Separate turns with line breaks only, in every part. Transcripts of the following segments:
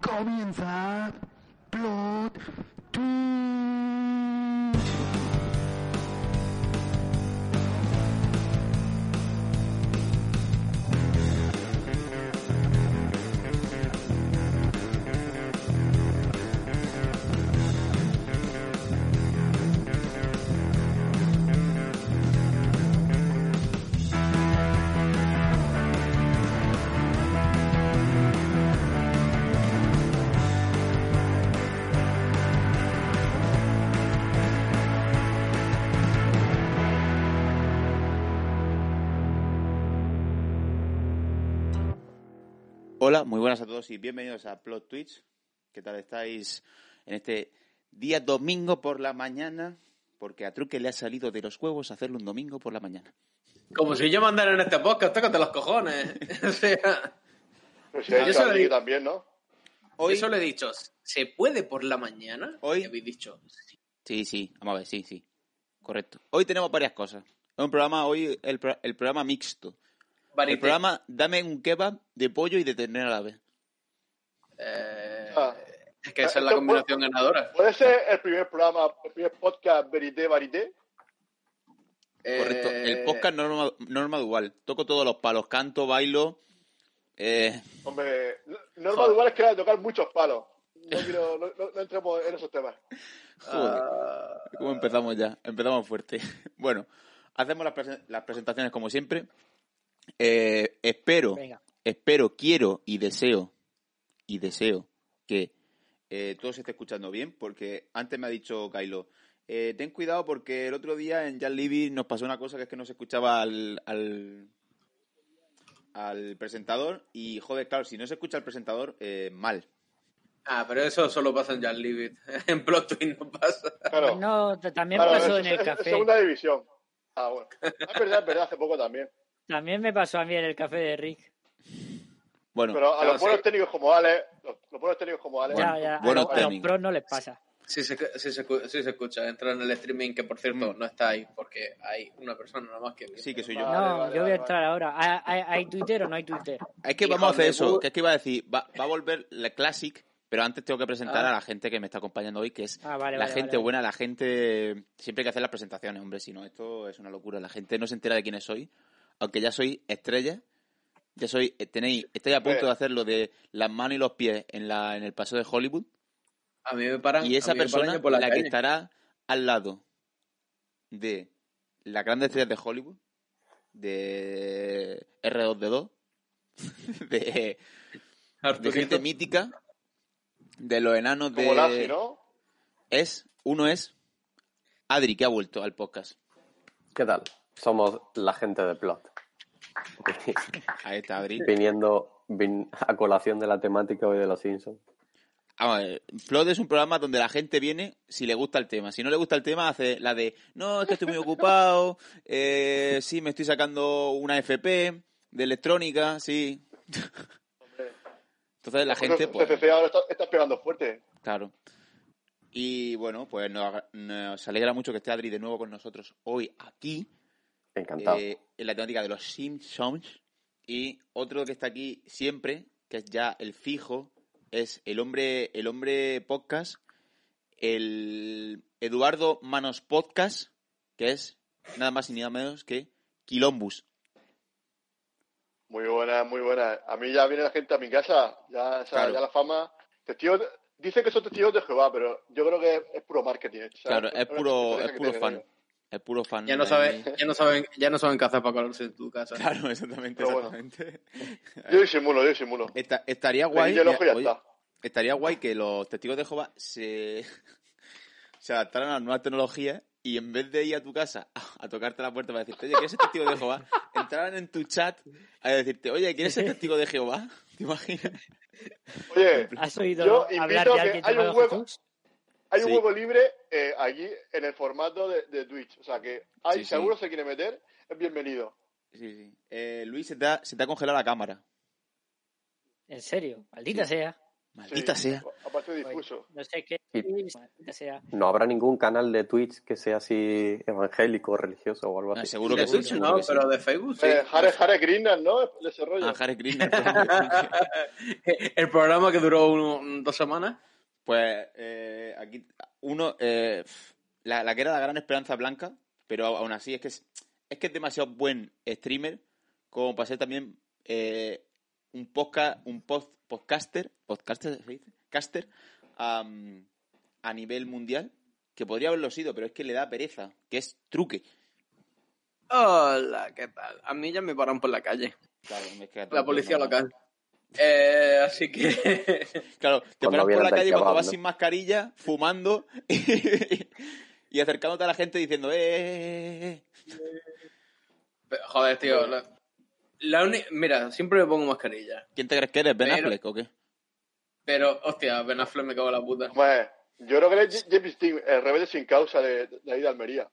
comienza Plot Twist.
Hola, muy buenas a todos y bienvenidos a Plot Twitch. ¿Qué tal estáis en este día domingo por la mañana? Porque a Truque le ha salido de los huevos hacerlo un domingo por la mañana.
Como si yo mandara en este podcast, tócate los cojones. o sea,
Pero si hay
Yo solo
Charlie
digo-
también, ¿no?
hoy...
Hoy,
eso le he dicho, ¿se puede por la mañana?
Hoy-
Y habéis dicho, sí.
sí, sí, vamos a ver, sí, sí. Correcto. Hoy tenemos varias cosas. Es un programa, hoy el, pro- el programa mixto. El
Varite,
programa Dame un kebab de pollo y de ternera a la vez.
eh,
Ah.
es que esa es la
Esto-
combinación ganadora.
¿Puede ser el primer programa, el primer podcast Verité Varité?
Correcto.
Eh,
El podcast norma, norma dual. Toco todos los palos, canto, bailo. eh,
Hombre, Norma Duval es que era de tocar muchos palos. No, quiero- no- no- no entremos en esos temas.
joder.
ah,
¿Cómo empezamos ya? Empezamos fuerte. Bueno, hacemos las, presen- las presentaciones como siempre. Eh, espero,
Venga.
espero, quiero y deseo, y deseo que eh, todo se esté escuchando bien, porque antes me ha dicho Kylo, eh, ten cuidado porque el otro día en Jan Libby nos pasó una cosa que es que no se escuchaba al, al, al presentador y, joder, claro, si no se escucha al presentador, eh, mal.
ah, pero eso solo pasa en Jan Livid. en Plot Twist no pasa.
Claro.
No, t- también
Claro,
pasó
es-
en el
es- es
café.
segunda división. Ah, bueno. Ah, Es verdad, es verdad, hace poco también.
También me pasó a mí en el café de Rick.
Bueno,
Pero a
Claro,
los buenos
sí.
técnicos como Ale, los, los buenos técnicos como Ale,
Bueno,
ya, ya. a
bueno,
los- a, los
timing.
pros no les pasa.
Sí se, sí se escu- sí se escucha, entra en el streaming, que por cierto
Mm.
no está ahí, porque hay una persona nada más que...
sí que soy yo.
Vale,
no,
vale,
yo voy
vale,
a entrar ahora. ¿Hay, hay, hay Twitter o no hay Twitter?
Es que
Hijo
vamos a hacer
de
eso,
pu-
que es que iba a decir, va, va a volver la Classic, pero antes tengo que presentar
Ah.
a la gente que me está acompañando hoy, que es
Ah, vale,
la
vale,
gente
vale.
buena, la gente... Siempre hay que hacer las presentaciones, hombre, si no, esto es una locura. La gente no se entera de quiénes soy, aunque ya soy estrella, ya soy... eh, Tenéis, estáis a punto
Hombre.
de hacer lo de las manos y los pies en, la, en el paseo de Hollywood,
A mí me paran...
y
a
esa
mí me paran
persona
yo por la,
que
calle.
estará al lado de las grandes estrellas de Hollywood, de R2D2, de de
Arturito.
gente mítica, de los enanos de...
como Lassi, ¿no?
Es, uno es Adri, que ha vuelto al podcast.
¿Qué tal? Somos la gente de Plot.
Ahí está Adri.
Viniendo vin- a colación de la temática hoy de los Simpsons.
Vamos a ver, Ah, Flood es un programa donde la gente viene si le gusta el tema. Si no le gusta el tema, hace la de, no, es que estoy muy ocupado, eh, sí, me estoy sacando una FP de electrónica, sí. Entonces la gente,
Bueno,
pues...
CCC ahora está, está pegando fuerte.
Claro. Y bueno, pues nos, agra- nos alegra mucho que esté Adri de nuevo con nosotros hoy aquí.
Encantado.
eh, en la temática de los Simpsons. Y otro que está aquí siempre, que es ya el fijo, es el hombre, el hombre podcast, el Eduardo Manos Podcast, que es nada más y nada menos que Quilombus.
Muy buena, muy buena. A mí ya viene la gente a mi casa. Ya, o sea,
Claro.
ya la fama. Testigos, dice que son testigos de Jehová, pero yo creo que es, es puro marketing. ¿eh? o sea,
Claro, es
una
puro,
estrategia
es
que
puro
tienen
fan.
ellos.
Es puro fan.
Ya no,
de-
saben, ya, no saben, ya no saben qué hacer para colarse en tu casa.
Claro, exactamente,
Pero bueno.
exactamente.
Yo disimulo, yo disimulo.
Esta- estaría
Le
guay.
guiño el ojo y ya
oye,
está.
Estaría guay que los testigos de Jehová se, se adaptaran a las nuevas tecnologías y en vez de ir a tu casa a, a tocarte la puerta para decirte, oye, ¿quién es el testigo de Jehová? Entraran en tu chat a decirte, oye, ¿quién es el testigo de Jehová? ¿Te imaginas?
Oye,
¿Has oído
Yo invito
hablar
a
de
que
alguien
hay un
llamado
huevo.
Jesús?
hay un
Sí.
huevo libre eh, aquí en el formato de, de Twitch. O sea que hay,
Sí, sí.
si alguno se quiere meter, es bienvenido.
Sí, sí. Eh, Luis, se te, ha, se te ha congelado la cámara.
En serio, maldita sea.
Maldita
Sí,
sea.
Ha parecido difuso.
No sé qué.
Y-
maldita sea.
No habrá ningún canal de Twitch que sea así evangélico, religioso o algo
Ah,
así.
seguro
De
que sí.
Twitch
seguro
no,
que sí.
pero de Facebook sí.
Eh, Jare, Jare Greenland, ¿no? Ese rollo.
Ah, Harry Greener, perdón.
El programa que duró un- dos semanas.
Pues eh, aquí uno, eh, la, la que era la gran esperanza blanca, pero a- aún así es que es, es que es demasiado buen streamer como para ser también eh, un podcast, un pod- podcaster, podcaster se dice, caster am, a nivel mundial, que podría haberlo sido, pero es que le da pereza, que es truque.
Hola, ¿qué tal? A mí ya me paran por la calle.
Claro, es que-
La policía local. Eh, así que.
Claro, te
Cuando
paras por
vienes
la
del
calle cuando
kebab,
vas
¿no?
sin mascarilla, fumando y, acercándote a la gente diciendo, "Eh, eh, eh, eh".
Pero, Joder, tío. La, la uni- Mira, siempre me pongo mascarilla.
¿Quién te crees que eres? ¿Ben
Pero-
Affleck o qué?
Pero, hostia, Ben Affleck me cago en la puta.
Hombre, yo creo que es J- James Dean, el rebelde sin causa de, de ahí de Almería.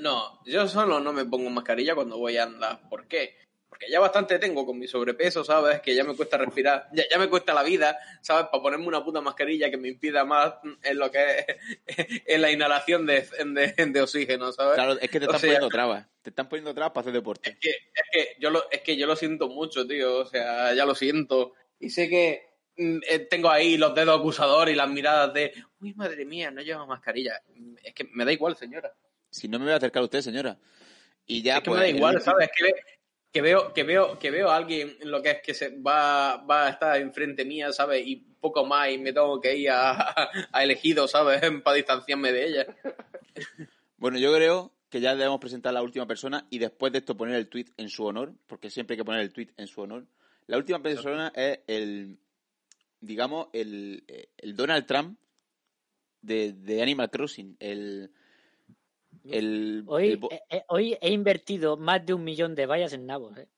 No, yo solo no me pongo mascarilla cuando voy a andar. ¿Por qué? Porque ya bastante tengo con mi sobrepeso, ¿sabes? Que ya me cuesta respirar, ya, ya me cuesta la vida, ¿sabes? Para ponerme una puta mascarilla que me impida más mm, en lo que es en la inhalación de, de- de oxígeno, ¿sabes?
Claro, es que te
O
están
sea-
poniendo trabas. Te están poniendo trabas para hacer deporte.
que- es que yo lo, es que yo lo siento mucho, tío. O sea, ya lo siento. Y sé que mm, eh, tengo ahí los dedos acusadores y las miradas de uy madre mía, no llevo mascarilla. Mm, Es que me da igual, señora.
Si no me voy a acercar a usted, señora. Y ya,
es que
pues,
me da
el
igual,
último-
¿sabes? Que, ve- que veo, que veo, que veo a alguien lo que es que se va, va a estar enfrente mía, ¿sabes? Y poco más, y me tengo que ir a, a elegido, ¿sabes? Para distanciarme de ella.
Bueno, yo creo que ya debemos presentar a la última persona y después de esto poner el tweet en su honor, porque siempre hay que poner el tweet en su honor. La última persona es el, digamos, el, eh, el Donald Trump de, de Animal Crossing. El. El. el
Hoy,
bo-
eh, eh, hoy he invertido más de un millón de vallas en nabos. eh.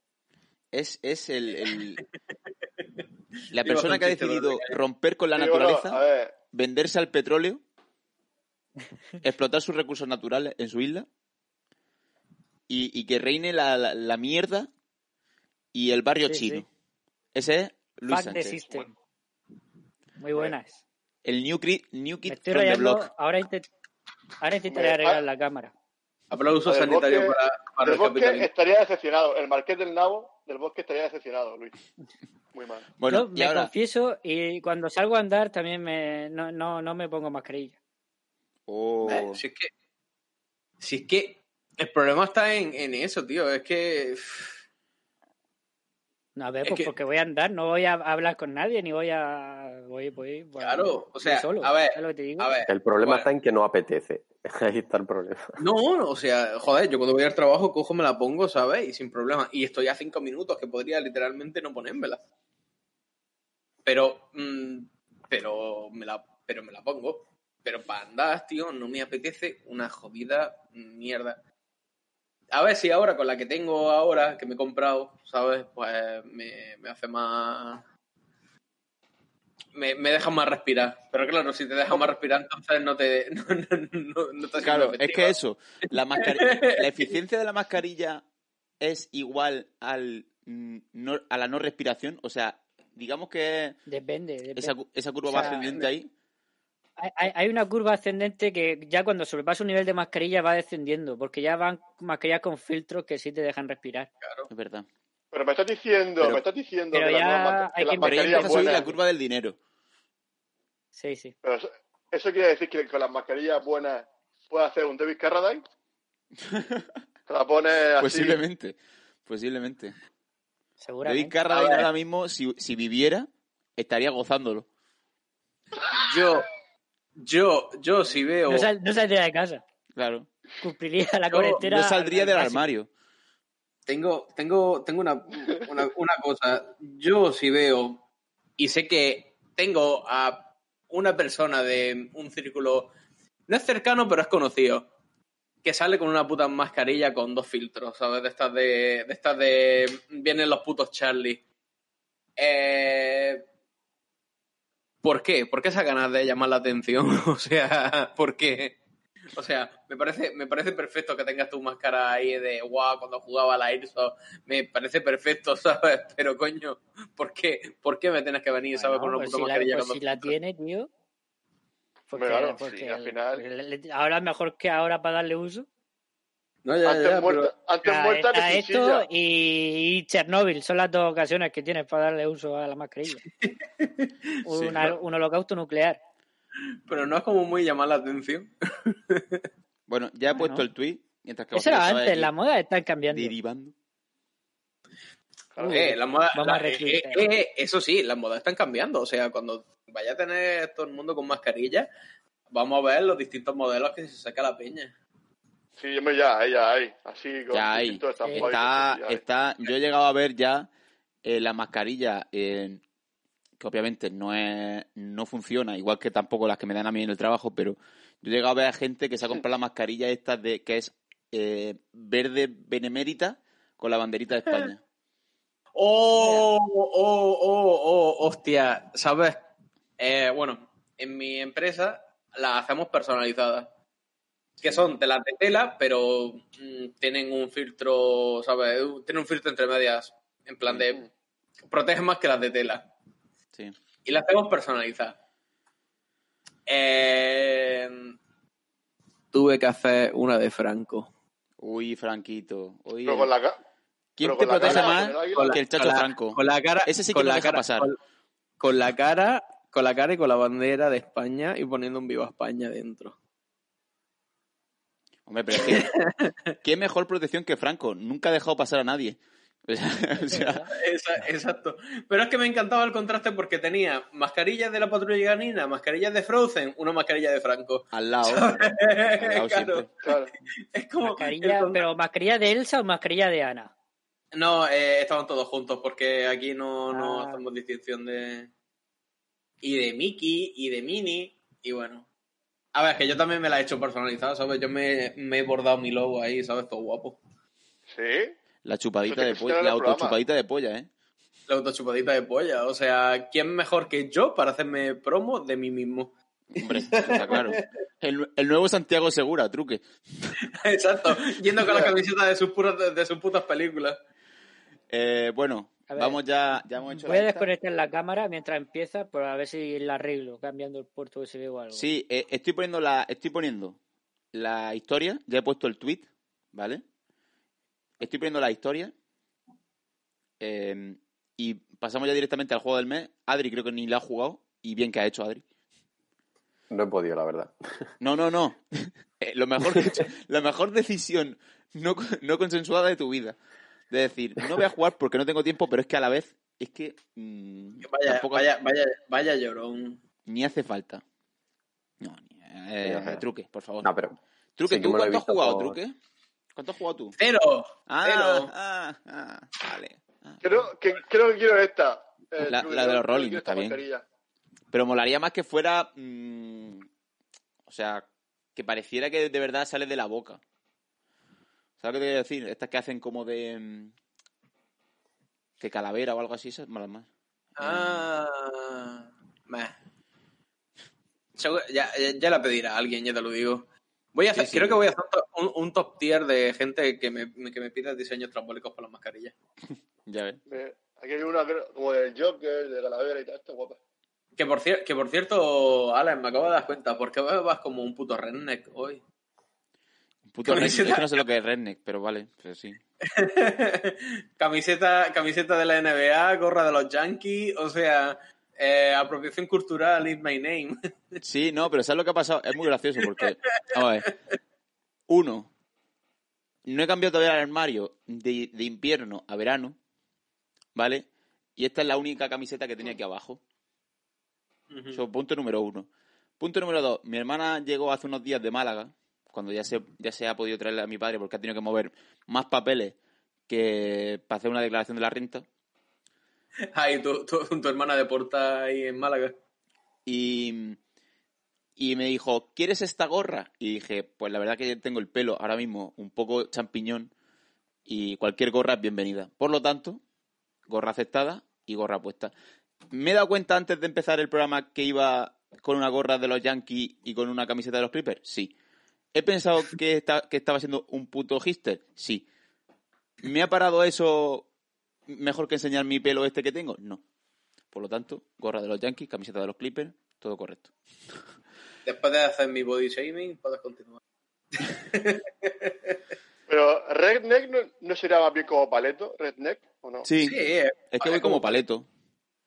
es es el. el- la
Iba a hacer
persona
un
que ha
chiste, pero
decidido
me callo.
romper con la
Sí, bueno,
naturaleza.
a ver,
venderse al petróleo, explotar sus recursos naturales en su isla y, y que reine la, la- la mierda y el barrio
Sí, sí.
chino. Ese es Luis
Back the
Sánchez.
system. Muy buenas.
El New, Cri- New Kid
Me
from
estoy
the
rayando.
Block.
Ahora, intent- ahora intentaré
Hombre, ah.
arreglar la cámara.
Aplauso
Del
sanitario
bosque-
para, para
del
el
bosque
capitalismo.
estaría decepcionado. El marqués del Nabo, del bosque estaría decepcionado, Luis. Muy mal.
Bueno,
Yo
y
me
ahora...
confieso y cuando salgo a andar también me, no, no, no me pongo mascarilla.
Oh,
Eh, Si es que. Si es que. El problema está en, en eso, tío. Es que. uff,
No, a ver,
Es
pues
que-
porque voy a andar, no voy a hablar con nadie, ni voy a... Voy, voy, voy-
Claro, o sea,
voy solo,
a ver,
¿sabes lo que te digo?
A ver.
El problema
Bueno.
está en que no apetece. Ahí está el problema.
No, no, o sea, joder, yo cuando voy al trabajo cojo, me la pongo, ¿sabes? Y sin problema. Y estoy a cinco minutos que podría literalmente no ponérmela. Pero. mm, pero me la. Pero me la pongo. Pero para andar, tío, no me apetece una jodida mierda. A ver si ahora con la que tengo ahora, que me he comprado, ¿sabes? Pues me, me hace más. Me, me deja más respirar. Pero claro, si te deja más respirar, entonces no te. No, no, no, no te
claro, es que
efectiva.
eso, la, mascarilla, la eficiencia de la mascarilla es igual al, mm, no- a la no respiración, o sea, digamos que
Depende, depende.
esa, cu- esa curva
O
va
sea,
ascendente ahí,
Hay- Hay, hay una curva ascendente que ya cuando sobrepasa un nivel de mascarilla va descendiendo, porque ya van mascarillas con filtros que sí te dejan respirar.
es verdad.
Pero me estás diciendo,
Pero-
me estás diciendo
pero
que las
ya
nuevas marca-
hay
que las
que-
Pero ahí
mascarillas
empieza a subir
buenas.
la curva del dinero.
Sí, sí.
Pero eso, eso quiere decir que con las mascarillas buenas puedes hacer un David Carradine. Te la pones así.
Posiblemente, posiblemente. David
Seguramente.
Carradine
A ver.
ahora mismo, si, si viviera, estaría gozándolo.
Yo, yo, yo si veo.
No, sal- no saldría de casa.
Claro.
Cumpliría la
Yo-
cuarentena.
No saldría
al-
del
al
armario.
Tengo, tengo, tengo una, una, una cosa. Yo si veo y sé que tengo a una persona de un círculo. No es cercano, pero es conocido. Que sale con una puta mascarilla con dos filtros, ¿sabes? De estas de. De estas de. Vienen los putos Charlie. Eh, ¿Por qué? ¿Por qué esa ganas de llamar la atención? o sea, ¿por qué? O sea, me parece, me parece perfecto que tengas tu máscara ahí de guau, cuando jugaba a la Airsoft, me parece perfecto, ¿sabes? Pero coño, ¿por qué, ¿Por qué me tienes que venir, ¿sabes?
Bueno,
Con una
pues
puta
si la,
mascarilla
pues
cuando-
si la tiene, tío. Porque,
claro,
porque
sí, al
el-
final-
porque le- le- ahora mejor que ahora para darle uso.
No, ya, ya,
Antes
ya,
muerta, antes
A, e,
muerta que
a
sin
esto
silla.
y, y Chernóbil son las dos ocasiones que tienes para darle uso a la mascarilla. Una-
no.
Un holocausto nuclear.
pero, pero no es como muy llamar la atención.
Bueno, ya he
Bueno.
puesto el tweet. Mientras que
Eso era
vosotros
antes,
estabais
las
aquí
modas están cambiando.
Derivando.
Claro.
Eh, la moda-
vamos a
la- eh,
reclutar.
eh, eh, eso sí, las modas están cambiando. O sea, cuando vaya a tener todo el mundo con mascarilla, vamos a ver los distintos modelos que se saca la peña.
Sí, hombre, ya, ahí, ya, ahí. Así, con
Ya hay.
distintos estampados y
Está,
cosas, ya hay.
está, yo he llegado a ver ya eh, la mascarilla, eh, que obviamente no es, no funciona, igual que tampoco las que me dan a mí en el trabajo, pero yo he llegado a ver a gente que se ha comprado la mascarilla esta de, que es eh, verde benemérita con la banderita de España.
Oh, oh, oh, oh, hostia, ¿sabes? Eh, bueno, en mi empresa las hacemos personalizadas, que son de las de tela, pero mm, tienen un filtro, ¿sabes? Tienen un filtro entre medias, en plan de protege más que las de tela.
Sí.
Y las hacemos personalizadas. Eh, tuve que hacer una de Franco.
Uy, Franquito. Uy,
Pero con la ca-
¿Quién
pero
te
con la
protege
cara,
más
con el águila.
Con la-
que el Chacho
con la-
Franco?
Con la cara,
Ese sí que
con
no
la
deja
cara-
pasar.
Con, con la cara, con la cara y con la bandera de España y poniendo un viva España dentro.
Hombre, pero es que, ¿qué mejor protección que Franco? Nunca ha dejado pasar a nadie. O sea, o sea,
Esa- exacto. Pero es que me encantaba el contraste porque tenía mascarillas de la patrulla ganina, mascarillas de Frozen, una mascarilla de Franco.
al lado. al lado
Claro.
siempre.
Claro.
Es como
Mascarilla,
el con-
pero mascarilla de Elsa o mascarilla de Ana.
No, eh, estaban todos juntos porque aquí no, no
Ah.
hacemos distinción de. Y de Mickey, y de Minnie, y bueno. A ver, que yo también me la he hecho personalizada, ¿sabes? Yo me, me he bordado mi logo ahí, ¿sabes? Todo guapo.
Sí.
La
Eso
chupadita de
te pusieron
polla,
en
la
el programa.
autochupadita de polla, ¿eh?
La autochupadita de polla. O sea, ¿quién mejor que yo para hacerme promo de mí mismo?
Hombre, eso está claro. El, el nuevo Santiago Segura, truque.
Exacto. Yendo con la camiseta de sus, puras, de sus putas películas.
Eh, bueno,
A ver.
vamos ya, ya hemos hecho
Voy a
la lista.
desconectar la cámara mientras empieza, por a ver si la arreglo, cambiando el puerto USB o algo.
Sí, eh, estoy poniendo la, estoy poniendo la historia, ya he puesto el tweet, ¿vale? Estoy poniendo la historia. eh, y pasamos ya directamente al juego del mes. Adri creo que ni la ha jugado. Y bien que ha hecho, Adri.
No he podido, la verdad.
No, no, no. Eh, lo mejor que he hecho- la mejor decisión no, co- no consensuada de tu vida. De decir, no voy a jugar porque no tengo tiempo, pero es que a la vez, es que mm,
Vaya,
tampoco
vaya, vaya, vaya llorón.
ni hace falta. No, ni, eh,
Ni hace-
truque, por favor.
No, pero
truque,
sí que
¿tú
me lo he
cuánto has
visto
jugado,
por-
truque? ¿Cuánto has jugado tú?
¡Cero!
Ah,
¡Cero!
ah, ah, vale. Ah.
Creo que, creo que quiero esta.
La-
Trudy,
la de
creo
los
que
Rolling,
quiero esta
está bien.
mascarilla.
Pero molaría más que fuera. mm, o sea, que pareciera que de verdad sale de la boca. ¿Sabes qué te quiero decir? Estas que hacen como de. mm, de calavera o algo así, esas malas más.
Ah, meh. Segu- Ya, ya, ya la pedirá alguien, ya te lo digo. Voy a
Sí,
hacer,
sí.
creo que voy a hacer un to- un, un top tier de gente que me, que me pida diseños trambólicos para las mascarillas.
Ya ves.
Me- Aquí hay una creo, como del Joker, de Calavera y tal, está guapa.
Que por, cier- que por cierto, Alan, me acabo de dar cuenta, porque vas como un puto redneck hoy.
Puto
Con
redneck.
ese-
Es que no sé lo que es redneck, pero vale, pues sí.
camiseta, camiseta de la NBA, gorra de los Yankees, o sea, eh, apropiación cultural is my name.
Sí, no, pero ¿sabes lo que ha pasado? Es muy gracioso porque. Vamos a ver. Uno, no he cambiado todavía el armario de, de invierno a verano, ¿vale? Y esta es la única camiseta que tenía aquí abajo.
Mm.
Eso, punto número uno. Punto número dos. Mi hermana llegó hace unos días de Málaga, cuando ya se, ya se ha podido traerle a mi padre porque ha tenido que mover más papeles que para hacer una declaración de la renta.
Ay, tu, tu, tu hermana deporta ahí en Málaga.
Y, y me dijo, ¿quieres esta gorra? Y dije, pues la verdad que tengo el pelo ahora mismo un poco champiñón y cualquier gorra es bienvenida. Por lo tanto, gorra aceptada y gorra puesta. Me he dado cuenta antes de empezar el programa que iba con una gorra de los Yankees y con una camiseta de los Clippers. Sí. ¿He pensado que, esta- que estaba siendo un puto hister? Sí. ¿Me ha parado eso mejor que enseñar mi pelo este que tengo? No. Por lo tanto, gorra de los Yankees, camiseta de los Clippers, todo correcto.
Después de hacer mi body shaming, puedes continuar.
Pero Redneck no, no sería más bien como paleto, Redneck, ¿o no?
Sí, eh,
Es que voy como paleto.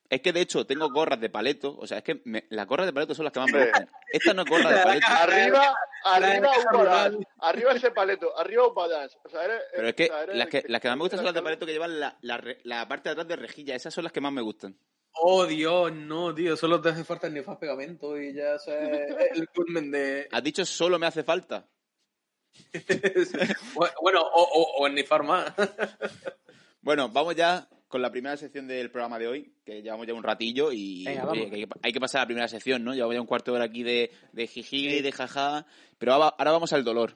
Es que de hecho tengo gorras de paleto. O sea, es que me- las gorras de paleto son las que más me
Sí.
gustan. Esta no es gorra de
La
paleto.
Arriba,
la de
arriba
la
un
casa
badass,
rural.
arriba ese paleto, arriba un badass. O sea, eres-
Pero es que
o sea, eres
las que,
el
las que más me gustan son las de
el-
paleto que llevan la, la re- la parte de atrás de rejilla. Esas son las que más me gustan.
Oh, Dios, no, tío. Solo te hace falta el nifaz pegamento y ya eso es el culmen de.
Has dicho solo me hace falta.
bueno, o, o, o el nifar más.
Bueno, vamos ya con la primera sección del programa de hoy, que llevamos ya un ratillo y
Venga,
oye,
vamos.
que hay, que, hay que pasar a la primera sección, ¿no? Llevamos ya un cuarto de hora aquí de, de jiji y de jaja, pero ahora, ahora vamos al dolor.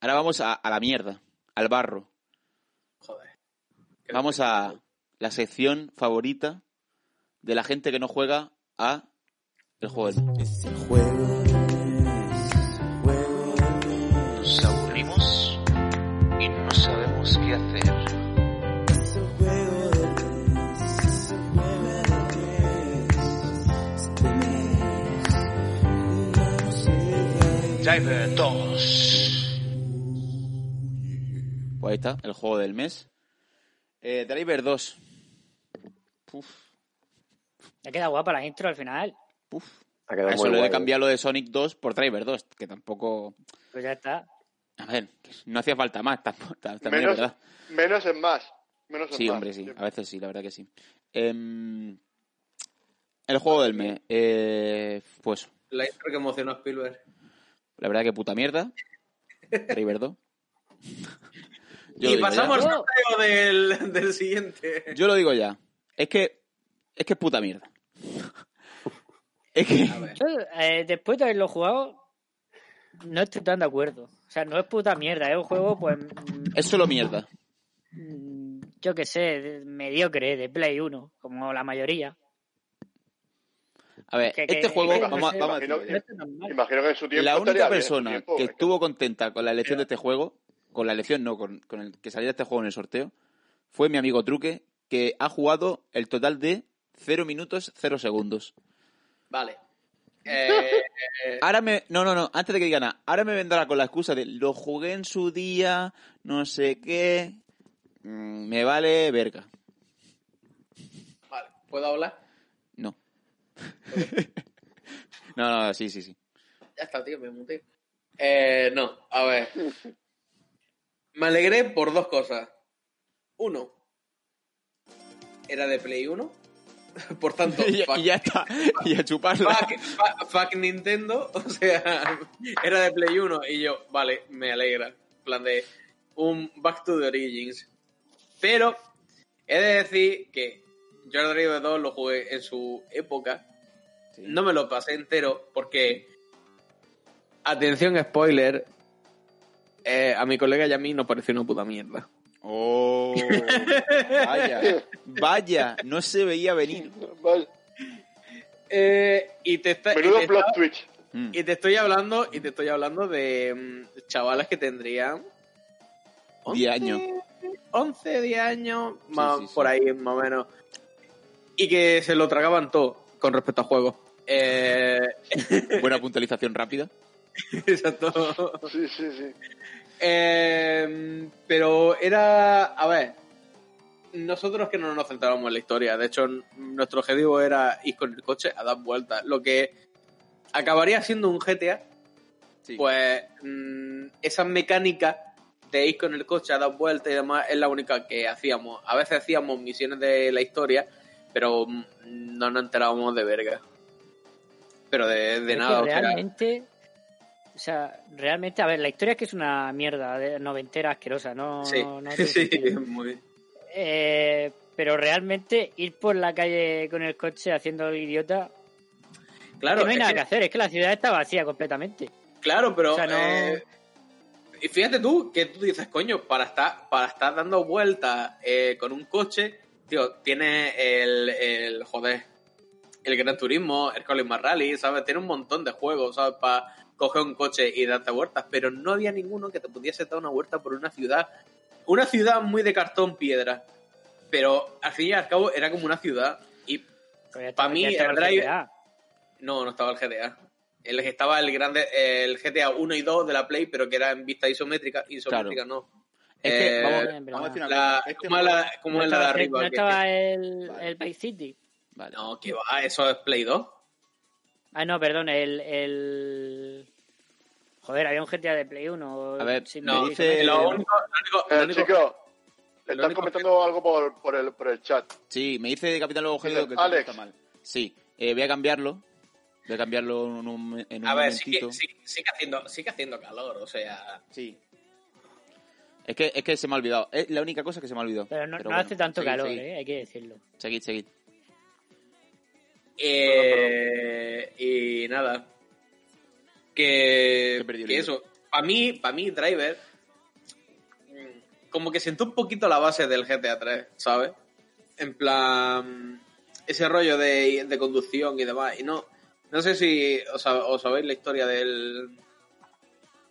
Ahora vamos a, a la mierda, al barro.
Joder.
Vamos a la sección favorita de la gente que no juega a el juego. del-
Nos aburrimos y no sabemos qué hacer. Driver 2.
Pues ahí está, el juego del mes. Eh, Driver 2.
Me queda guapa la intro al final.
Puf.
Ha quedado
A Eso
muy
lo
guay.
de cambiar lo de Sonic 2 por Driver 2, que tampoco...
Pues ya está.
A ver, que no hacía falta más, tampoco, tam- también es
Menos,
verdad.
menos es más. Menos es
Sí,
más.
hombre, sí, a veces sí, la verdad que sí. Em, el juego del mes, eh, pues
La intro que emocionó a Spielberg.
la verdad que puta mierda. River 2. Yo lo
y
digo
pasamos al
ya.
sorteo del, del siguiente.
ya. Yo lo digo ya. Es que es que es puta mierda. Es que
A ver.
Yo, eh, después de haberlo jugado, no estoy tan de acuerdo. O sea, no es puta mierda. Es un juego, pues, mm,
es solo mierda.
mm, yo qué sé, de- mediocre, de Play 1, como la mayoría.
A ver,
Que-
este
que-
juego,
que-
vamos, a-
que-
vamos a
que-
decirlo
No
ya.
está tan mal.
Imagino que en su tiempo.
la
estaría
única
bien, en su
persona
tiempo,
que
es
estuvo contenta con la elección de este juego, con la elección no, con, con el que saliera este juego en el sorteo, fue mi amigo Truque, que ha jugado el total de 0 minutos 0 segundos.
Vale. Eh,
Ahora me... No, no, no, antes de que diga nada, ahora me vendrá con la excusa de lo jugué en su día, no sé qué... mm, Me vale verga.
vale, ¿puedo hablar?
No. no, no, sí, sí, sí.
Ya está, tío, me muté. Eh, no, a ver. Me alegré por dos cosas. Uno, era de Play 1. Por tanto,
Y, ya-
fuck,
y ya está. Y a chuparla.
fuck- fuck- fuck Nintendo. O sea, era de Play 1. Y yo, vale, me alegra. En plan de un Back to the Origins. Pero he de decir que yo el Driver 2 lo jugué en su época.
Sí.
No me lo pasé entero porque. Atención, spoiler. eh, a mi colega y a mí nos pareció una puta mierda.
Oh, vaya, vaya, no se veía venir.
que- Vale.
Eh, y, te está- y
Menudo
te
plot
está-
twitch.
Mm.
y te estoy hablando, y te estoy hablando de mm, chavales que tendrían.
10 años.
11, 10 años, más,
sí, sí.
por ahí, más o menos. Y que se lo tragaban todo con respecto a juegos. Eh,
Buena puntualización rápida.
exacto.
Sí, sí, sí.
Eh, pero era. A ver. Nosotros que no nos centrábamos en la historia. De hecho, n- nuestro objetivo era ir con el coche a dar vueltas. Lo que acabaría siendo un GTA.
Sí.
Pues mm, esa mecánica de ir con el coche a dar vueltas y demás es la única que hacíamos. A veces hacíamos misiones de la historia, pero mm, no nos enterábamos de verga. Pero de, de
Es que
nada. o sea,
realmente, o sea, realmente, a ver, la historia es que es una mierda de noventera asquerosa, no,
sí,
no, no tiene
sí,
sentido.
muy-
Eh, pero realmente ir por la calle con el coche haciendo el idiota,
Claro,
que no hay
es
nada
que-
que hacer, es que la ciudad está vacía completamente.
Claro, pero.
O sea, no-
eh, y fíjate tú que tú dices, coño, para estar, para estar dando vueltas eh, con un coche, tío, tienes el, el. Joder. El Gran Turismo, el Colin Rally, ¿sabes? Tiene un montón de juegos, ¿sabes? Para coger un coche y darte vueltas, pero no había ninguno que te pudiese dar una vuelta por una ciudad, una ciudad muy de cartón piedra, pero al fin y al cabo era como una ciudad y
Pues
Pa' mí, el drive- no, no estaba el GTA. El que estaba el grande el GTA 1 y 2 de la Play, pero que era en vista isométrica, isométrica no.
Es que,
Eh,
vamos,
vamos, vamos a decir una
La-
cosa. Este
como la, como
no
la de
estaba,
arriba.
no
que-
estaba el,
Vale.
el Vice City.
Vale.
no, que va, eso es Play 2.
Ah, no, perdón, el, el... Joder, había un GTA de Play 1.
A ver,
sin
Me
No,
Eh,
dice-
lo único, lo único- lo
Eh,
único-
chicos,
lo
estás
único-
comentando algo por, por, el, por el chat.
Sí, me dice Capitán Lobo Gélido que el
Alex.
título está mal. Sí, eh, voy a cambiarlo. Voy a cambiarlo en un, en un
A ver, sí
momentito.
que, sí, sí que haciendo, sí que haciendo calor, o sea.
Sí. Es que, es que se me ha olvidado. Es la única cosa que se me ha olvidado.
Pero no, no
bueno,
hace tanto
seguid,
calor,
seguid,
eh, hay que decirlo.
Seguid, seguid.
Eh, y nada.
Te
Que,
he perdido el
que
hilo.
eso. Para mí, para mí, Driver. mm, Como que sentó un poquito la base del GTA 3, ¿sabes? En plan. Ese rollo de, de conducción y demás. Y no. No sé si os, sab- os sabéis la historia del.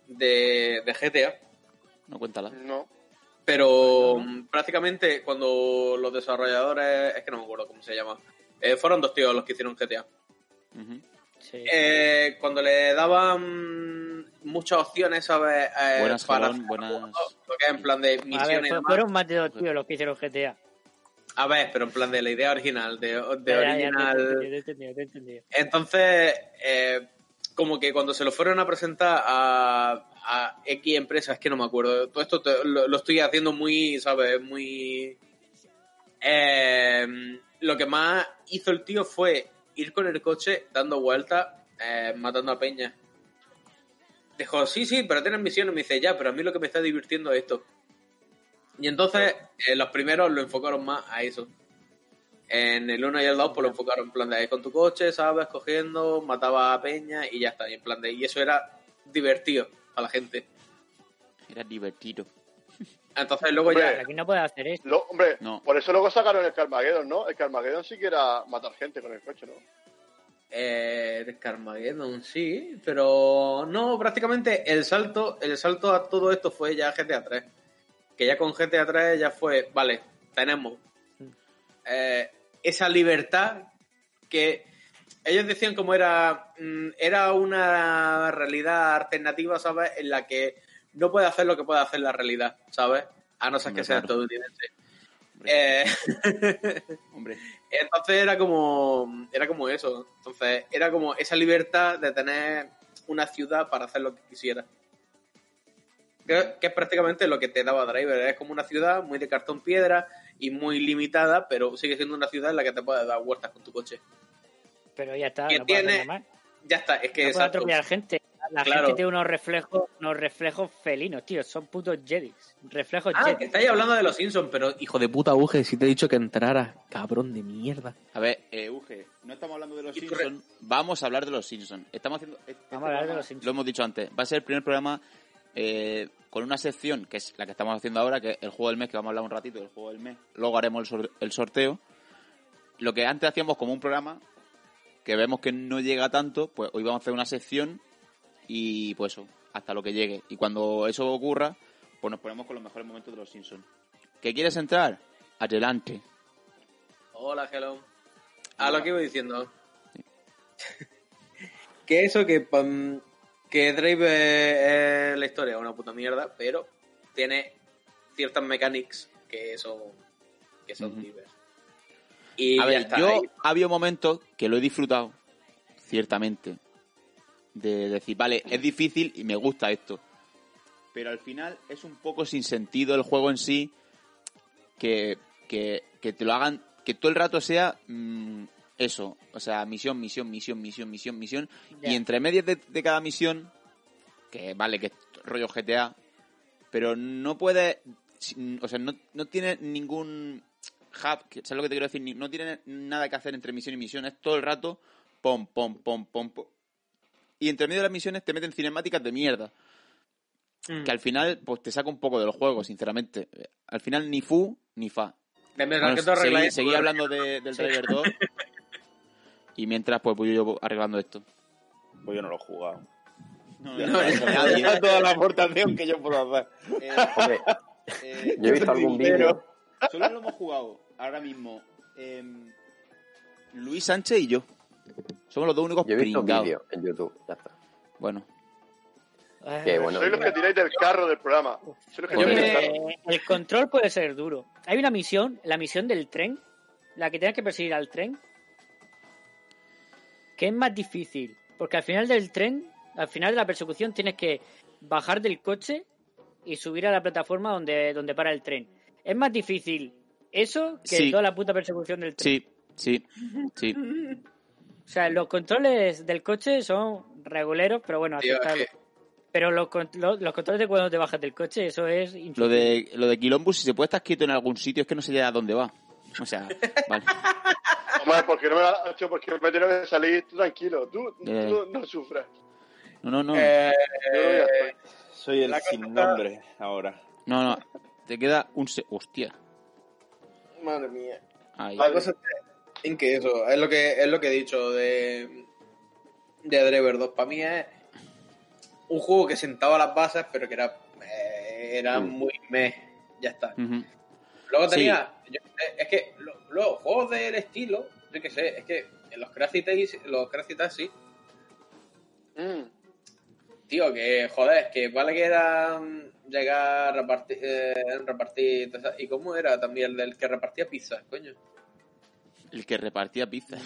De, de GTA.
No cuéntala.
No.
Pero mm, prácticamente cuando los desarrolladores. Es que no me acuerdo cómo se llama. eh, fueron dos tíos los que hicieron GTA.
Ujú.
Sí.
Eh, cuando le daban muchas opciones, ¿sabes? Eh,
buenas,
para oh,
Jalón, buenas.
lo que es en plan de
a
misiones.
ver,
y
fue-
demás.
fueron más de dos tíos los que hicieron GTA.
A ver, pero en plan de la idea original, de, de
Ya, ya, ya, te he
original.
entendido, te he entendido, te he entendido.
Entonces, eh, como que cuando se lo fueron a presentar a, a X empresas, que no me acuerdo, todo esto te- lo, lo estoy haciendo muy, ¿sabes? Muy... eh, lo que más hizo el tío fue ir con el coche dando vueltas, eh, matando a Peña. Dijo, sí, sí, pero tienes misiones. Me dice, ya, pero a mí lo que me está divirtiendo es esto. Y entonces, eh, los primeros lo enfocaron más a eso. En el 1 y el 2 pues lo enfocaron en plan de ahí con tu coche, ¿sabes? Cogiendo, mataba a Peña y ya está. Y en plan de, y eso era divertido para la gente.
Era divertido.
Entonces luego
Hombre.
ya.
Aquí no puedes hacer eso.
Lo- hombre,
No.
por eso luego sacaron el Carmageddon, ¿no? El Carmageddon sí que era matar gente con el coche, ¿no?
Eh, el Carmageddon, sí, pero no, prácticamente el salto, el salto a todo esto fue ya GTA 3. Que ya con GTA 3 ya fue, vale, tenemos eh, esa libertad que ellos decían como era, mm, era una realidad alternativa, ¿sabes? En la que no puede hacer lo que puede hacer la realidad, ¿sabes? A no ser
Hombre,
que sea
claro.
estadounidense.
Hombre.
Eh,
Hombre.
Entonces era como era como eso. Entonces era como esa libertad de tener una ciudad para hacer lo que quisiera. Que, que es prácticamente lo que te daba Driver. Es como una ciudad muy de cartón piedra y muy limitada, pero sigue siendo una ciudad en la que te puedes dar vueltas con tu coche.
Pero ya está,
Que
no puedes hacer
tiene-
nada más.
Ya está, es que
No puedes
exacto.
atropellar gente. La
Claro.
gente tiene unos reflejos, unos reflejos felinos, tío. Son putos jedis. Reflejos
Ah,
jedis.
que estáis hablando de los Simpsons, pero hijo de puta Uge, si te he dicho que entraras, cabrón de mierda.
A ver, eh, Uge, no estamos hablando de los
Y corre-
Simpsons. Vamos a hablar de los Simpsons. Estamos haciendo. este
Vamos a hablar de
programa,
los Simpsons.
Lo hemos dicho antes. Va a ser el primer programa eh, con una sección, que es la que estamos haciendo ahora, que es el juego del mes, que vamos a hablar un ratito del juego del mes. Luego haremos el, sor- el sorteo. Lo que antes hacíamos como un programa, que vemos que no llega tanto, pues hoy vamos a hacer una sección y pues eso, hasta lo que llegue. Y cuando eso ocurra, pues nos ponemos con los mejores momentos de los Simpsons. ¿Qué quieres entrar? Adelante.
Hola, hello.
Ah,
A lo que iba diciendo. que eso, que, pam, que Drive eh, eh, la historia es una puta mierda, pero tiene ciertas mechanics que son, que son
Ujú.
diversas. Y
A
ya
ver,
está.
yo
Y-
ha habido momentos que lo he disfrutado, ciertamente, de decir, vale, es difícil y me gusta esto. Pero al final es un poco sin sentido el juego en sí, que, que, que te lo hagan, que todo el rato sea mm, eso, o sea, misión, misión, misión, misión, misión, misión.
Ya.
Y entre medias de, de cada misión, que vale, que es rollo GTA, pero no puede, o sea, no, no tiene ningún hub, que- ¿sabes lo que te quiero decir? Ni- No tiene nada que hacer entre misión y misión, es todo el rato pom, pom, pom, pom, pom. Y entre medio de las misiones te meten cinemáticas de mierda,
Mm.
que al final pues te saca un poco del juego, sinceramente. Eh, Al final ni fu ni fa.
de menos
Bueno,
que tú arreglas
seguí,
eso,
seguí
¿verdad?
hablando de- del Driver 2 y mientras pues voy yo arreglando esto.
Pues yo no lo he jugado.
No,
No,
no,
no.
nadie.
Esa es toda la aportación que yo puedo hacer.
Eh,
Hombre,
eh,
yo he visto algún vídeo.
Solo lo hemos jugado ahora mismo em, Luis Sánchez y yo. Somos los dos únicos
Yo he visto
pringados.
vídeos en YouTube. Ya está.
Bueno, Eh,
Ah,
Qué bueno.
Soy los que tiráis del carro del programa. Soy los que
Eh,
Oye,
tiráis del carro.
el control puede ser duro. Hay una misión, la misión del tren, la que tienes que perseguir al tren, que es más difícil, porque al final del tren, al final de la persecución tienes que bajar del coche y subir a la plataforma donde, donde para el tren. Es más difícil eso que
Sí.
toda la puta persecución del tren.
sí, sí, sí.
O sea, los controles del coche son reguleros, pero bueno,
Tío,
aceptables.
es que-
Pero los, con- los, los controles de cuando te bajas del coche, eso es...
Lo de, lo de Quilombus, si se puede estar quieto en algún sitio, es que no sé ya a dónde va. O sea, vale.
Omar, porque no me la- tío, porque me tengo que salir tú tranquilo. Tú
Eh.
no, no sufras.
No, no, no.
Eh,
Yo ya estoy.
Soy el
La cosa
sin
está-
nombre ahora.
No, no. Te queda un... se- Hostia.
madre mía.
Ahí.
La cosa está en que eso, es lo que, es lo que he dicho de, de Drever 2. Para mí es un juego que sentaba las bases, pero que era, eh, era
Mm.
muy meh. Ya está.
Ujú.
Luego
Sí.
tenía. yo qué sé, es que lo- luego, juegos del estilo, yo qué sé, es que en los Crazy Taxi, los Crazy Taxi,
Mm.
tío, que joder, que vale que era mm, llegar a repartir. eh, repartir todas esas- ¿Y cómo era también el del que repartía pizzas, coño?
El que repartía pizzas.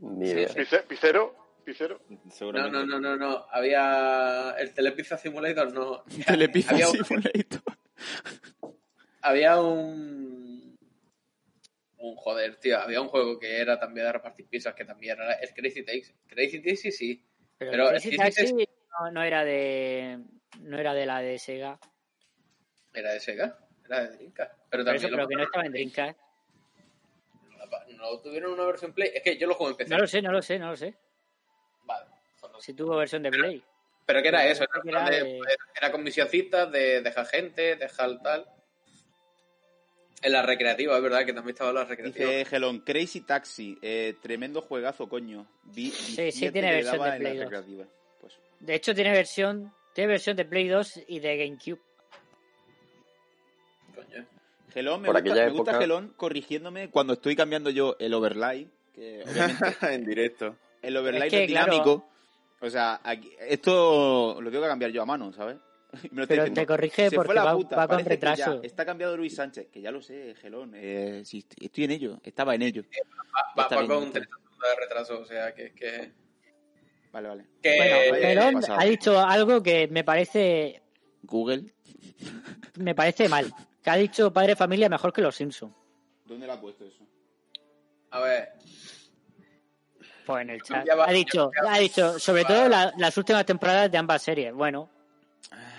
Ni idea.
Pice- Picero, picero.
No,
Seguramente.
no, no, no, no. Había. El Telepizza Simulator, no.
Telepizza
Había un-
Simulator.
Había un. Un joder, tío. Había un juego que era también de repartir pizzas, que también era el Crazy Taxi. Crazy Taxi, sí.
Pero,
Pero
Crazy
sí, sí,
Taxi
sí.
no, no era de no era de la de Sega.
Era de Sega, era de Dreamcast. Pero
Por
también
eso,
lo,
pero que no estaba en Dreamcast.
no, tuvieron una versión Play. Es que yo lo jugué en PC.
No lo sé, no lo sé, no lo sé.
Vale. Pues no sé.
Si tuvo versión de Play.
Pero que era
Pero
eso,
creo que
era,
era
de-
de-
era con misioncitas de dejar gente, dejar tal. En la recreativa, es verdad, que también estaba en la recreativa.
Dice Gelón, Crazy Taxi, eh, tremendo juegazo, coño. Vi,
sí, tiene versión de Play dos.
recreativa. Pues,
De hecho, tiene versión tiene versión de Play 2 y de GameCube.
Coño.
Gelón, me
Por
gusta,
aquella
me gusta
época-
Gelón corrigiéndome cuando estoy cambiando yo el overlay, que obviamente
en directo.
el overlay
Es
no
que,
es dinámico. O sea, aquí- esto lo tengo que cambiar yo a mano, ¿sabes? Y me lo está
Pero
diciendo,
te corrige
"Se
porque
fue la
va,
puta,
va con
parece que ya
retraso.
Está cambiado Luis Sánchez, que ya lo sé, Gelón. eh, sí, estoy en ello, estaba en ello.
Va,
Ya
va-
está
va
bien,
con
ya
30 segundos de retraso, o sea, que. que,
Vale, vale.
que-
Bueno,
Eh,
Pelón
pasado.
ha dicho algo que me parece
Google,
me parece mal. Que ha dicho padre familia mejor que los Simpsons.
¿dónde lo ha puesto eso?
A ver,
Pues en el chat.
Ya va-
Ha dicho,
ya va-
ha dicho, sobre
va.
todo la- las últimas temporadas de ambas series. Bueno,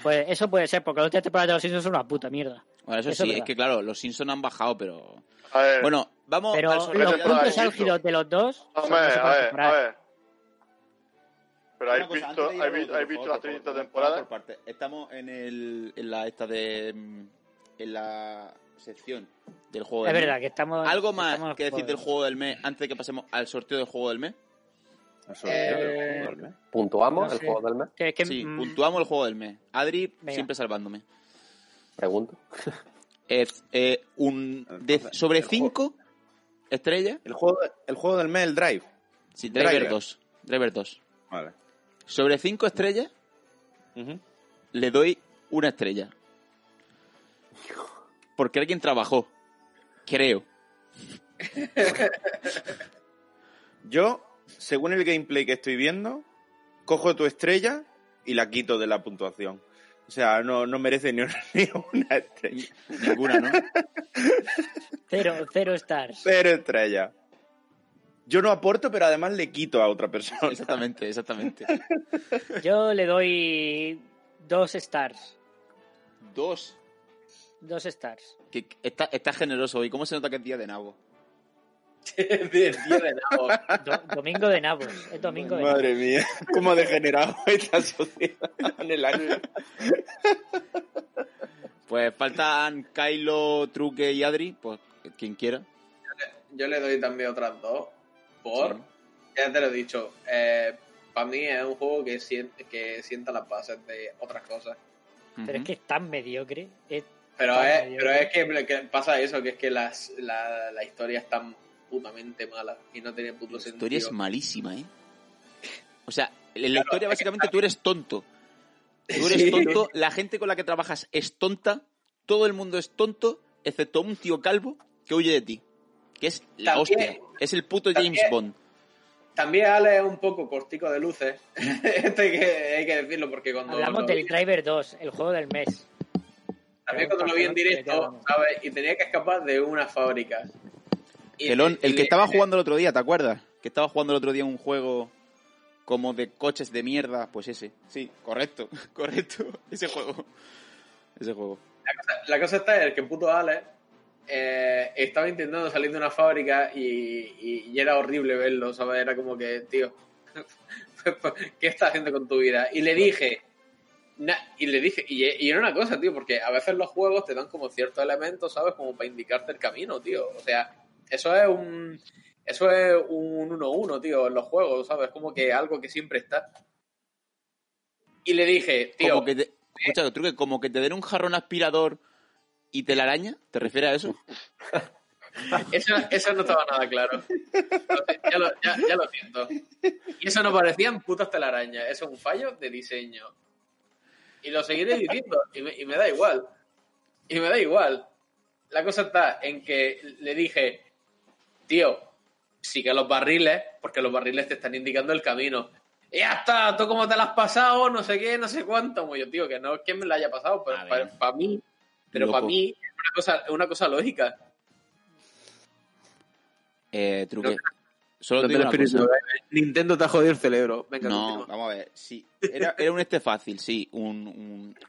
pues eso puede ser, porque las últimas temporadas de los Simpsons son una puta mierda.
Bueno,
Eso
eso,
es
sí, es,
verdad.
que claro, los Simpsons han bajado, pero.
A ver.
Bueno, vamos
Pero
al
los
sorteo.
Pero por
puntos
ahí,
álgidos de los dos. son
Hombre,
las
a
últimas
ver, a
temporadas.
ver. Pero
Una
habéis
cosa,
visto,
antes de ir
habéis
a
visto,
otro,
habéis visto las 30
por favor, por favor,
temporadas.
por parte. Estamos en, el, en la esta de. mm, En la sección del juego
Es
del
verdad
mes.
que estamos.
¿Algo más
estamos en
que
el
decir del
juego.
juego del mes antes de que pasemos al sorteo del juego del mes?
Eso
Eh,
es enorme.
¿Puntuamos
No
Ah,
el
sé.
juego del mes?
Que, que,
Sí,
mm,
puntuamos el juego del mes. Adri
Venga.
siempre salvándome.
Pregunto.
Es, eh, un de-
Entonces,
sobre
el juego-
5 estrellas.
El juego, el juego del mes, el Drive.
Sí, Driver
Driver.
2. Driver 2.
Vale.
Sobre 5 estrellas le doy una estrella. Porque alguien trabajó. Creo.
Yo, según el gameplay que estoy viendo, cojo tu estrella y la quito de la puntuación. O sea, no, no merece ni una, ni una estrella.
Ninguna, ¿no?
Cero, cero stars.
Cero estrella. Yo no aporto, pero además le quito a otra persona.
Exactamente, exactamente.
Yo le doy dos stars.
Dos.
Dos stars.
Que que está, está generoso hoy. ¿Cómo se nota que es día de nabo?
de- de nabo.
Do- domingo de Nabos. Es domingo de Nabos.
Madre mía, cómo ha degenerado esta sociedad en el año.
Pues faltan Kylo, Truque y Adri. Pues quien quiera.
Yo le doy también otras dos. Por,
Sí.
ya te lo he dicho, eh, para mí es un juego que, sien- que sienta las bases de otras cosas.
Pero es que es tan mediocre. Es
Pero,
Ah,
es,
yo
pero
creo.
es que, que pasa eso, que es que las, la, la historia es tan putamente mala y no tiene puto
La
sentido. eh,
historia es malísima, ¿eh? O sea, en la historia básicamente tú eres tonto. Tú eres
Sí.
tonto, la gente con la que trabajas es tonta, todo el mundo es tonto, excepto un tío calvo que huye de ti. Que es la
También-
hostia. Es el puto
también-
James Bond.
También Ale es un poco cortico de luces. Esto hay que, hay que decirlo porque cuando
Hablamos
lo
del
vi-
Driver 2, el juego del mes.
También cuando lo vi en directo, ¿sabes? Y tenía que escapar de una fábrica. Y-
Pelón,
y
el que
le-
estaba jugando el otro día, ¿te acuerdas? Que estaba jugando el otro día un juego como de coches de mierda, pues ese. Sí, correcto, correcto. Ese juego. Ese juego.
La cosa está en que puto Ale eh, estaba intentando salir de una fábrica y, y- y era horrible verlo, ¿sabes? Era como que, tío, ¿qué estás haciendo con tu vida? Y le dije, na- y le dije, y, y era una cosa, tío, porque a veces los juegos te dan como ciertos elementos, ¿sabes? Como para indicarte el camino, tío. O sea, eso es un. Eso es un 1-1, tío, en los juegos, ¿sabes? Como que algo que siempre está. Y le dije, tío. eh,
Como que te, escucha, lo truque, como que te den un jarrón aspirador y te la araña, ¿te refieres a eso?
Eso, eso no estaba nada claro. Ya lo, ya- ya lo siento. Y eso no parecían putas telarañas. Eso es un fallo de diseño. Y lo seguiré diciendo. Y me, y me da igual. Y me da igual. La cosa está en que le dije, tío, sigue los barriles, porque los barriles te están indicando el camino. Y ya está, tú cómo te la has pasado, no sé qué, no sé cuánto. Como yo, tío, que no es que me la haya pasado, pero
A ver.
para, para mí, pero
Loco.
para mí es una cosa, es una cosa lógica.
Eh, truque.
No,
Solo
No
te digo
te
una
lo
cosa.
espero, eh. Nintendo te ha jodido el cerebro. Venga,
No,
continúa.
vamos a ver. Sí, era, era un este fácil, sí. Un,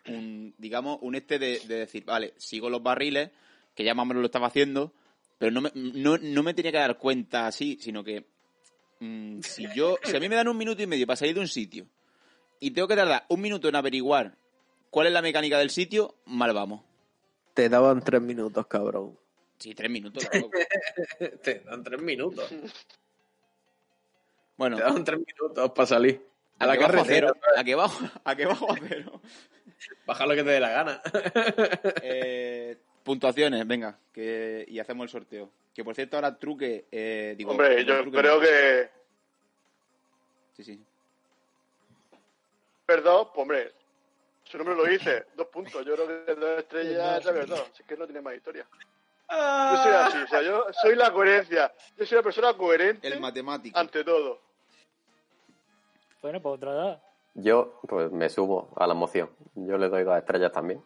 un- un- digamos, un este de, de decir, vale, sigo los barriles, que ya más o menos lo estaba haciendo, pero no me, no, no me tenía que dar cuenta así, sino que mm, si yo, si a mí me dan un minuto y medio para salir de un sitio y tengo que tardar un minuto en averiguar cuál es la mecánica del sitio, mal vamos.
Te daban tres minutos, cabrón.
Sí, tres minutos. tampoco.
Eh, Te dan tres minutos.
Bueno,
Te dan tres minutos para salir. A la
que bajo a
carretera.
cero, a que bajo, a que bajo a cero.
Baja lo que te dé la gana.
Eh, puntuaciones, venga, que, y hacemos el sorteo. Que por cierto, ahora truque. eh, digo,
Hombre,
perdón,
yo
Truque,
creo
no.
que.
Sí, sí.
Perdón, pues, hombre. Su nombre lo dice. Dos puntos. Yo creo que dos estrellas es la verdad. Así que no tiene más historia. Yo soy así. O sea, yo soy la coherencia. Yo soy una persona coherente
El matemático.
ante todo.
Bueno, pues otro dos.
Yo, pues me subo a la emoción. Yo le doy dos estrellas también.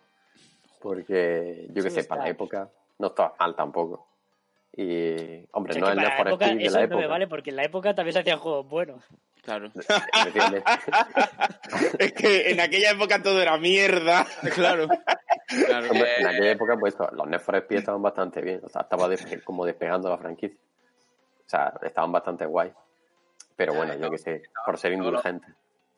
Porque, yo qué
Sí,
sé,
está.
para la época no estaba mal tampoco. Y, hombre,
Es que
no es el
para
Need
la
for
época,
Speed de
eso
la
no me
época.
vale, porque en la época también se hacían juegos buenos.
Claro.
Efectivamente.
Es que en aquella época todo era mierda.
claro. claro.
Hombre, en aquella época, pues eso, los Need for Speed estaban bastante bien. O sea, estaba despe- como despegando la franquicia. O sea, estaban bastante guay. Pero bueno, yo qué sé, por ser
no, no.
indulgente.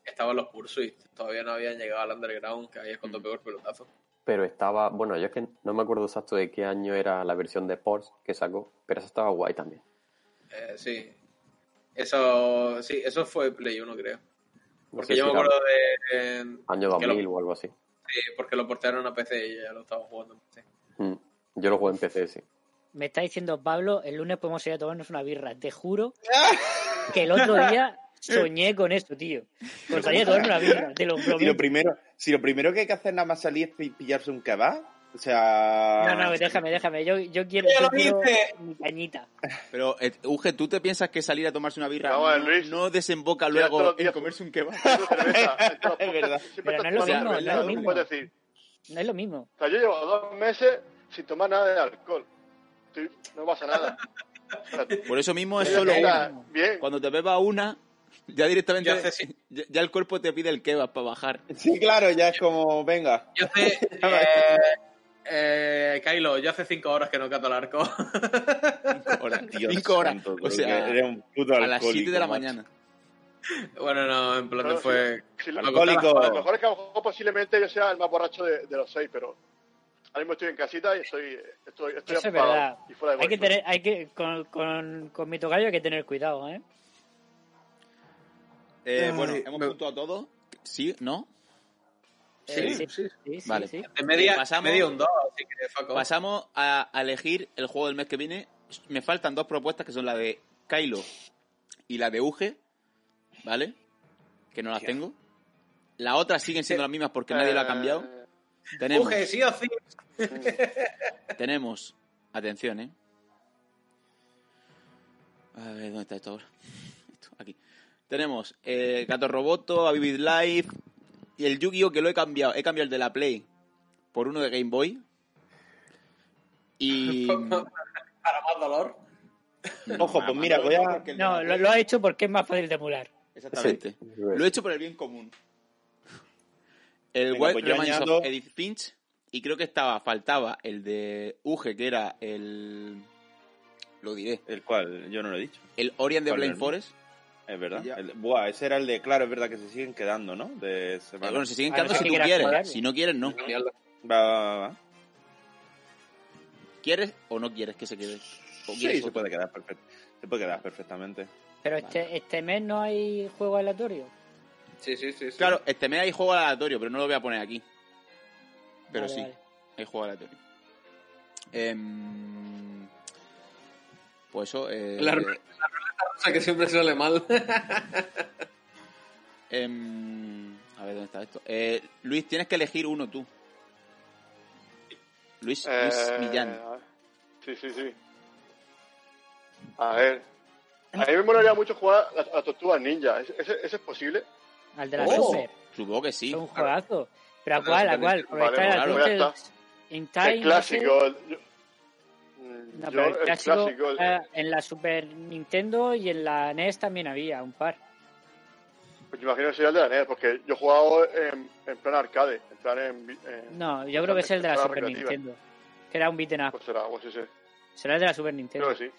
Estaban los Pursuits. Todavía no habían llegado al underground, que ahí es
Mm.
cuando pegó el pelotazo.
Pero estaba, bueno, yo es que no me acuerdo exacto de qué año era la versión de Porsche que sacó, pero esa estaba guay también.
Eh, sí. Eso, sí, eso fue Play 1, creo.
No
Porque
sé
yo
si
me
era
acuerdo de. eh,
Año
que lo-
2000 o algo así.
sí, porque lo portaron a PC y ya lo estaba jugando. en PC.
Mm. Yo lo jugué en PC, sí.
Me está diciendo Pablo, el lunes podemos ir a tomarnos una birra. Te juro que el otro día soñé con esto, tío. Con salir a tomarme una birra, te lo
Si lo
prometo.
primero, si lo primero que hay que hacer nada más salir es pi- pillarse un kebab, o sea...
No, no, déjame, déjame. Yo, yo quiero,
Ya
yo
lo
quiero
hice.
mi cañita.
Pero, eh, Uge, ¿tú te piensas que salir a tomarse una birra
Vamos a ver,
no,
Luis.
no desemboca
Mira, todos
luego
los
en
días-
comerse un kebab?
Tengo cerveza. En todos los podcasts
verdad.
siempre
Pero no
estás
es lo
tomando
mismo,
cerveza,
no es lo
tú
mismo.
puedes decir,
No es lo mismo.
o sea, yo llevo dos meses sin tomar nada de alcohol. Estoy- no pasa nada. O sea,
Por eso mismo es
yo
solo
creo que está
una.
Bien.
Cuando te beba una, ya directamente.
Ya hace-
Ya, ya el cuerpo te pide el kebab para bajar.
Sí, claro, ya es como, venga.
Yo hace. eh, eh, Kylo, yo hace cinco horas que no cato el arco.
Horas, Cinco horas. o sea,
eres un puto
a las
alcohólico,
7 de la
macho.
mañana.
bueno, no, en plan
Claro,
que fue.
Si lo,
Alcohólico.
lo mejor es que a lo mejor posiblemente yo sea el más borracho de, de los seis, pero ahora mismo estoy en casita y estoy, estoy, estoy
Eso es
apagado
verdad.
y fuera de
Hay que
golpe.
tener, hay que, con, con, con mi tocayo hay que tener cuidado, ¿eh?
Eh, bueno,
Ay,
hemos
me-
puntuado todos. ¿Sí? ¿No?
Sí,
Eh, sí, sí, sí, sí,
Vale.
sí.
De media,
Eh, pasamos-
media un 2, así que Faco.
Pasamos a, a elegir el juego del mes que viene. Me faltan dos propuestas que son la de Kylo y la de Uge, ¿vale? Que no las tengo. La otra siguen siendo las mismas porque nadie la ha cambiado.
Eh,
Tenemos,
Uge, sí o sí.
tenemos, atención, ¿eh? A ver, ¿dónde está esto ahora? Esto, aquí. Tenemos eh, Gato Roboto, A Vivid Life y el Yu-Gi-Oh! que lo he cambiado. He cambiado el de la Play por uno de Game Boy. Y...
Para más dolor.
Ojo, pues mira, voy a-
No, lo, lo ha hecho porque es más fácil de emular.
Exactamente.
Sí.
Lo he hecho por el bien común. El
Venga,
White
pues yo
Remains
añado-
of Edith Finch. Y creo que estaba, faltaba el de Uge, que era el. Lo diré.
El cual, yo no lo he dicho.
El Orient de
¿Cuál
Blind
era?
Forest.
Es
Y ya.
verdad. El- buah, ese era el de, claro, es verdad que se siguen quedando, ¿no? De
Eh,
semana.
bueno, se siguen
A Ah, no
quedando
ser
si
que
tú
quieras
quieres.
cambiarlo.
Si no quieres, no.
Cambiarlo.
Va, va, va, va.
¿Quieres o no quieres que se quede? ¿O quieres
Sí, se
otro?
puede quedar perfecto. Se puede quedar perfectamente.
Pero este, este mes no hay juego aleatorio.
Sí, sí, sí. sí.
Claro, este mes hay juego aleatorio, pero no lo voy a poner aquí. Pero
Vale,
sí,
vale.
hay juego aleatorio. Em, pues eso. eh,
La ruleta. O sea, que siempre sale mal.
Em, a ver, ¿dónde está esto? Eh, Luis, tienes que elegir uno tú. Luis, Luis
eh,
Millán.
Sí, sí, sí. A ver. A mí me molaría mucho jugar a las tortugas ninja. ¿Ese, ese, ese es posible?
Al de la
Oh.
Super.
Supongo que sí.
Es un juegazo. Pero a
Claro,
cuál, a
Super
cuál.
Nintendo.
Porque está
Vale,
el
claro,
ya
Adventure in Time.
el clásico. Yo- mm,
No,
yo,
pero el clásico,
el-
ah, en la Super Nintendo y en la NES también había un par.
Pues yo imagino que sería el de la NES, porque yo he jugado en, en plan arcade, en plan en... en-
No, yo creo que es el de la
Estaba
Super
recreativa.
Nintendo. Que era un beat'em up.
Pues será, pues sí, sí.
Será el de la Super
Creo
Nintendo.
que sí.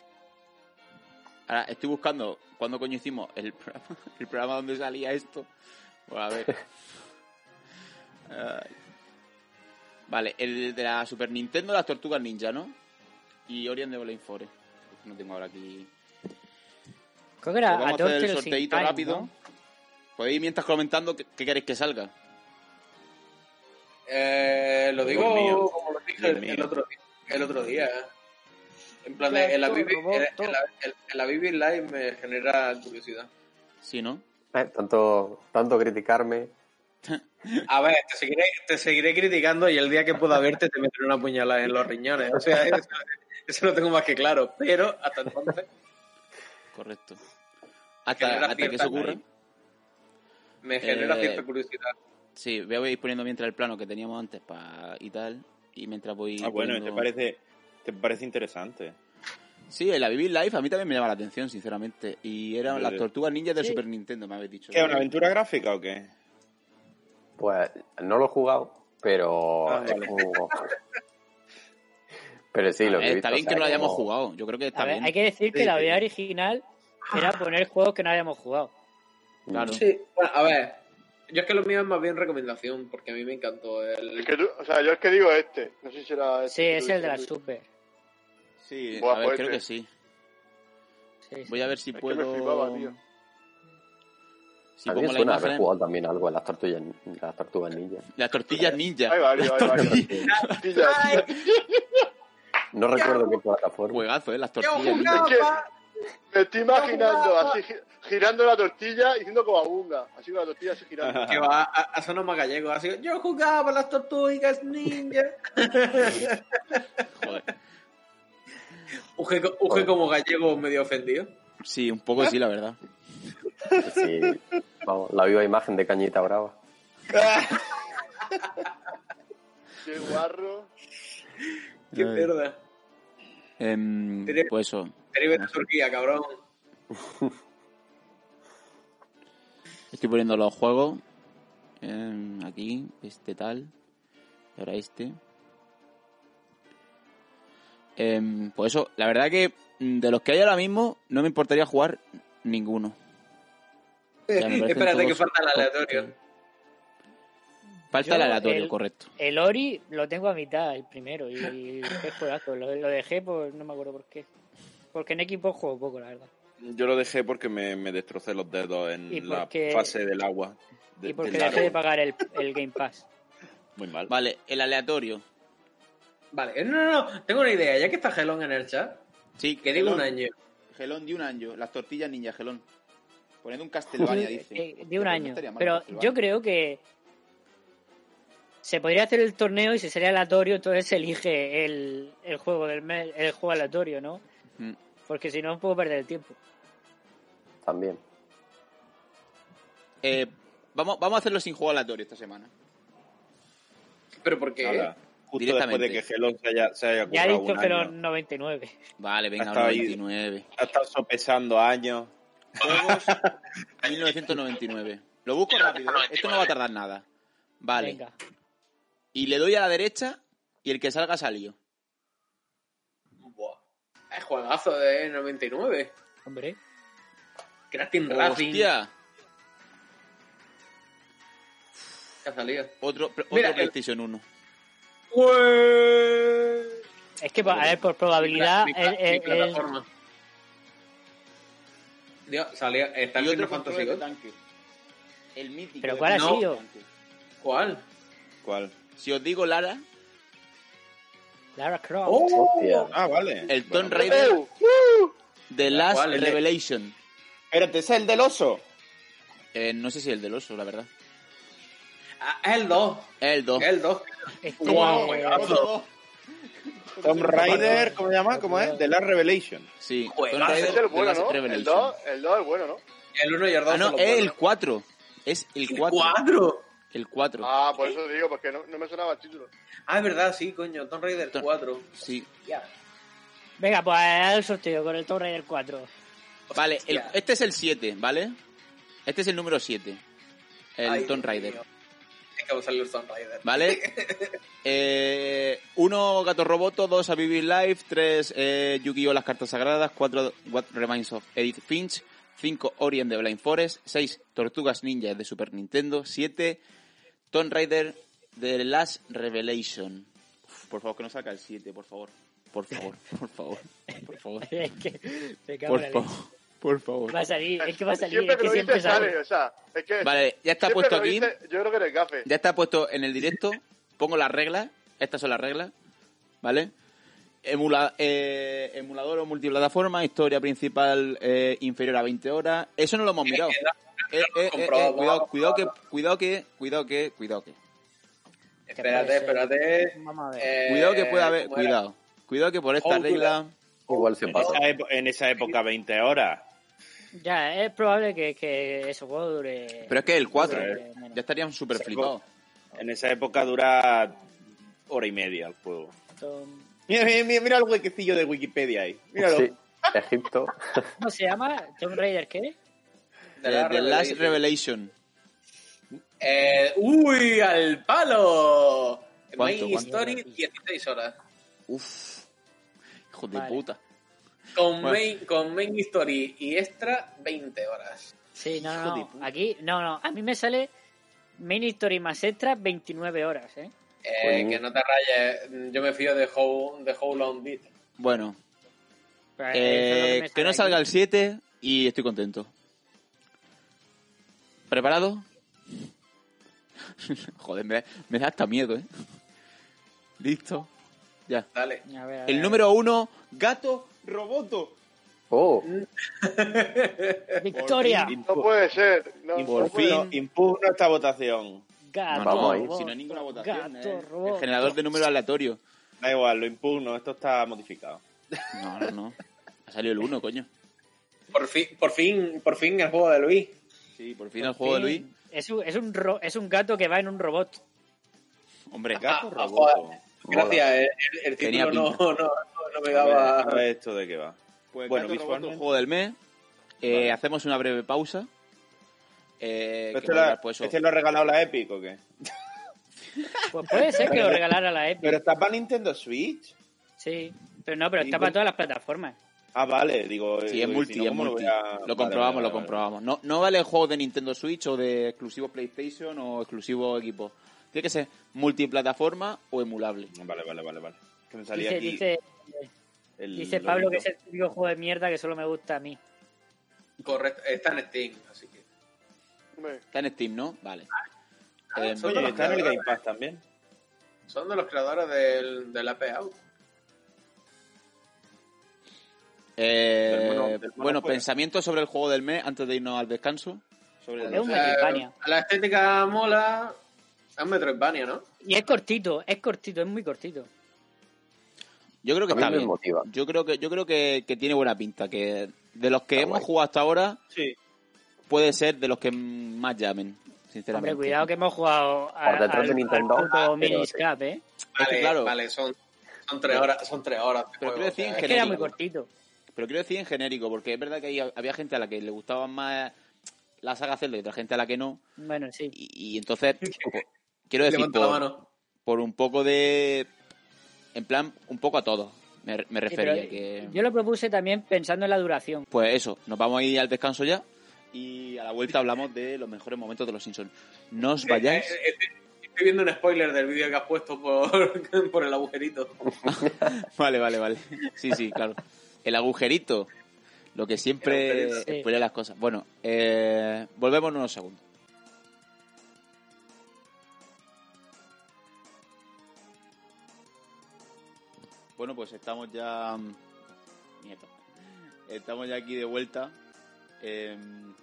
Ahora, estoy buscando cuándo coño hicimos el programa, el programa donde salía esto. Bueno, a ver. Ay. vale, el de la Super Nintendo, las Tortugas Ninja, ¿no? Y Orient de Blind Forest. No tengo ahora aquí...
Creo que era
Pues vamos a hacer el
Adventure in
sorteíto
Time,
rápido.
¿no?
Podéis ir mientras comentando qué, qué queréis que salga.
Eh, lo digo
Dios mío.
como lo dije
Dios
el, el
mío.
otro, el otro día. ¿eh? En plan, de, en la Bibi, en, en la, en- en la Bibi Live me genera curiosidad.
Sí, ¿no?
Eh, tanto, tanto criticarme.
A ver, te seguiré, te seguiré criticando y el día que pueda verte te meteré una puñalada en los riñones. O sea, eso, eso lo tengo más que claro. Pero hasta entonces
Correcto. Hasta,
Genera
hasta que
cierta
eso ocurra.
raíz. me genera
Eh,
cierta curiosidad.
Sí, voy a ir poniendo mientras el plano que teníamos antes pa- y tal. Y mientras voy.
Ah, bueno,
poniendo-
te parece, te parece interesante.
Sí, la Vivir Life a mí también me llama la atención, sinceramente. Y eran
Sí.
las tortugas ninjas de
Sí.
Super Nintendo, me habéis dicho.
¿Qué, una aventura gráfica o qué?
Pues no lo he jugado, pero.
Ah,
es
vale.
como- pero sí,
A
lo
ver,
que he
Ah, está
visto,
bien
o sea,
que no lo hayamos
como-
jugado. Yo creo que está
A ver,
bien.
hay que decir que
Sí,
la
sí.
idea original era poner juegos que no habíamos jugado.
Claro.
Sí, bueno, a ver. Yo es que lo mío es más bien recomendación porque a mí me encantó
El
el.
que tú, o sea, yo el que digo es este. No sé si será este.
Sí,
que tú
es el de la
dices, Luis.
Super.
Sí,
Buah,
a ver,
pues
creo que
este.
sí.
Sí, sí.
Voy a ver si
Es que me
puedo.
flipaba, tío.
Si
a mí
pongo
me
la
suena haber
imagen.
jugado también algo en las tortugas, las tortugas ninja.
Las tortillas ninja.
Hay varios,
Las
hay varios.
tortillas-
Tortillas.
No recuerdo qué plataforma.
Juegazo, ¿eh? Las
Es
tortillas ninja.
que me estoy imaginando así gi- girando la tortilla y haciendo como abunga. Así con la tortilla así girando.
Que va a, a sonar más gallego. Así, yo jugaba a las tortugas ninja.
Joder.
Uge, co- Uge como gallego medio ofendido.
Sí, un poco sí, la verdad.
Sí. Vamos, la viva imagen de Cañita Brava.
Qué guarro.
Qué
Ay.
mierda.
Em,
Pero-
pues eso.
Derive de Turquía, cabrón.
Estoy poniendo los juegos. em, aquí, este tal. Y ahora este. Em, pues eso, la verdad que mm, de los que hay ahora mismo, no me importaría jugar ninguno. Ya me parecen
Eh, Espérate que
todos
falta el
top
aleatorio.
tier. Falta el
Yo,
aleatorio,
el-
correcto.
El Ori lo tengo a mitad, el primero, y qué juegazo. Lo, lo dejé por, no me acuerdo por qué. Porque en equipo juego poco, la verdad.
Yo lo dejé porque me, me destrocé los dedos
Y
en
porque-
la fase del agua. de-
Y porque
del
dejé de
árbol.
pagar el, el Game Pass.
Muy mal.
Vale, el aleatorio.
Vale, eh, no, no, no, tengo una idea. Ya que está Gelón en el chat,
Sí,
que digo un año.
Gelón de un año. Las tortillas ninja, Gelón. Poniendo un Castlevania, dice.
Eh,
Hostia,
de un
pues no
año.
estaría mal
Pero
Castlevania.
yo creo que se podría hacer el torneo y si sería aleatorio, entonces se elige el, el juego del mes- el juego aleatorio, ¿no?
Mm.
Porque si no, puedo perder el tiempo.
Pues
También.
Eh, vamos, vamos a hacerlo sin juego aleatorio esta semana.
Pero porque
Nada. Justo después
Directamente.
de que Gelón se haya, se haya
Ya ha
currado
dicho
un
que
año.
los 99.
Vale, venga,
Hasta
ahora
ahí.
99.
Ha estado sopesando años.
Juegos 1999. Lo busco rápido, ¿eh? esto no va a tardar nada. Vale.
Venga.
Y le doy a la derecha y el que salga ha salido.
Buah, es juegazo de 99.
Hombre,
Crafting Racing
¡Hostia!
que ha salido.
Otro, otro
Mira, el-
PlayStation 1.
es que a ver, por probabilidad.
Mi pla-
el-
mi
el- el-
plataforma. Dios, salió. Está
Y
el
otro
Final
control
Fantasy
de
VIII.
tanque. El mítico.
Pero
de
¿cuál ha
Final
sido?
Fantasy.
¿Cuál?
¿Cuál?
Si os digo Lara,
Lara Croft.
Oh.
Oh.
Hostia.
Ah, vale.
el Tomb
Bueno,
Raider
¡Oh!
The Last
¿Cuál? El de-
Revelation.
Espérate, ¿ese es el del oso?
Eh, no sé si el del oso, la verdad.
Ah, es el 2.
El 2.
Es el 2.
Este-
Guau,
Tomb Raider, ¿cómo se llama? ¿Cómo es? The Last Revelation.
Sí,
Juegazo.
Tomb Raider,
Ese es el
The
bueno,
Last
¿no? El
Revelation.
2, el 2 es bueno, ¿no?
El 1 y el 2.
Ah, no, es el 4. Es el 4. El 4.
Ah, por eso digo, porque no, no me sonaba el título.
Ah, es verdad, sí, coño. Tomb Raider
Tom-
4.
Sí.
Ya.
Venga, pues al sorteo con el Tomb Raider 4.
Vale, el-
Hostia.
este es el 7, ¿vale? Este es el número 7. El
Ay,
Tomb
Dios
Raider,
mío. Es que va a salir el Tomb Raider.
¿vale? eh, uno Gato Roboto, dos A Vivir Life, tres eh, Yu-Gi-Oh! Las Cartas Sagradas, cuatro What Remains of Edith Finch, cinco Ori and the Blind Forest, seis Tortugas Ninja de Super Nintendo, siete Tomb Raider The Last Revelation. Uf, por favor, que no saca el 7, por favor. Por favor, por favor, por favor.
Es que me cago en la
Por
leche.
favor, por favor.
Va a salir, es que va a salir,
siempre
es que
lo
siempre
dices
sale.
sale, o sea, es que
Vale, ya está
siempre
puesto
que lo
aquí.
dices, yo creo que eres gafe.
Ya está puesto en el directo. Pongo las reglas. Estas son las reglas. ¿Vale? Emula- eh, emulador o multiplataforma. Historia principal eh, inferior a 20 horas. Eso no lo hemos mirado. Eh, eh, eh, eh, cuidado, cuidado que, cuidado que, cuidado que, cuidado que.
Espérate, espérate.
Vamos a ver.
Eh,
Cuidado que pueda haber.
¿cómo era?
Cuidado. Cuidado que por esta
Hold to
regla.
Igual se
En
pasa.
esa, epo- en esa época, 20 horas.
Ya, es probable que, que ese juego dure.
Pero es que el 4.
dure menos.
Ya estarían súper flipados.
En esa época dura hora y media el juego.
Tom-
Mira, mira, mira, mira el huequecillo de Wikipedia ahí. Míralo.
Sí, Egipto.
¿Cómo se llama? ¿Tomb Raider qué?
The
The,
Last
Eh, The Last
Revelation.
Revelation.
Eh, ¡Uy, al palo! Main
¿Cuánto, cuánto?
Story, 16 horas.
Uf. Hijo de
Vale.
puta.
Con,
Bueno.
main, con Main Story y extra, 20 horas.
Sí, no,
Hijo de
no, no.
puta.
Aquí, no, no. A mí me sale Main Story más extra 29 horas, ¿eh?
Eh,
Coño.
que no te rayes, yo me fío de How, de how Long Beat.
Bueno,
Pero eso Pues, es lo
Eh,
me
que
sale
no
aquí.
salga el 7 y estoy contento. ¿Preparado? Joder, me da, me da hasta miedo, ¿eh? Listo. Ya.
Dale.
A ver, a
El
ver.
número 1, Gato Roboto.
Oh,
Victoria.
No puede ser. No,
Por
no puede-
Impugno,
fin.
impugno esta votación.
Gato.
Vamos ahí.
robot,
Si no hay ninguna votación.
Gato,
eh.
robot.
El generador de número aleatorio.
Da igual, lo impugno, esto está modificado.
No, no, no. Ha salido el 1, coño.
Por, fin, por, fin, por fin el juego de Luis.
Sí, por fin el juego de Luis.
Sí, Es un, es, un ro- es un gato que va en un robot.
Hombre,
Gato
Ah,
roboto.
Gracias, el, el- el
Tenía
título no,
pinta.
no, no- no me
A ver,
daba.
a ver esto de qué va.
Pues
Bueno,
bueno, visualmente.
visualmente-
juego del mes. Eh,
Vale.
Hacemos una breve pausa. Eh, que
¿Este,
va a
lo ha-
durar, pues, eso,
este lo ha regalado la Epic o qué?
Pues puede ser que lo regalara la Epic.
Pero está para Nintendo Switch.
Sí. Pero no, pero
Sí,
está
pues-
para todas las plataformas.
Ah, vale, digo.
Sí,
digo,
es
¿y
multi,
si no,
es
cómo
multi.
voy a-
Lo
Vale,
comprobamos,
vale,
lo
vale.
comprobamos. No, no vale el juego de Nintendo Switch o de exclusivo PlayStation o exclusivo equipo. Tiene que ser multiplataforma o emulable.
Vale, vale, vale, vale. Que me salía
Dice,
aquí
dice,
el
dice Pablo que
loguito.
es el típico juego de mierda que solo me gusta a mí.
Correcto, está en Steam, así que.
Hombre,
Está en Steam, ¿no? Vale.
Ah,
Em,
soy
Oye,
yo.
está en el Game Pass también.
Son de los creadores del, del AP Out.
eh,
Del mono- del mono
bueno,
fuera.
pensamientos sobre el juego del mes antes de irnos al descanso. Sobre
Es un
la-
Metroidvania.
la estética mola. Es un Metroidvania, ¿no?
Y es cortito, es cortito, es muy cortito.
Yo creo que
A mí
está
me
bien.
motiva.
Yo creo que yo creo que, que tiene buena pinta. Que de los que
Está
hemos
guay.
jugado hasta ahora
Sí.
puede ser de los que más llamen, sinceramente.
Hombre, cuidado que hemos jugado
Ah,
a,
Por detrás de Nintendo,
al puto
pero
Miniscap, ¿eh?
Es que
Vale,
claro.
vale, son, son tres horas. Son tres horas de
Pero
juego,
quiero decir
o sea,
en
Es que era muy
Genérico.
cortito.
Pero quiero decir en genérico, porque es verdad que ahí había gente a la que le gustaban más la saga Zelda y otra gente a la que no.
Bueno, sí.
Y, y entonces, po- quiero decir,
Levanta la
por,
mano.
por un poco de... En plan, un poco a todos me, me
Sí,
refería.
pero
que...
Yo lo propuse también pensando en la duración.
Pues eso, nos vamos a ir al descanso ya y a la vuelta hablamos de los mejores momentos de los Simpsons. No os vayáis...
Eh, eh, estoy- Estoy viendo un spoiler del vídeo que has puesto por, por el agujerito.
Vale, vale, vale. Sí, sí, claro. El agujerito. Lo que
El
siempre
agujerito.
spoilea las cosas. Bueno, eh, volvemos en unos segundos. Bueno, pues estamos ya. Mierda. Estamos ya aquí de vuelta. Eh,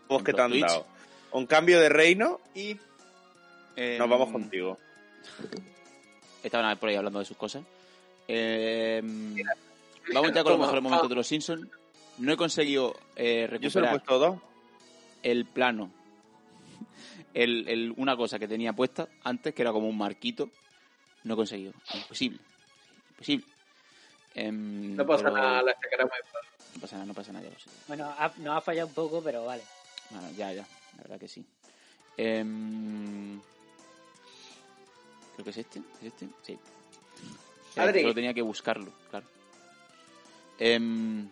Vos que
en
te han
Twitch.
dado. Un cambio de reino
Y. eh,
nos vamos contigo.
Estaban por ahí hablando de sus cosas. Eh, vamos ya con los
Toma,
mejores momentos de los Simpsons. No he conseguido eh,
Yo se lo he
recuperar
puesto dos.
el plano. El, el- una cosa que tenía puesta antes, que era como un marquito. No he conseguido. Imposible. Imposible. Em,
No pasa
pero
nada, la sacaremos
No pasa nada, no pasa nada, ya lo sé.
Bueno, ha- nos ha fallado un poco, pero vale.
Bueno, ya, ya. La verdad que sí. Em, creo que es este. ¿Es este? Sí. Era que
Adri.
Solo tenía que buscarlo, claro. Em,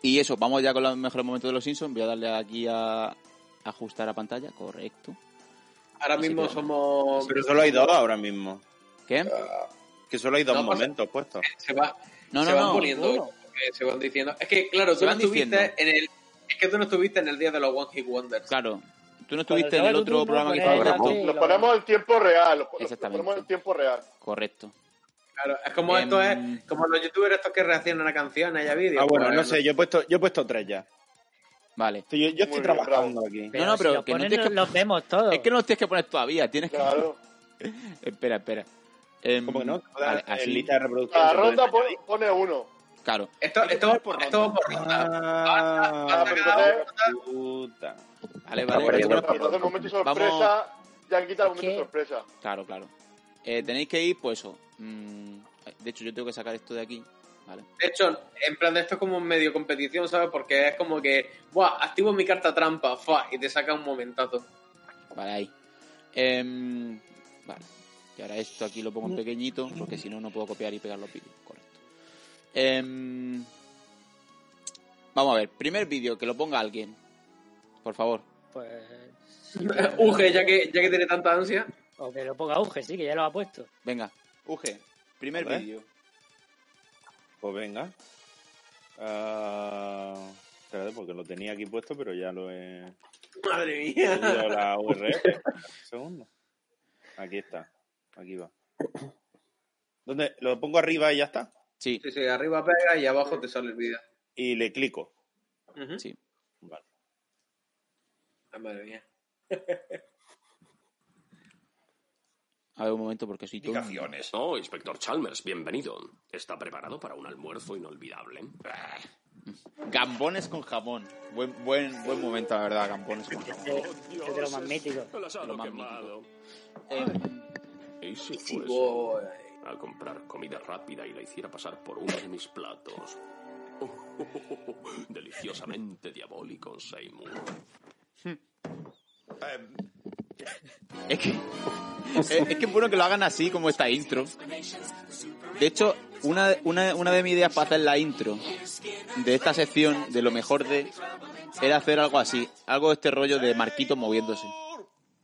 y eso, vamos ya con los mejores momentos de los Simpsons. Voy a darle aquí a ajustar a pantalla. Correcto.
Ahora
Así
mismo
que-
somos.
Pero solo hay dos ahora mismo.
¿Qué?
Que solo hay dos
No pasa-
momentos puestos.
Se, va,
No,
se
no,
van
no.
poniendo. porque Se van diciendo. Es que, claro,
Se
tú no
van diciendo.
estuviste en el. Es que tú no estuviste en el día de los One Hit Wonders.
Claro. Tú no estuviste en
Cuando
el
acaba tu
otro
turno,
programa que
pones
estaba
la
grabado.
play y
Lo
lo-
ponemos en tiempo real. Lo, lo- lo
Exactamente.
ponemos en tiempo real.
Correcto.
Claro, es como
Em,
esto es. Como los youtubers estos que reaccionan a canciones y a vídeos.
Ah, bueno,
pues,
no sé, yo he puesto, yo he puesto tres ya.
Vale.
Estoy- Yo, yo
Muy
estoy
bien,
trabajando aquí.
Pero
no, pero
si los
que no
ponen,
tienes que-
los vemos todos.
Es que no los tienes que poner todavía. Tienes que...
Claro.
Espera, espera. Em,
¿Cómo que no? Te puedes
vale,
hacer
así,
lista de reproducción.
La
se pueden
ronda pon-
añadir.
pone uno.
Claro.
Esto,
Hay que
esto,
poner
va
por
por,
ronda.
esto va por ronda.
Ah,
pero
Cada
pues entonces-
uno-
Vale,
puta.
Está
vale.
perdiendo
Bueno,
el
Entonces, el momento
Vamos.
sorpresa. Ya han quitado el momento
¿Qué?
sorpresa.
Claro, claro. Eh, tenéis que ir, pues eso. mm, de hecho, yo tengo que sacar esto de aquí. Vale.
De hecho, en plan de esto es como medio competición, ¿sabes? Porque es como que, ¡buah! Activo mi carta trampa, ¡fa! Y te saca un momentazo.
Vale, ahí. Em, vale. Y ahora esto aquí lo pongo en pequeñito, porque si no, no puedo copiar y pegar los vídeos. Correcto. Em, vamos a ver. Primer vídeo, que lo ponga alguien. Por favor.
Pues,
Uge, ya que, ya que tiene tanta ansia.
o que lo ponga auge, sí, que ya lo ha puesto.
Venga. Uge, primer
A ver.
vídeo.
Pues venga. Ah, espérate, porque lo tenía aquí puesto, pero ya lo he
Madre
he
mía.
ido a la URL. Un segundo. Aquí está. Aquí va. ¿Dónde? Lo pongo arriba y ya está.
Sí.
Sí, sí, arriba pega y abajo te sale el vídeo.
Y le clico.
Ujú.
Sí.
Vale.
Ah, madre mía.
A ver un momento, porque soy todo.
Oh, inspector Chalmers, bienvenido. ¿Está preparado para un almuerzo inolvidable?
Gambones con jamón. Buen, buen, buen momento, la verdad, gambones con jamón.
Este este es de lo más mítico.
El asado
Lo más
quemado.
Em,
¿Y si
Sí,
Pues,
fuese
voy.
eh,
a comprar comida rápida y la hiciera pasar por uno de mis platos? Deliciosamente diabólico, Seymour.
Es que, es, es que es bueno que lo hagan así como esta intro. De hecho, una, una, una de mis ideas para hacer la intro de esta sección, de lo mejor de, era hacer algo así, algo de este rollo de Marquito moviéndose.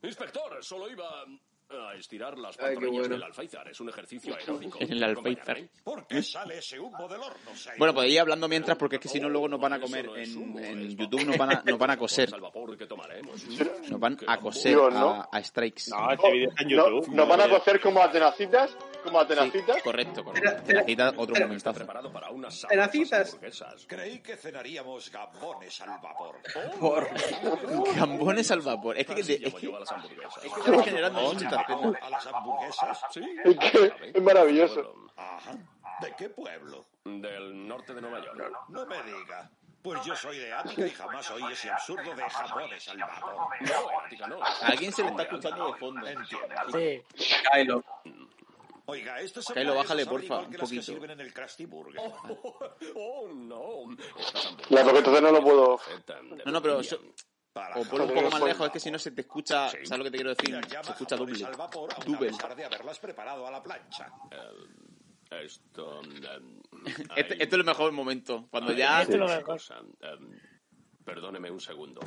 Inspector, solo iba... a estirar las
Ay, qué
pantorrillas
bueno.
del alféizar. Es un ejercicio aeróbico.
En el alféizar.
Acompáñame. ¿Por qué sale ese humo del horno? Se ha
Bueno,
ido.
podéis ir hablando mientras porque es que si no luego nos van a comer en, en YouTube, nos van a, nos van a coser.
Al vapor que tomaremos.
Nos van a coser
Dios, ¿no?
a, a Strikes.
No, este vídeo está en No, YouTube. nos van a cocer como a tenacitas, como a tenacitas.
correcto, correcto. Tenacita, otro momentazo.
Preparado para unas
Tenacitas.
sabrosas hamburguesas. Creí que cenaríamos gambones al vapor.
Gambones al vapor. Es este que, es que, es que
Llevo a las hamburguesas.
estamos generando muchas tetas.
¿A las hamburguesas? Sí.
Es que es maravilloso.
Ajá. ¿De qué pueblo? Del norte de Nueva York. No me diga. Pues yo soy de Ática y jamás oí ese absurdo de jamones al vapor. No, Ática no.
A alguien se le está escuchando de fondo.
Sí.
Kylo.
Oiga, esto se
Kylo,
parece
bájale,
saber
porfa,
igual que
un
las que
poquito.
sirven en el Krusty Burger. Oh, no.
Ya, porque entonces no lo puedo.
No, no, pero so- o ponlo un poco más lejos, es que si no se te escucha, ¿sabes lo que te quiero decir? Se escucha doble. Double.
de haberlas preparado a la plancha. Eh, esto... em,
Este,
ahí-
este es el mejor momento, cuando
ahí
ya
hay una cosa, em, perdóneme un segundo.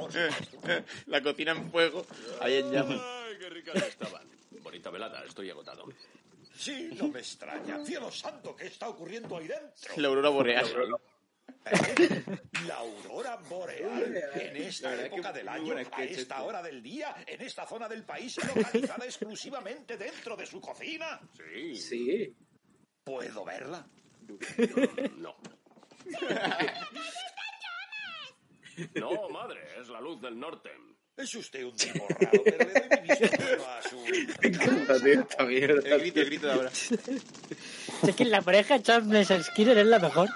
la cocina en fuego, ahí en llamas.
Ay, qué ricas estaban. Bonita velada, estoy agotado. Sí, no me extraña. Cielo santo, ¿qué está ocurriendo ahí dentro?
La aurora boreal.
La aurora boreal. En
La
esta
verdad
época
que
del
muy
año,
buen
a
sketch
esta
este.
hora del día, en esta zona del país, localizada exclusivamente dentro de su cocina. Sí.
Sí.
¿Puedo verla? No. No, madre, es la luz del norte. Es usted un tipo raro, pero le doy mi visto bueno a su...
Me encanta, tío, esta mierda.
El grito, el grito de ahora.
Es que la pareja Charles Skinner es la mejor.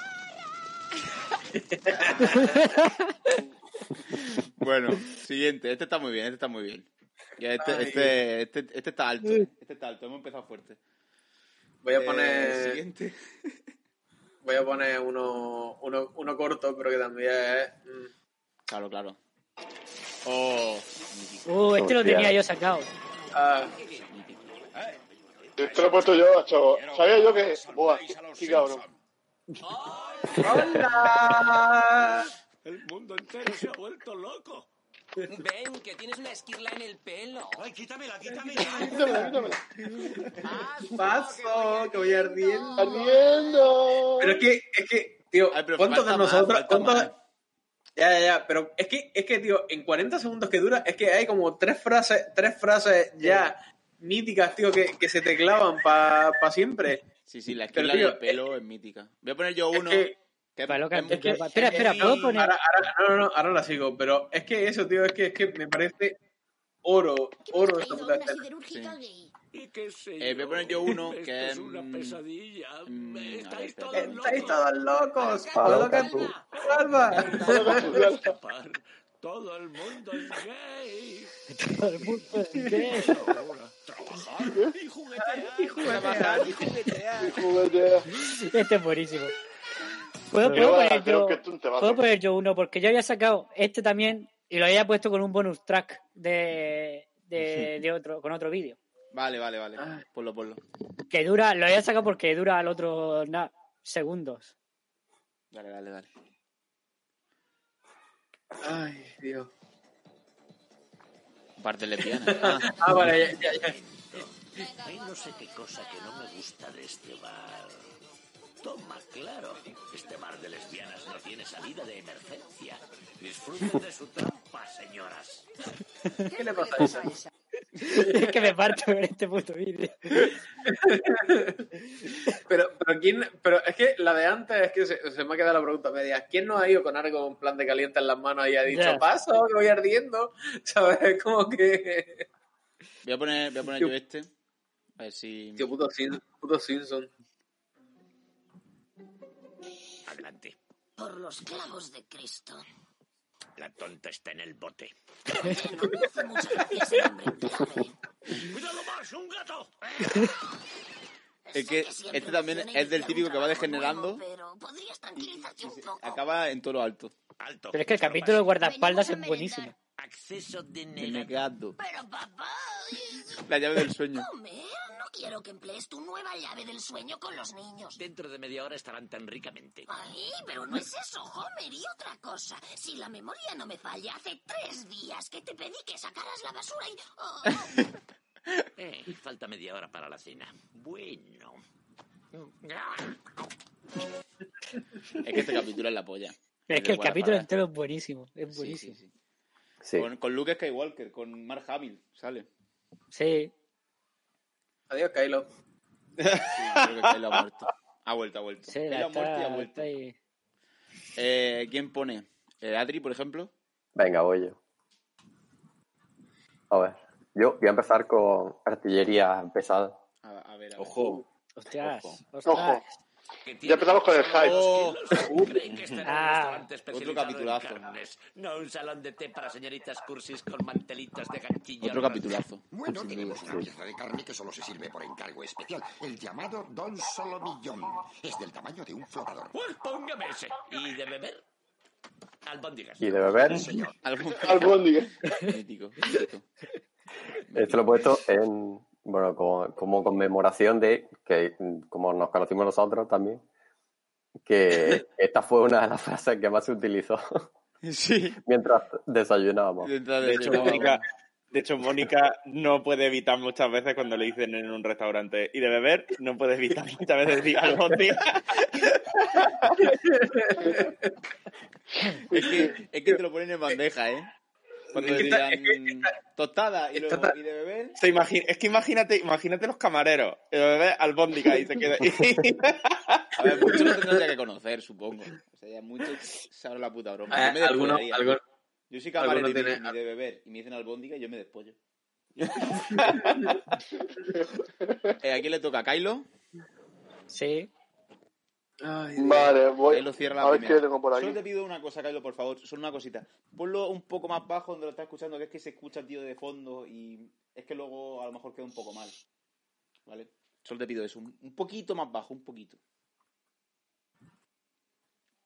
Bueno, siguiente. Este está muy bien, este está muy bien. Ya, este,
Ay.
este, este, este está alto. Este está alto, hemos empezado fuerte.
Voy a
Eh,
poner.
siguiente.
Voy a poner uno, uno, uno corto, pero que también es. mm,
Claro, claro. Oh,
Uh, este lo
Hostia.
tenía yo sacado.
ah,
Esto lo he puesto yo, chavo. Sabía yo que. Buah, qué- qué cabrón.
¡Hola!
El mundo entero se ha vuelto loco.
Ven, que tienes una esquirla en el pelo.
Ay, quítamela, quítamela.
Quítamela, quítamela.
¡Paso! ¡Que voy ardiendo!
Ardiendo.
Pero es que, es que, tío,
Ay, pero
¿cuántos
falta
de
más,
nosotros?
falta
cuántos-
más.
Ya, ya, ya, pero es que, es que, tío, en 40 segundos que dura, es que hay como tres frases, tres frases ya míticas, tío, que, que se te clavan para siempre.
Sí, sí, la
Pero,
esquina del
tío, eh,
pelo es mítica. Voy a poner yo
es
uno.
que-
que
Para lo que-
es muy-
es que- espera, espera, ¿puedo
muy-
poner?
Ahora, ahora- no, no, no, ahora la sigo, pero es que eso, tío, es que, es que me parece oro, oro esta puta escena.
Sí.
¿Y qué sé
Eh, voy a poner yo uno
Esto
que
es una
mm,
pesadilla.
mm, a ver,
Estáis
espera,
todos
espera.
Estáis todos locos,
Ahora,
colocan
Capu.
calma.
locos. Tapar. Todo el mundo es gay. Ahora, Trabajar y juguetear. Y
juguetear.
Joder,
Este es buenísimo. Este ¿Puedo,
Pero
puedo
bueno,
poner
creo
yo,
que tú te vas a-
puedo poner yo uno, porque yo había sacado este también y lo había puesto con un bonus track de, de, de otro, con otro vídeo.
Vale, vale, vale. Ponlo, ponlo.
Que dura, lo había sacado porque dura al otro na, segundos.
Dale, dale, dale.
Ay, Dios.
Parte lesbiana. Ah,
Ah, vale, ya, ya, ya.
Hay no sé qué cosa que no me gusta de este bar. Toma, claro. Este bar de lesbianas no tiene salida de emergencia. Disfruten de su trampa, señoras.
¿Qué le pasa a esa?
es que me parto con este puto vídeo.
Pero, pero, ¿quién, pero es que la de antes es que se, se me ha quedado la pregunta media. ¿Quién no ha ido con algo en plan de caliente en las manos y ha dicho,
Ya.
paso, que voy ardiendo? ¿Sabes? Como que...
voy a poner, voy a poner yo este. A ver si.
Tío, puto, Sim- puto Simpson.
Adelante.
Por los clavos de Cristo.
La tonta está en el bote.
No me hace mucha gracia ese nombre. dígame.
¡Cuídalo más, un gato!
Es que
Sé siempre
este también
funciona y
es del
que
típico que va
algún
degenerando.
trabajo nuevo, pero podrías tranquilizarte un poco.
Acaba en todo lo alto.
Alto.
Pero es que el
Esto no
capítulo de
pasa.
guardaespaldas es buenísimo.
Acceso de
Me
negado.
negado.
Pero papá, ¿y-
La llave del sueño.
Homer, no quiero que emplees tu nueva llave del sueño con los niños.
Dentro de media hora estarán tan ricamente.
Ay, pero no es eso, Homer. Y otra cosa, si la memoria no me falla, hace tres días que te pedí que sacaras la basura y... Oh,
Eh, falta media hora para la cena. Bueno.
Es que este capítulo es la polla.
Pero es que el
Buena
capítulo
parada.
entero es buenísimo. Es
Sí,
buenísimo.
sí, sí.
Sí.
Con, con Luke Skywalker, con Mark Hamill, sale.
Sí.
Adiós, Kylo.
Sí, creo que Kylo ha muerto. Ha vuelto, ha vuelto.
Sí,
Kylo
la
ha muerto y ha
está- está
vuelto.
ahí.
Eh, ¿Quién pone? Eh, ¿Adri, por ejemplo?
Venga, voy yo. A ver. Yo voy a empezar con artillería pesada.
A, a ver, a ver.
Ojo.
Hostias.
Ojo.
Ostras.
Ya empezamos con el hype.
Oh,
¿Creen que este era un
Ah,
restaurante
otro
especializado en
capitulazo.
carnes? No un salón de té para señoritas cursis con mantelitas de ganchillo.
Otro capitulazo.
Bueno,
sin
tenemos
duda.
una pieza de carne que solo se sirve por encargo especial, el llamado Don Solomillón. Es del tamaño de un flotador.
Pues póngame ese. ¿Y de beber? Albóndigas.
Y de beber,
Sí, señor.
Algún
Albóndiga.
mítico. mítico.
esto lo he puesto en, bueno, como, como conmemoración de que, mm, como nos conocimos nosotros también, que esta fue una de las frases que más se utilizó
Sí.
mientras desayunábamos.
Dentro
De hecho, Mónica, de hecho, Mónica no puede evitar muchas veces cuando le dicen en un restaurante y de beber, no puede evitar muchas veces decir albóndiga.
Es que, es que te lo ponen en bandeja, ¿eh? Cuando
Es que está-
dirán tostada y,
está
luego,
tan-
y de beber.
Se imagi- es que imagínate, imagínate los camareros, y de beber albóndiga y se queda.
A ver, muchos lo tendrán ya que conocer, supongo. O sea, ya muchos sabrán la puta broma. Yo me
Eh, alguno,
despollaría.
algo-
Yo soy camarero y
alguno
me
tiene-
dicen, "Y de beber y me dicen albóndiga y yo me despollo. Eh, ¿A quién le toca? ¿A Kylo?
Sí.
Ay, Dios.
Vale, voy.
Kylo cierra la
A ver
primera.
qué tengo por aquí.
Solo te pido una cosa, Kylo, por favor. Solo una cosita. Ponlo un poco más bajo donde lo estás escuchando, que es que se escucha, tío, de fondo y es que luego a lo mejor queda un poco mal. ¿Vale? Solo te pido eso. Un un poquito más bajo, un poquito.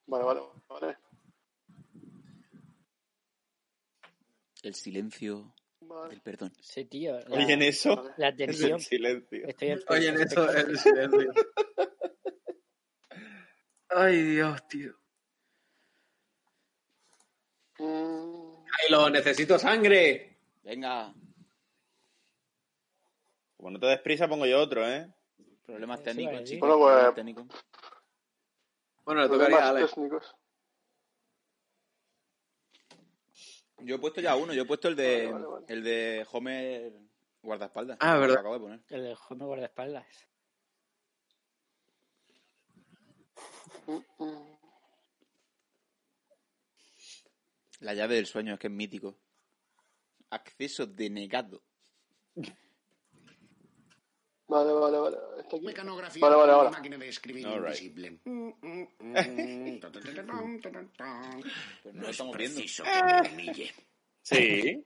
Vale, vale, vale.
El silencio
Vale.
perdón.
Sí, tío. La,
Oye, en eso,
la
es
tensión.
el silencio.
Estoy en
Oye, en eso el silencio. Ay, Dios, tío.
Mm,
Kylo, necesito sangre.
Venga,
Como no te des prisa, pongo yo otro, ¿eh?
problemas
Eso iba a
técnicos,
decir.
chicos.
Bueno, pues-
problemas técnicos.
Bueno, le tocaría a
problemas
Alex.
técnicos.
Yo he puesto ya uno, yo he puesto el de
Vale, vale, vale.
el de Homer guardaespaldas.
Ah,
que
verdad.
Lo acabo de poner.
El de Homer guardaespaldas.
Mm, mm.
La llave del sueño es que es mítico. Acceso denegado.
Vale, vale, vale. Está aquí.
Mecanografía
Vale, vale,
de
vale.
máquina de escribir
All right.
invisible. Vale,
Pues no,
No
lo
es
estamos viendo.
preciso que me humille.
Sí.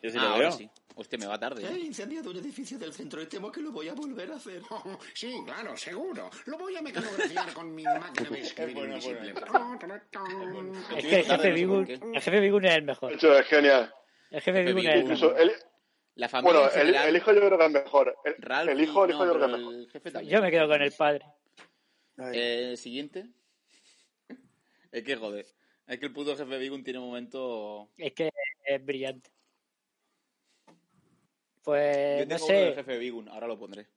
Yo sí
Ah,
lo
ahora
veo.
sí. Hostia, me va tarde.
He
¿eh?
incendiado un edificio del centro y temo que lo voy a volver a hacer. sí, claro, seguro. Lo voy a mecanografiar con mi máquina de escribir
bueno, es bueno.
invisible.
Lo
Es que el
estoy viendo
jefe
tarde, no sé
Bigun,
por qué.
el jefe Bigun es el mejor.
Eso es genial.
El jefe
Jefe
Bigun es el
Bigun.
mejor.
Incluso el,
La familia
bueno,
en
el,
general,
el hijo yo creo que es mejor. El,
Ralph
el hijo, el
y-
hijo
no,
yo creo que
pero
es mejor.
el jefe también.
Yo me quedo con el padre.
Eh, siguiente. Es que joder. Es que el puto jefe Bigun tiene un momento.
Es que es brillante. Pues
Yo
no
tengo uno del
sé.
jefe Bigun, ahora lo pondré.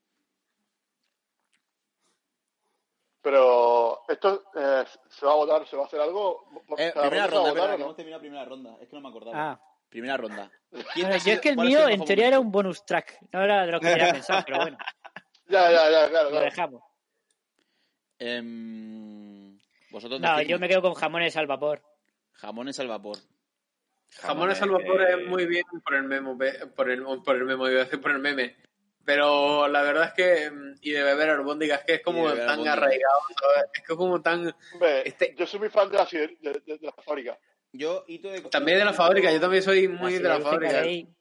Pero esto eh, se va a votar, se va a hacer algo.
Eh,
¿Cada ronda
primera
se va a
ronda, es
votar
verdad,
o
que
no?
hemos terminado primera ronda. Es que no me acordaba.
Ah.
Primera ronda. ¿Quién
Bueno,
este ha
yo es
sido-
que el
cuál ha sido
mío
mejor
en teoría era
momento?
un bonus track. No era de los que quería pensar, pero bueno,
Ya, ya, ya, claro,
lo
claro.
dejamos.
Em, vosotros
No,
decidme.
yo me quedo con jamones al vapor.
Jamones al vapor.
Jamones Salvador es muy bien por el memo, pe- por el, por el memo, iba a decir por el meme. Pero la verdad es que, mm, y de beber albóndigas, que es
Y de
como
beber
tan
albóndigas.
arraigado, ¿sabes? Es que es como tan...
Hombre,
Este-
Yo soy muy fan de la, de, de- de la fábrica.
Yo, hito de.
También de la fábrica, yo también soy muy de la
siderúrgica
fábrica.
ahí,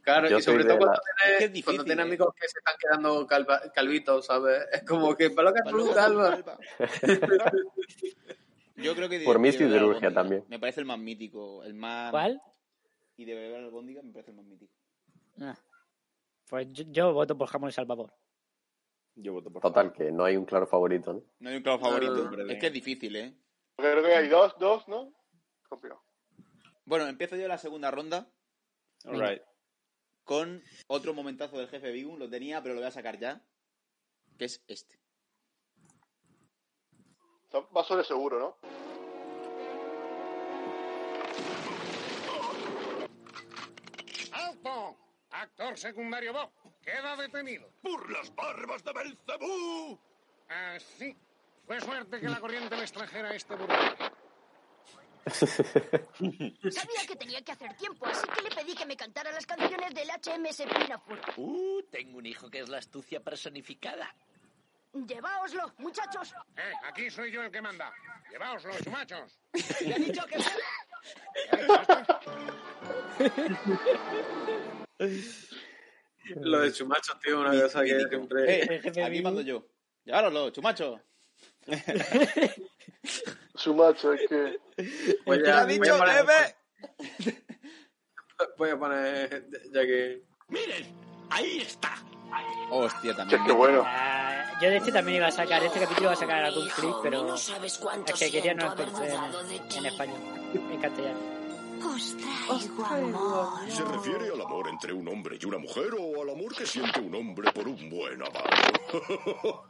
Claro,
Yo
y sobre
soy de
todo cuando
la-
tienes
Es que es difícil,
cuando tienes
¿eh?
amigos que se están quedando calva- calvitos, ¿sabes? Es como que, ¿para lo que
Palo,
tú,
palo,
calva?
calva. Yo creo que de-
Por mí
de beber
siderurgia
albóndiga.
también.
Me parece el más mítico, el más
¿Cuál?
y de beber albóndiga me parece el más mítico.
Ah. Pues yo, yo voto por jamones al vapor.
Yo voto por
Total, que no hay un claro favorito, ¿no?
No hay un claro
No,
favorito.
no,
no.
es que es difícil, ¿eh?
Porque creo que hay dos, dos, ¿no? Complicado.
Bueno, empiezo yo la segunda ronda.
All right.
con otro momentazo del jefe Bigum. Lo tenía, pero lo voy a sacar ya. Que es este.
Va sobre seguro, ¿no?
¡Alto! Actor secundario Bob, queda detenido.
¡Por las barbas de Belcebú!
Ah, sí. Fue suerte que la corriente les trajera a este burbuja.
Sabía que tenía que hacer tiempo, así que le pedí que me cantara las canciones del HMS Pinafore.
Uh, tengo un hijo que es la astucia personificada.
Lleváoslo, muchachos.
Eh, aquí soy yo el que manda. Llevaoslo, chumachos.
¡Le he dicho que se-
Lo de chumachos, tío, una cosa que siempre.
Eh, aquí mando yo. Llévaroslo, chumacho.
Su macho, es que.
Voy a-
ha
voy a
dicho
poner-
debe.
Voy a poner. Ya que.
Ahí está.
Hostia, también. ¿eh?
Es que bueno.
Ah, yo de este también iba a sacar, de este capítulo iba a sacar algún clip, pero
No sabes cuánto
es que quería no
siento haber
encontrar
dudado de
en,
ti.
en español, en castellano.
Os traigo amor.
¿Se refiere al amor entre un hombre y una mujer o al amor que siente un hombre por un buen avaro?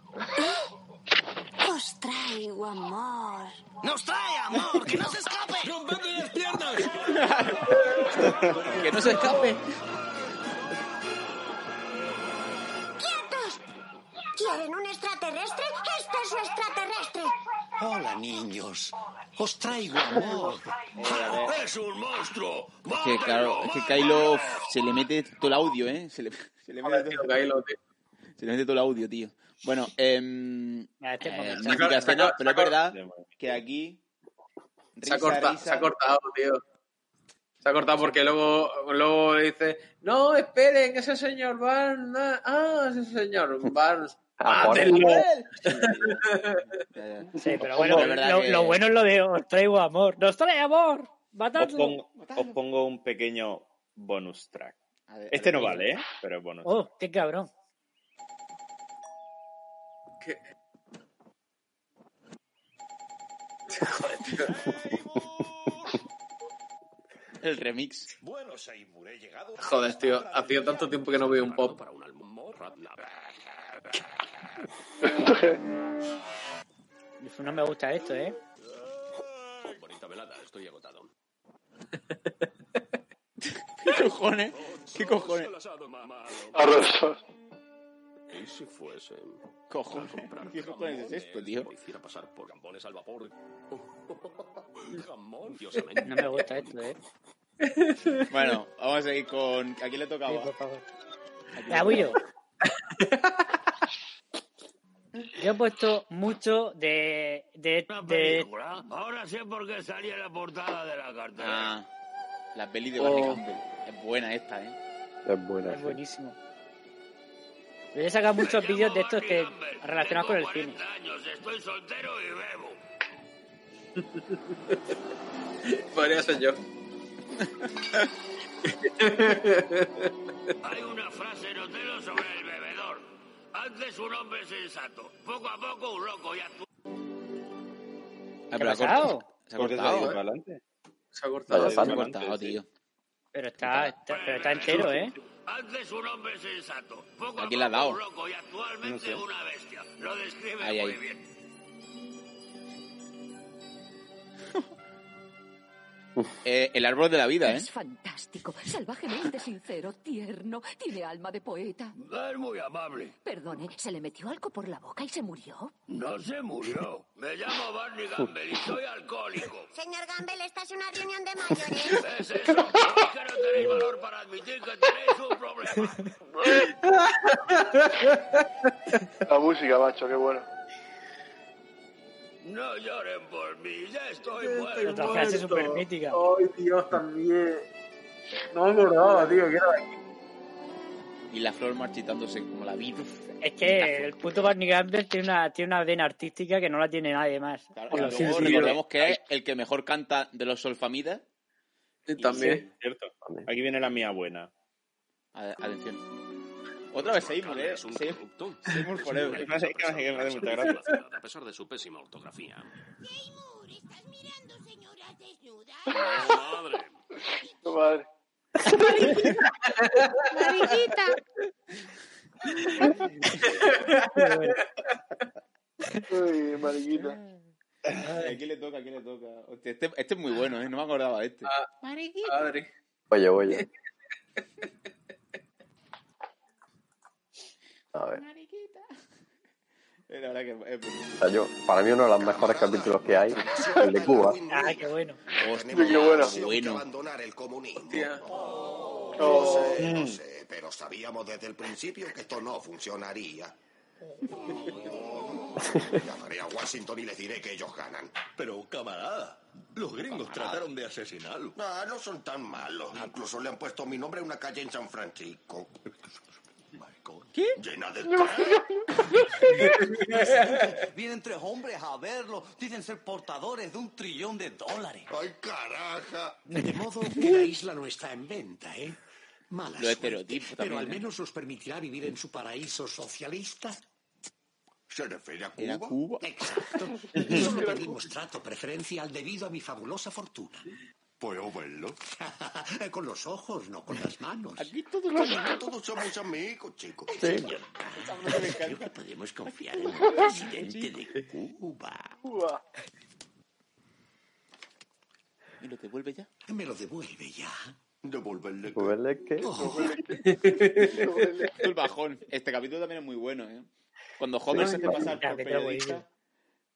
Os traigo amor.
¡Nos trae amor! ¡Que no se escape! ¡Rompete las piernas!
¡Que no se escape!
¡Quietos! ¿Quieren un extraterrestre? ¡Este es su extraterrestre!
Hola, niños. Os traigo amor.
¡Es un monstruo!
Es que, claro, es que Kylo uf, se le mete todo el audio, ¿eh? Se le, se le mete, todo, se le mete todo el audio, tío. Bueno, em,
Ah, este
eh,
momento.
mítica
Saca-
escena,
saca-
pero es
saca-
verdad que aquí...
Se ha,
risa,
corta-
risa.
se ha cortado, tío. Se ha cortado porque luego, luego le dice, no, esperen, ese señor Barnes, ah, ese señor Barnes,
Ah, por
¡Mátenlo!
Ya, ya.
Sí, pero
Os
bueno,
pongo-
lo, lo bueno es lo de os traigo amor. ¡Nos trae amor!
os
¡Matadlo!
pongo, os pongo un pequeño bonus track.
A ver, a
Este
ver.
no vale, ¿eh? Pero es bonus.
¡Oh, qué cabrón!
¿Qué?
El remix.
Bueno, Seymour, he llegado.
Joder, tío, hacía tanto tiempo que no veo un pop.
Para un almuerzo.
No me gusta esto, ¿eh?
Bonita velada, estoy agotado.
¿Qué cojones? ¿Qué cojones?
Arroso.
¿Y si fuese a
Cojones.
comprar
¿Qué cojones es
jamones
esto, tío?
o hiciera pasar por gambones al vapor? Jamón, diosamente.
No me gusta esto, ¿eh?
Bueno, vamos a seguir con... ¿A quién le
Sí,
tocaba?
por favor. La voy yo. Yo he puesto mucho de, de,
Una
de
película. Ahora sé por qué salía la portada de la carta.
Ah, la peli de
Oh.
Barney Campbell. Es buena esta, ¿eh?
Es buena.
Es
sí.
buenísimo. Yo he sacado muchos vídeos de estos que relacionados con el cine.
años, estoy soltero y bebo.
Podría ser yo.
Hay una frase en Otelo sobre el bebedor. Antes un hombre sensato, poco a poco un loco y actu-
Ah,
¿Qué
pero
ha
ha cortado.
pasado?
Se ha
¿Por qué se ha ido
cortado. ¿eh?
para adelante?
Se ha cortado.
Vaya,
Se ha
Vale,
cortado,
sí.
tío.
Pero está, está- pero está entero, ¿eh?
Antes un hombre sensato, poco
¿A quién le
a
has
poco
dado?
un loco y actualmente
No sé.
una bestia. Lo describe
Ahí,
muy
ahí.
bien.
Eh, el árbol de la vida, ¿eh?
Es fantástico, salvajemente sincero, tierno, tiene alma de poeta.
Es muy amable.
Perdone, ¿se le metió algo por la boca y se murió?
No se murió. Me llamo Barney Gamble y soy alcohólico.
Señor Gamble, estás en una reunión de mayores.
¿Ves eso? Es que no tenéis valor para admitir que tenéis un problema.
La música, macho, qué bueno.
No lloren por mí, ya estoy muerto. Oh,
Otra frase súper mítica.
Ay, Dios, también. No me acordaba, tío, que era
Y la flor marchitándose como la vida.
Es que el puto Barney Gamble tiene una, tiene una vena artística que no la tiene nadie más.
Claro,
Por
y
lo
luego
sencillo.
recordemos que es el que mejor canta de los solfamidas.
aquí. También.
Cierto. Aquí viene la mía buena.
A- Atención. Otra vez Seymour, ¿eh?
Es un
Sey-
corrupto.
Seymour Forever.
No sé, es que no sé qué me hace mucha gracia.
A pesar de su pésima ortografía.
Seymour, ¿estás mirando señoras desnudas?
¡Oh, madre!
Tu madre.
Mariquita.
Uy, mariquita.
Ay, aquí le toca, aquí le toca. Hostia, este, este es muy bueno, ¿eh? No me acordaba de este.
Mariquita.
Oye, oye. A ver.
Mariquita.
Eh, La verdad que es
O sea, yo- para mí uno de los mejores capítulos que hay, el de Cuba.
Ah, qué bueno.
Hostia,
qué bueno.
Bueno. abandonar el comunismo.
No
sé, no
Mm.
sé, pero sabíamos desde el principio que esto no funcionaría. Llamaré a Washington y les diré que ellos ganan. Pero, camarada, los gringos trataron de asesinarlo. Ah, No, no son tan malos. Incluso le han puesto mi nombre a una calle en San Francisco. ¿Qué? Llena de...
Vienen tres hombres a verlo. Dicen ser portadores de un trillón de dólares.
¡Ay, caraja!
De modo
que la isla no está en venta, ¿eh? Mala
Lo
suerte,
estereotipo
Pero
también,
al
¿eh?
menos os permitirá vivir en su paraíso socialista.
¿Se refiere a
¿Era
Cuba?
Exacto. Y Solo pedimos trato preferencial debido a mi fabulosa fortuna.
¿Puedo verlo?
con los ojos, no con las manos.
Aquí todos somos, todos somos amigos, chicos.
Sí.
Creo que podemos confiar en
el
presidente de Cuba.
Cuba.
¿Me lo devuelve ya?
Me lo devuelve ya.
¿Devolverle qué?
¿Huele qué?
El bajón. Este capítulo también es muy bueno, ¿eh? Cuando Homer
Sí.
se hace pasar por
Capítulo
periodista,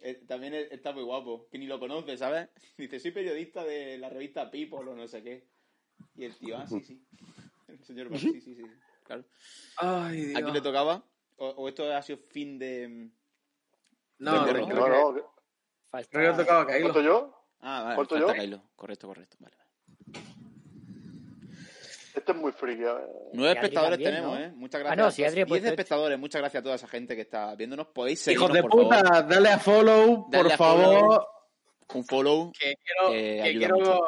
eh, también es- está muy guapo. Que ni lo conoce, ¿sabes? Dice, soy periodista de la revista People o no sé qué. Y el tío, ah, sí, sí. El señor va, sí, sí, sí. Claro.
Ay,
¿A quién le tocaba? ¿O, o esto ha sido fin de... mm,
No,
de
no,
derrota?
creo que- No, Creo que tocaba Kylo.
¿Cuánto yo?
Ah, vale.
¿Cuánto
falta
yo?
Kylo. Correcto, correcto. Vale.
Este es muy friki. a ver.
Nueve
Adri
espectadores
también,
tenemos,
¿no?
¿eh? Muchas
Ah,
gracias.
no, sí, Adri ha
Diez
puesto ocho.
espectadores, muchas gracias a toda esa gente que está viéndonos. Podéis seguirnos,
Hijos de
por
puta,
favor.
dale a follow,
Dadle
por
a
favor.
Un follow.
Que quiero,
eh,
que
ayuda
quiero-
mucho.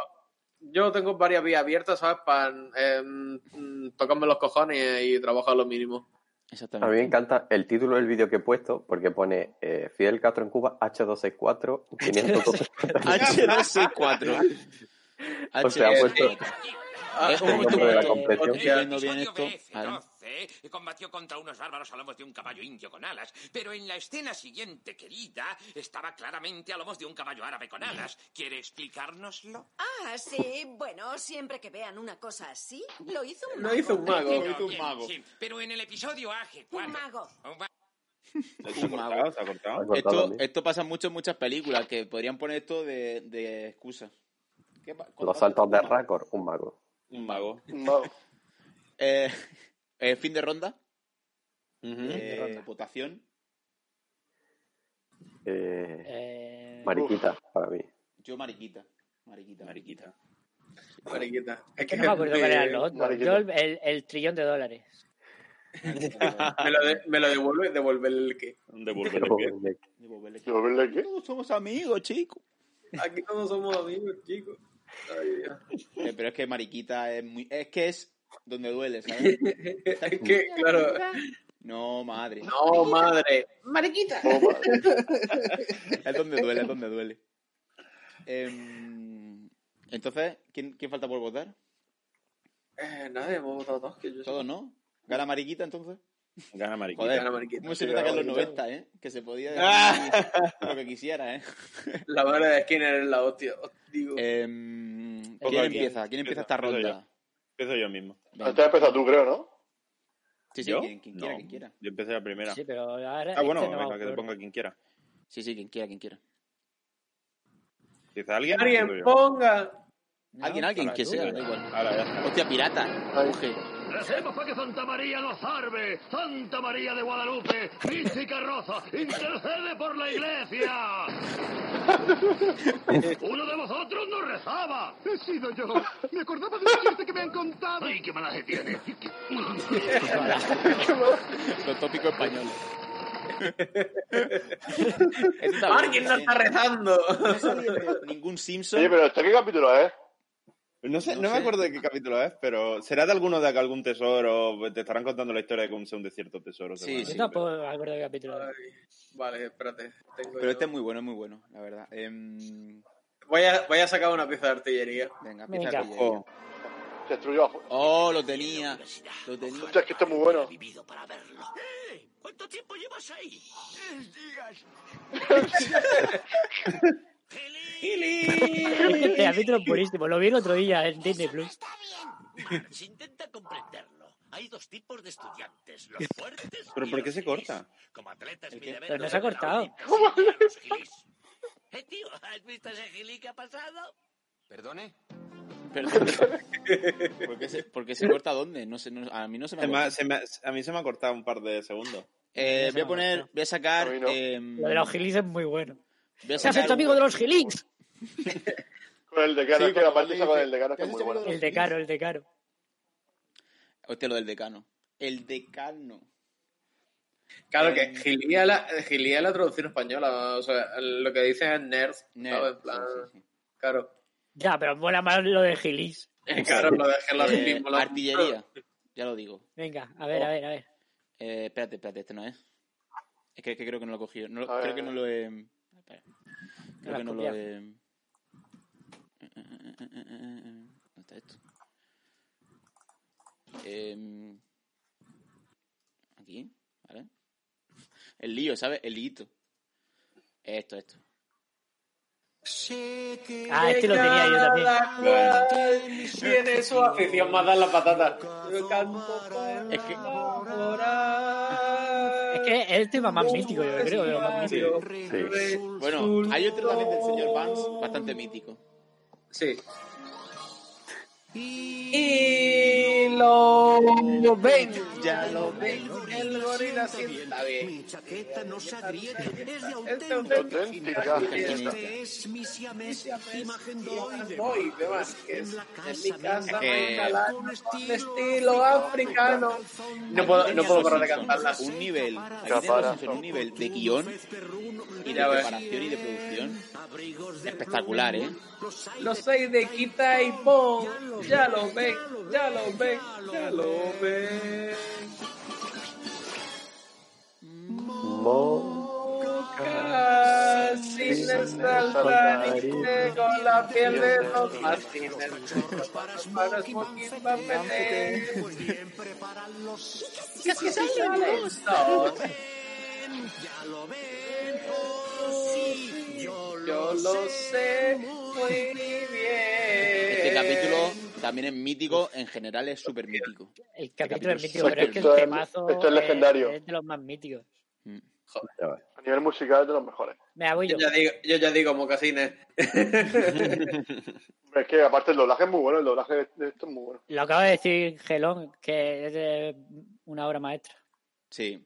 yo tengo varias vías abiertas, ¿sabes? Para em, mm, tocarme los cojones y trabajar lo mínimo.
A mí me encanta el título del vídeo que he puesto porque pone eh, Fidel Castro en Cuba H264 500 copias.
H264.
O sea, pues, ha puesto
Ah,
Este Es un
el
momento
nombre de la
porque
competición.
estoy viendo bien esto. Vale.
XII eh, combatió contra unos bárbaros a lomos de un caballo indio con alas, pero en la escena siguiente, querida, estaba claramente a lomos de un caballo árabe con alas. ¿Quiere explicárnoslo?
Ah, sí, bueno, siempre que vean una cosa así, lo hizo un
Lo
mago.
hizo un mago. Lo hizo un
Bien,
mago.
sí, pero en el episodio AG4.
Un mago.
Un ma-
Se ha cortado, se ha cortado.
Esto, esto pasa mucho en muchas películas que podrían poner esto de, de excusa. ¿Qué pa-
Los saltos de récord, un mago.
Un mago.
Un mago.
Eh, eh, fin de ronda.
Mm.
Fin
Eh,
de ronda.
Votación.
Eh, Mariquita, para mí.
Yo, Mariquita. Mariquita. Mariquita.
Mariquita. Es
Yo no me acuerdo cuál eran los otros.
Mariquita.
Yo el, el- el trillón de dólares.
me, lo de- me lo devuelve, devuelve el que.
Devolverle
Devolverle
qué. Devolverle qué.
Todos somos amigos, chicos.
Aquí todos somos amigos, chicos.
Eh, pero es que Mariquita es muy. Es que es donde duele, ¿sabes?
Es que, claro.
No, madre.
No, madre. Mariquita.
Oh,
Es donde duele, es donde duele. Em, entonces, ¿quién, quién falta por votar?
Eh, nadie, hemos votado todos. Que yo
¿Todos no? ¿Gana Mariquita entonces?
Gana Mariquita.
Joder,
Gana Mariquita.
¿cómo se nota que en los
Gana Mariquita.
90, eh? Que se podía
Ah.
decir lo que quisiera, eh.
La madre de Skinner es la hostia. os Digo.
Em, ¿Quién empieza? ¿Quién empieza esta
Empiezo yo.
ronda?
Empiezo yo mismo.
Antes empieza Este tú, creo, ¿no?
Sí, sí,
¿Yo?
quien, quien quiera,
No,
quien quiera.
Yo empecé la primera.
Sí, pero ahora.
Ah, bueno,
este no va
venga, que
por
te ponga quien quiera.
Sí, sí, quien quiera, quien quiera.
Dice alguien. Digo
Alguien
yo.
ponga.
Alguien, alguien,
Ahora
que
tú,
sea,
venga.
da igual.
Ahora ya.
Hostia, pirata. Coge.
Recemos para que Santa María nos salve. Santa María de Guadalupe, mística rosa, intercede por la iglesia. Uno de vosotros no rezaba. He sido yo. Me acordaba de un chiste que me han contado. ¡Ay, qué malaje tiene!
Lo tópico español.
Alguien no está rezando.
Ningún Simpson.
Oye, pero ¿hasta qué capítulo es?
No sé, no,
No
me
sé.
acuerdo de qué capítulo es, pero será de alguno de acá algún tesoro. pues, Te estarán contando la historia de cómo sea un desierto tesoro.
Yo
seguramente.
tampoco me acuerdo del capítulo.
Vale, espérate. Tengo
Pero
yo-
este es muy bueno, es muy bueno, la verdad. Em,
voy, a, voy a sacar una pieza de artillería.
Venga,
Venga.
empieza
Ojo.
Destruyó a...
Oh, lo tenía. Lo tenía.
Hostia, es que esto es muy bueno.
Eh, ¿Cuánto tiempo llevas ahí? Tres días.
Este capítulo es buenísimo. Lo vi el otro día en Disney Plus.
Marx, intenta comprenderlo. Hay dos tipos de estudiantes, los fuertes
¿Pero por qué se corta?
como atletas. Mi deber
Pero no
es
se ha
ver la
cortado.
Olimpiada a los gilis. Eh, tío, ¿has visto ese gilí que ha pasado?
¿Perdone?
Perdón. ¿Por qué se, por qué se corta dónde? No sé, no- a mí no se me ha cortado.
Además, se me ha- a mí se me ha cortado un par de segundos.
Eh, voy a poner, voy a sacar. em,
Lo de los gilis es muy bueno.
voy a
¡Se has
sacar
hecho amigo
un-
de los gilis!
Con el decano,
Sí,
es que la parte
cuando le
esa con
dice,
el decano es que es
¿te has
muy
hecho
buena.
El de caro, el de caro.
Hostia, lo del decano. El decano.
Claro que Gilia la, Gilia la traducción española, o sea, lo que dicen es nerd, ¿sabes? En plan, Claro,
Ya, pero mola más lo de gilis.
claro, lo dejé la
Eh,
mismo.
artillería. Ya lo digo.
Venga, a ver, a ver, a ver.
Eh, espérate, espérate, este no es. Es que, que creo que no lo he cogido. No lo-
A
creo
ver.
que no lo he. espera.
lo
Creo que
has
no lo
copiado.
he. Eh, eh, eh, eh, eh, eh, ¿Dónde está esto? Em, aquí, ¿vale? El lío, ¿sabes? El hito. Esto, esto.
Ah, este lo tenía yo también.
Tiene su afición más dar la patata. Yo canto
Es que,
Es que este es más mítico, yo creo. de los más
Sí.
míticos.
Bueno, hay otro también del señor Banks, bastante mítico.
Sí.
Y
lo ven,
ya lo
ven, el gorila sienta bien. Este
Mi chaqueta no se agrieta, es de
Es
auténtica.
Auténtica.
Este es mi siamés, imagen de hoy de
Hoy,
Marcos.
demás, que es
En la
en mi casa
casa
me
Eh,
encalan
con
con
estilo
estilo africano. No puedo, no puedo parar de cantarla.
Un nivel, aquí
Capara.
tienen los Simpsons, un nivel de guión y de
Ya ves.
preparación y de producción espectacular, ¿eh?
Los seis de quita y pon, ya lo ven, ya lo ven, ya lo ven. Casi se saltan y te con la piel de los martines. Para Smoking Buffet.
Pues
Casi salen los dos. Yo lo sé muy bien.
Este capítulo también es mítico, en general es súper mítico.
El capítulo es mítico,
súper
pero es que el
Esto es-
temazo
esto es legendario.
es de los más míticos.
Mm,
A nivel musical es de los mejores.
Me la voy yo.
Yo ya digo, yo ya digo mocasines.
Hombre, Es que aparte el doblaje es muy bueno, el doblaje de- de esto es muy bueno.
Lo acaba de decir Gelón, que es eh, una obra maestra.
Sí,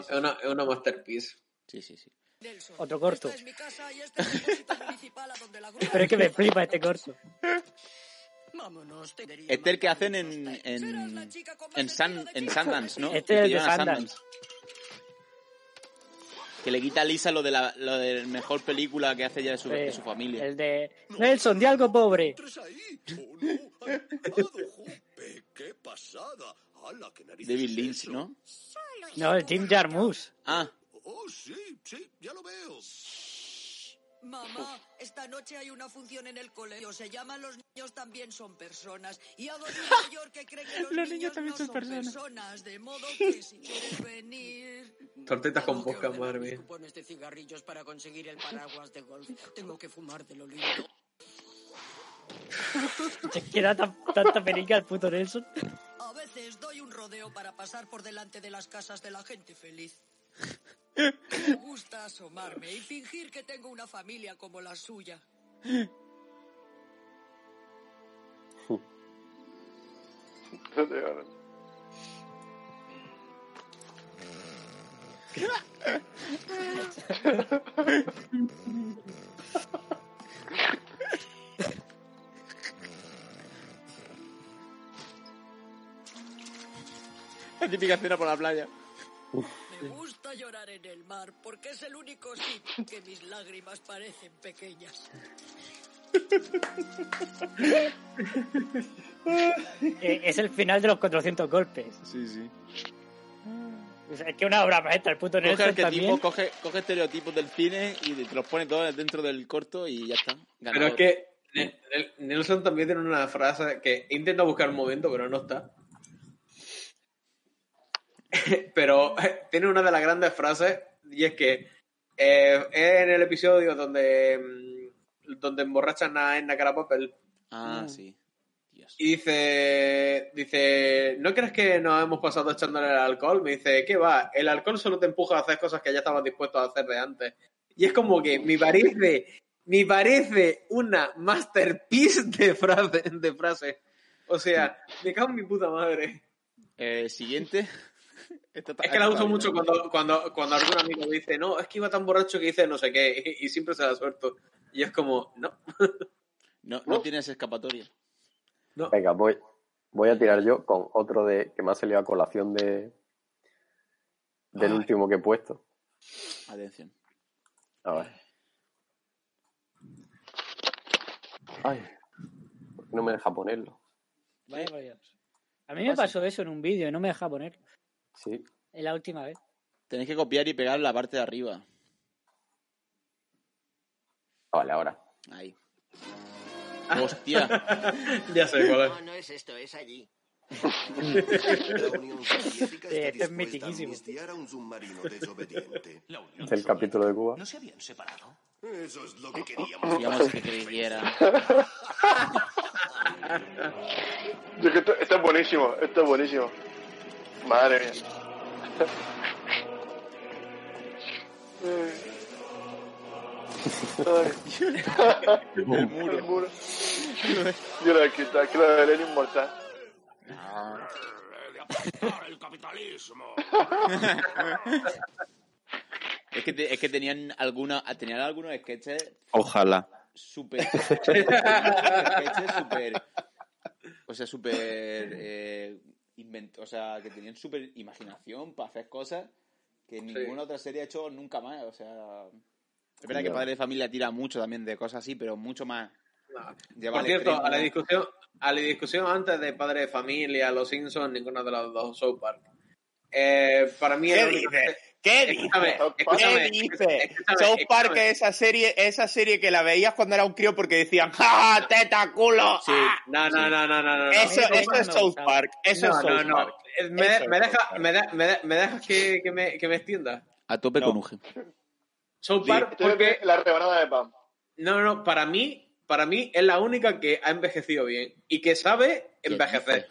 Es una, es una masterpiece.
sí, sí. sí.
Otro corto. Pero es que me flipa este corto.
Este es el que hacen en, en, en, Sun- en Sundance, ¿no?
Este
El que
es el de
llevan a
Sundance.
Que le quita a Lisa lo de la lo de mejor película que hace ella de su, de
Sí.
su familia.
Eh, El de Nelson, di algo pobre.
Oh, ¡Qué pasada! ¡Hala, qué narices!
David Lynch, ¿no?
No, el Tim Jarmusch.
Ah,
¡Oh, sí, sí, ya lo veo!
Mamá, esta noche hay una función en el colegio. Se llama Los niños también son personas. Y hago de un mayor que cree que los,
Los niños
niños,
también
no
son
son
personas.
personas. De modo que si quieres venir.
Tortitas con
Tengo que
vodka,
ordenar
madre
mis
mía.
cupones de cigarrillos para conseguir el paraguas de golf. Tengo que fumar de lo lindo.
Es que da tan- tanta perica el puto Nelson.
A veces doy un rodeo para pasar por delante de las casas de la gente feliz. Me gusta asomarme y fingir que tengo una familia como la suya.
la típica escena por la playa.
Me gusta llorar en el mar porque es el único sitio que mis lágrimas parecen pequeñas.
Eh, es el final de los 400 golpes.
Sí, sí.
O sea, es que una obra maestra, el puto
Coge
Nelson
arquetipos,
también.
coge, coge estereotipos del cine y te los pone todos dentro del corto y ya está.
Pero
Ganador.
es que Ne- Nel- Nelson también tiene una frase que he intentado buscar un momento, pero no está. pero tiene una de las grandes frases y es que eh, es en el episodio donde, mm, donde emborrachan a Edna Carapapel
Ah,
Mm.
sí.
y dice, dice, ¿no crees que nos hemos pasado echándole el alcohol? Me dice, ¿qué va? El alcohol solo te empuja a hacer cosas que ya estabas dispuesto a hacer de antes. Y es como que me parece, me parece una masterpiece de frase. De frase. O sea, me cago en mi puta madre.
Eh, siguiente. Esta ta-
Es que la
esta
uso
bien.
mucho cuando, cuando, cuando algún amigo dice, no, es que iba tan borracho que hice no sé qué, y siempre se la suelto. Y es como, no.
No, no tienes escapatoria.
Venga, voy, voy a tirar yo con otro de que me ha salido a colación de del
Ay.
último que he puesto.
Atención.
A ver. Ay, ¿por qué no me deja ponerlo.
Vaya por Dios. A mí me pasó eso en un vídeo y no me deja poner.
Sí.
Es la última vez.
Tenéis que copiar y pegar la parte de arriba.
Vale, ahora.
Ahí.
Ah.
Hostia.
ya sé cuál
No, no es esto, es allí.
La Unión Soviética
Sí,
está
este es
dispuesta a
mitiquísimo.
amnistiar a un submarino desobediente.
Es el capítulo de Cuba.
¿No se habían separado? Eso es lo que queríamos.
Digamos que creyera.
Yo que esto, esto es buenísimo, esto es buenísimo. Madre mía. Ay.
El
muro. El muro. Yo lo he quitado, que lo de Lenin inmortal.
el capitalismo.
Es que, te- es que tenían alguna, tenían algunos sketches
Ojalá.
súper. sketches súper. O sea, súper. eh, invent- o sea, que tenían súper imaginación para hacer cosas que ninguna otra serie ha hecho nunca más. O sea. Es verdad que
Ya.
Padre de Familia tira mucho también de cosas así, pero mucho más. lleva
Por
al
cierto,
extremo.
a la discusión, a la discusión antes de Padre de Familia, Los Simpsons, ninguna de las dos South Park. Eh, para mí
¿Qué
el único-
dices? ¿Qué
Escúchame,
dices?
escúchame,
¿Qué dices?
escúchame,
South Park
escúchame.
es esa serie, esa serie que la veías cuando era un crío porque decían ¡Ja, ja, teta, culo! ah".
No, no, no, no, no, no.
Eso,
no.
eso es South Park. Eso
no,
es South
no, no.
Park.
Eh, Me,
Eso es
me
South
deja,
Park.
me, da- me, da- me dejas que, que me, que me extienda.
A tope con Uge.
South Park porque la rebanada de pan. No, no, para mí, para mí es la única que ha envejecido bien y que sabe envejecer.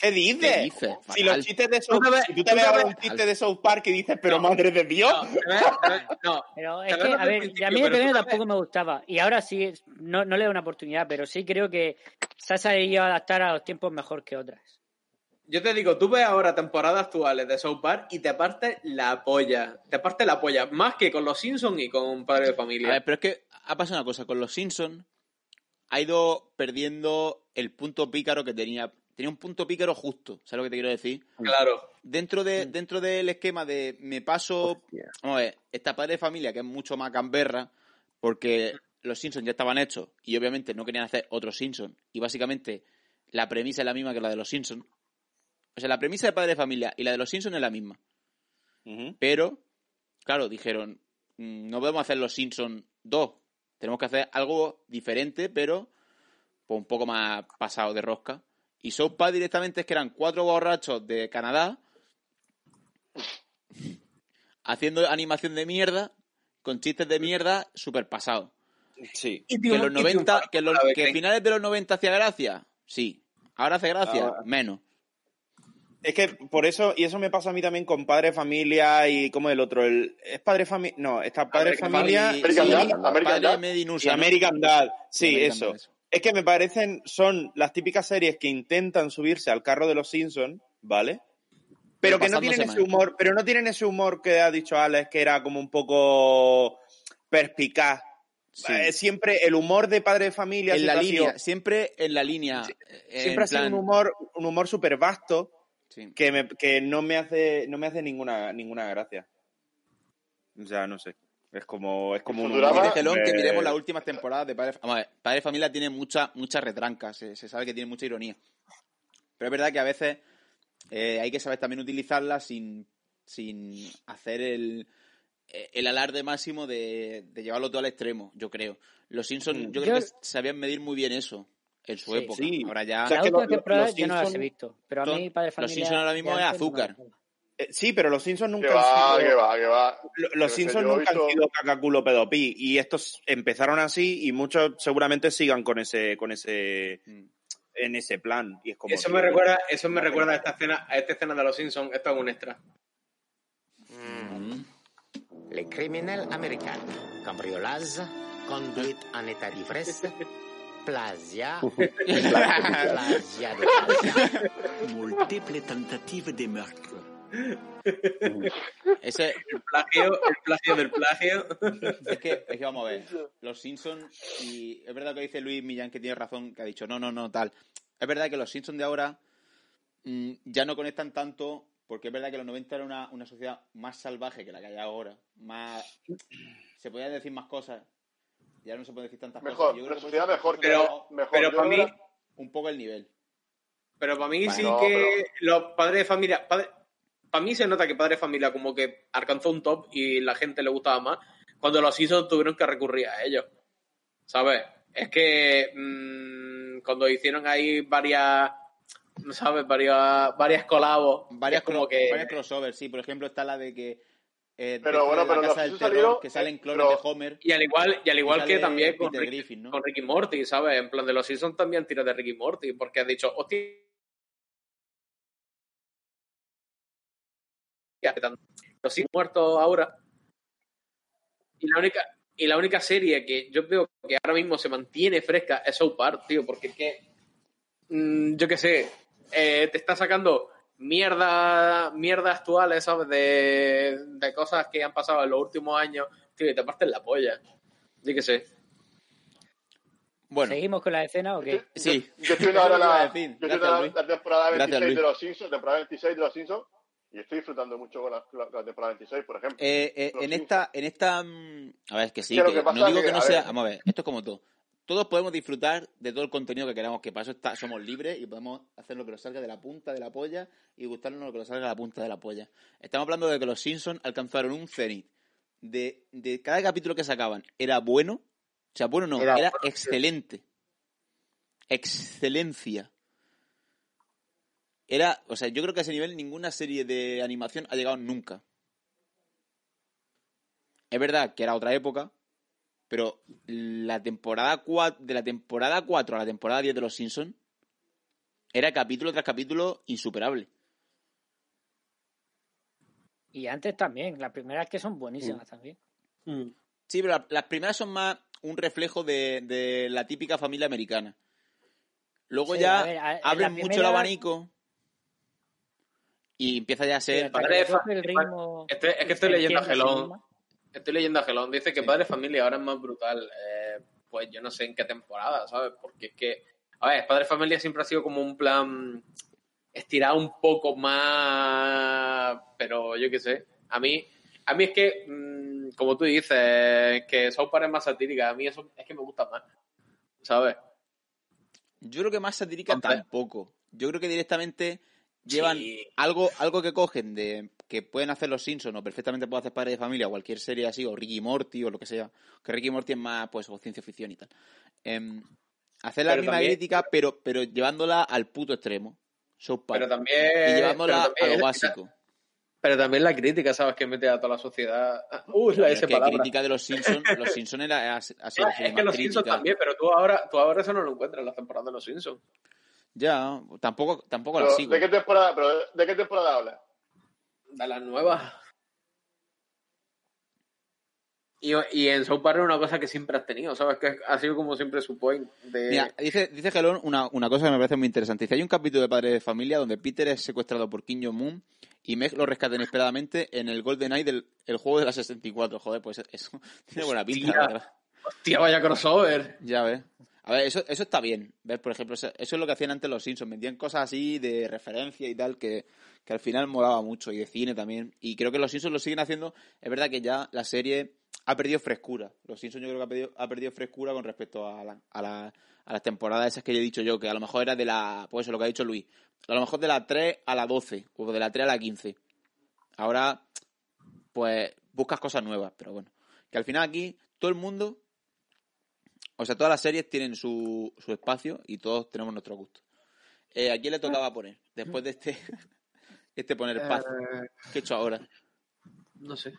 ¿Qué dices?
¿Qué dices?
Si los
Fatal.
chistes de
Tú
South
te ves-
si tú
tú
te ves
te
ahora
ves-
un chiste de South Park y dices, pero madre de Dios.
No,
Pero es
Te
que,
veo
a
desde
ver,
el
a
principio,
mí de
pero
pequeño
tú
tampoco me gustaba. Y ahora sí, es- no, no le doy una oportunidad, pero sí creo que se ha sabido adaptar a los tiempos mejor que otras.
Yo te digo, tú ves ahora temporadas actuales de South Park y te parte la polla. Te parte la polla, más que con los Simpsons y con Padre de Familia.
A ver, pero es que ha pasado una cosa con los Simpsons. Ha ido perdiendo el punto pícaro que tenía. Tenía un punto pícaro justo, ¿sabes lo que te quiero decir?
Claro.
Dentro, de, dentro del esquema de me paso. Vamos a ver, esta padre de familia que es mucho más camberra, porque los Simpsons ya estaban hechos y obviamente no querían hacer otros Simpsons. Y básicamente la premisa es la misma que la de los Simpsons. O sea, la premisa de padre de familia y la de los Simpsons es la misma. Pero, claro, dijeron, "Mm, no podemos hacer los Simpsons 2. Tenemos que hacer algo diferente, pero pues, un poco más pasado de rosca. Y South Park directamente es que eran cuatro borrachos de Canadá haciendo animación de mierda con chistes de mierda super pasado.
Sí.
Que
triun-
los
y
90, que, los,
triunfaron,
que
¿sabes?
finales de los 90 hacía gracia, sí. Ahora hace gracia,
Ahora-
menos.
Es que por eso, y eso me pasa a mí también con Padre Familia y como el otro, el, es Padre Familia, no, está Padre
American
Familia
Family, American
y-
Dad, American
Padre
Dad.
Made in USA,
Y
¿no?
American
American
Dad.
Dad,
Y
sí,
American
eso.
Dad, eso.
Es que me parecen, son las típicas series que intentan subirse al carro de los Simpsons, ¿vale?
Pero
Pero, que no
pasándose
tienen ese
mal.
humor, pero no tienen ese humor que ha dicho Alex, que era como un poco perspicaz. Eh, siempre el humor de Padre de Familia
En la
siempre ha sido-
línea, siempre en la línea. eh, en
siempre ha sido
plan-
un humor un humor súper vasto
Sí.
que, me- que no me hace no me hace ninguna ninguna gracia o sea no sé es como es como un humor Eh,
Dice Lon que
súper-
miremos las últimas temporadas de Padre Vamos a ver, Padre Familia tiene mucha, mucha retranca, se, se sabe que tiene mucha ironía. Pero es verdad que a veces eh, hay que saber también utilizarla sin, sin hacer el, eh, el alarde máximo de, de llevarlo todo al extremo, yo creo. Los Simpsons, yo,
Yo-
creo que sabían medir muy bien eso en su
Sí.
época.
Sí.
Ahora ya.
Las últimas temporadas yo no las he visto, pero a
son-
mí, Padre
Los
Familia...
Simpsons ahora mismo
de
es
antes no me
azúcar.
Eh, sí, pero los Simpsons nunca
Que va,
han sido.
que va, que va.
Lo-
Yo qué
Los
sé,
Simpsons
yo he
nunca
visto-
han sido cacaculo pedopí. Y estos empezaron así y muchos seguramente sigan con ese, con ese. en ese plan. Y es como,
Eso
tío,
me recuerda, eso me recuerda a esta escena, a esta escena de los Simpsons. Esto es un extra.
Les criminels américains, cambriolage, conduite en état d'ivresse, plagiat, plagiat de plagiat.
Múltiple tentativa de meurtre.
Ese...
El plagio, el plagio del plagio.
Es que, es que vamos a ver. Los Simpsons, y es verdad que dice Luis Millán que tiene razón, que ha dicho no, no, no, tal. Es verdad que los Simpsons de ahora mm, ya no conectan tanto, porque es verdad que los 90 era una, una sociedad más salvaje que la que hay ahora. Más. Se podían decir más cosas. Ya no se pueden decir tantas
Mejor,
cosas.
la
que
sociedad mejor,
por eso los
pero-
Simpsons han bajado
mejor. pero Yo para creo mí-
Un poco el nivel.
Pero para mí
Bueno,
sí
no,
que los padres de familia. Padre, para mí se nota que padre de familia como que alcanzó un top y la gente le gustaba más. Cuando los hizo tuvieron que recurrir a ellos. ¿Sabes? Es que mm, cuando hicieron ahí varias. ¿Sabes? Varias, varias colabos.
Varias,
es como
cro-
que.
varias crossovers, sí. Por ejemplo, está la de que. eh,
Pero
de
bueno,
la
pero los
casa del
Simpsons
terror,
salieron-
que salen clones
pero-
de Homer.
Y al igual, y al
Y
igual que
sale
también con
Peter
Rick,
Griffin, ¿no?
con Ricky Morty, ¿sabes? En plan de los Simpsons también tira de Ricky Morty, porque han dicho, hostia. Los Simpsons muertos ahora. Y la única, y la única serie que yo veo que ahora mismo se mantiene fresca es South Park, tío, porque es que. mm, yo qué sé, eh, te está sacando mierda, mierda actuales, ¿sabes? De, de cosas que han pasado en los últimos años, tío, y te parten la polla. Yo qué sé.
Bueno.
¿Seguimos con la escena o qué?
eh,
Sí.
Yo estoy viendo
Eso
ahora
es lo que iba a
la,
decir.
yo estoy
Gracias,
viendo la-
Luis.
la temporada
Gracias,
26 de
Luis.
los Simpsons, temporada 26 de los Simpsons, y estoy disfrutando mucho con la, la- la temporada 26, por ejemplo.
Eh, eh,
Los
en
Simpsons.
esta, en esta, mm, a ver, es que sí,
Que lo
que
que pasa
no digo
que,
que no
a
sea,
ver.
vamos a ver, esto es como todo. Todos podemos disfrutar de todo el contenido que queramos, que para eso está- somos libres y podemos hacer lo que nos salga de la punta de la polla y gustarnos lo que nos salga de la punta de la polla. Estamos hablando de que los Simpsons alcanzaron un cenit de, de cada capítulo que sacaban. Era bueno, o sea, bueno no,
Era
era
bueno, sí.
excelente. Excelencia. Era, o sea, yo creo que a ese nivel ninguna serie de animación ha llegado nunca. Es verdad que era otra época, pero la temporada 4, de la temporada 4 a la temporada 10 de Los Simpsons era capítulo tras capítulo insuperable.
Y antes también, las primeras que son buenísimas
Mm.
también.
Sí, pero la- las primeras son más un reflejo de, de la típica familia americana. Luego
Sí,
ya
a ver, a- en
abren
la
mucho el
primera-
abanico y empieza ya a ser...
hasta que le coge el ritmo...
Este- es que estoy
se
leyendo a
entiende a sí
Gelón.
misma.
Estoy leyendo a Gelón. Dice que Padre Familia ahora es más brutal. Eh, pues yo no sé en qué temporada, ¿sabes? Porque es que. A ver, Padre Familia siempre ha sido como un plan estirado un poco más. Pero yo qué sé. A mí. A mí es que, mm, como tú dices, que South Park es más satírica. A mí eso es que me gusta más. ¿Sabes?
Yo creo que más satírica tampoco. Yo creo que directamente llevan algo, algo que cogen de que pueden hacer los Simpsons o perfectamente puede hacer Padre de Familia o cualquier serie así o Ricky Morty o lo que sea. Que Ricky Morty es más pues o ciencia ficción y tal. Em, hacer la
Pero
misma
también-
crítica pero, pero llevándola al puto extremo. South Park.
Pero también-
Y llevándola
Eh, pero también-
a lo básico.
Pero también la crítica, ¿sabes? Que mete a toda la sociedad. Uh,
Pero
la S
es que
palabra.
crítica de los Simpsons, los Simpsons era, ha, ha sido la
Ah, es
serie
que
más
los
crítica.
Simpsons también, pero tú ahora, tú ahora eso no lo encuentras en las temporadas de los Simpsons.
Ya, tampoco, tampoco la
Pero,
sigo.
¿De qué temporada, pero, ¿de qué temporada hablas?
De las nuevas. Y, y en South Park es una cosa que siempre has tenido, ¿sabes? Que ha sido como siempre su point. De...
Mira, dice, dice Gelón una, una cosa que me parece muy interesante. Dice, hay un capítulo de Padres de Familia donde Peter es secuestrado por Kim Jong-un y Meg lo rescata inesperadamente en el Golden Eye del el juego de la 64. Joder, pues eso tiene buena pinta, la
Hostia.
verdad.
Hostia, vaya crossover.
Ya ves. A ver, eso, eso está bien. ¿Ves? Por ejemplo, eso, eso es lo que hacían antes los Simpsons. Vendían cosas así de referencia y tal que, que al final molaba mucho. Y de cine también. Y creo que los Simpsons lo siguen haciendo. Es verdad que ya la serie ha perdido frescura. Los Simpsons yo creo que ha perdido, ha perdido frescura con respecto a, la- a, la- a las temporadas esas que yo he dicho yo. Que a lo mejor era de la... Pues eso, lo que ha dicho Luis. A lo mejor de la 3 a la 12. O de la 3 a la 15. Ahora, pues buscas cosas nuevas, pero bueno. Que al final aquí todo el mundo, o sea, todas las series tienen su, su espacio y todos tenemos nuestro gusto. Eh, ¿A quién le tocaba poner? Después de este, este poner paz.
Eh.
¿Qué he hecho ahora?
No sé.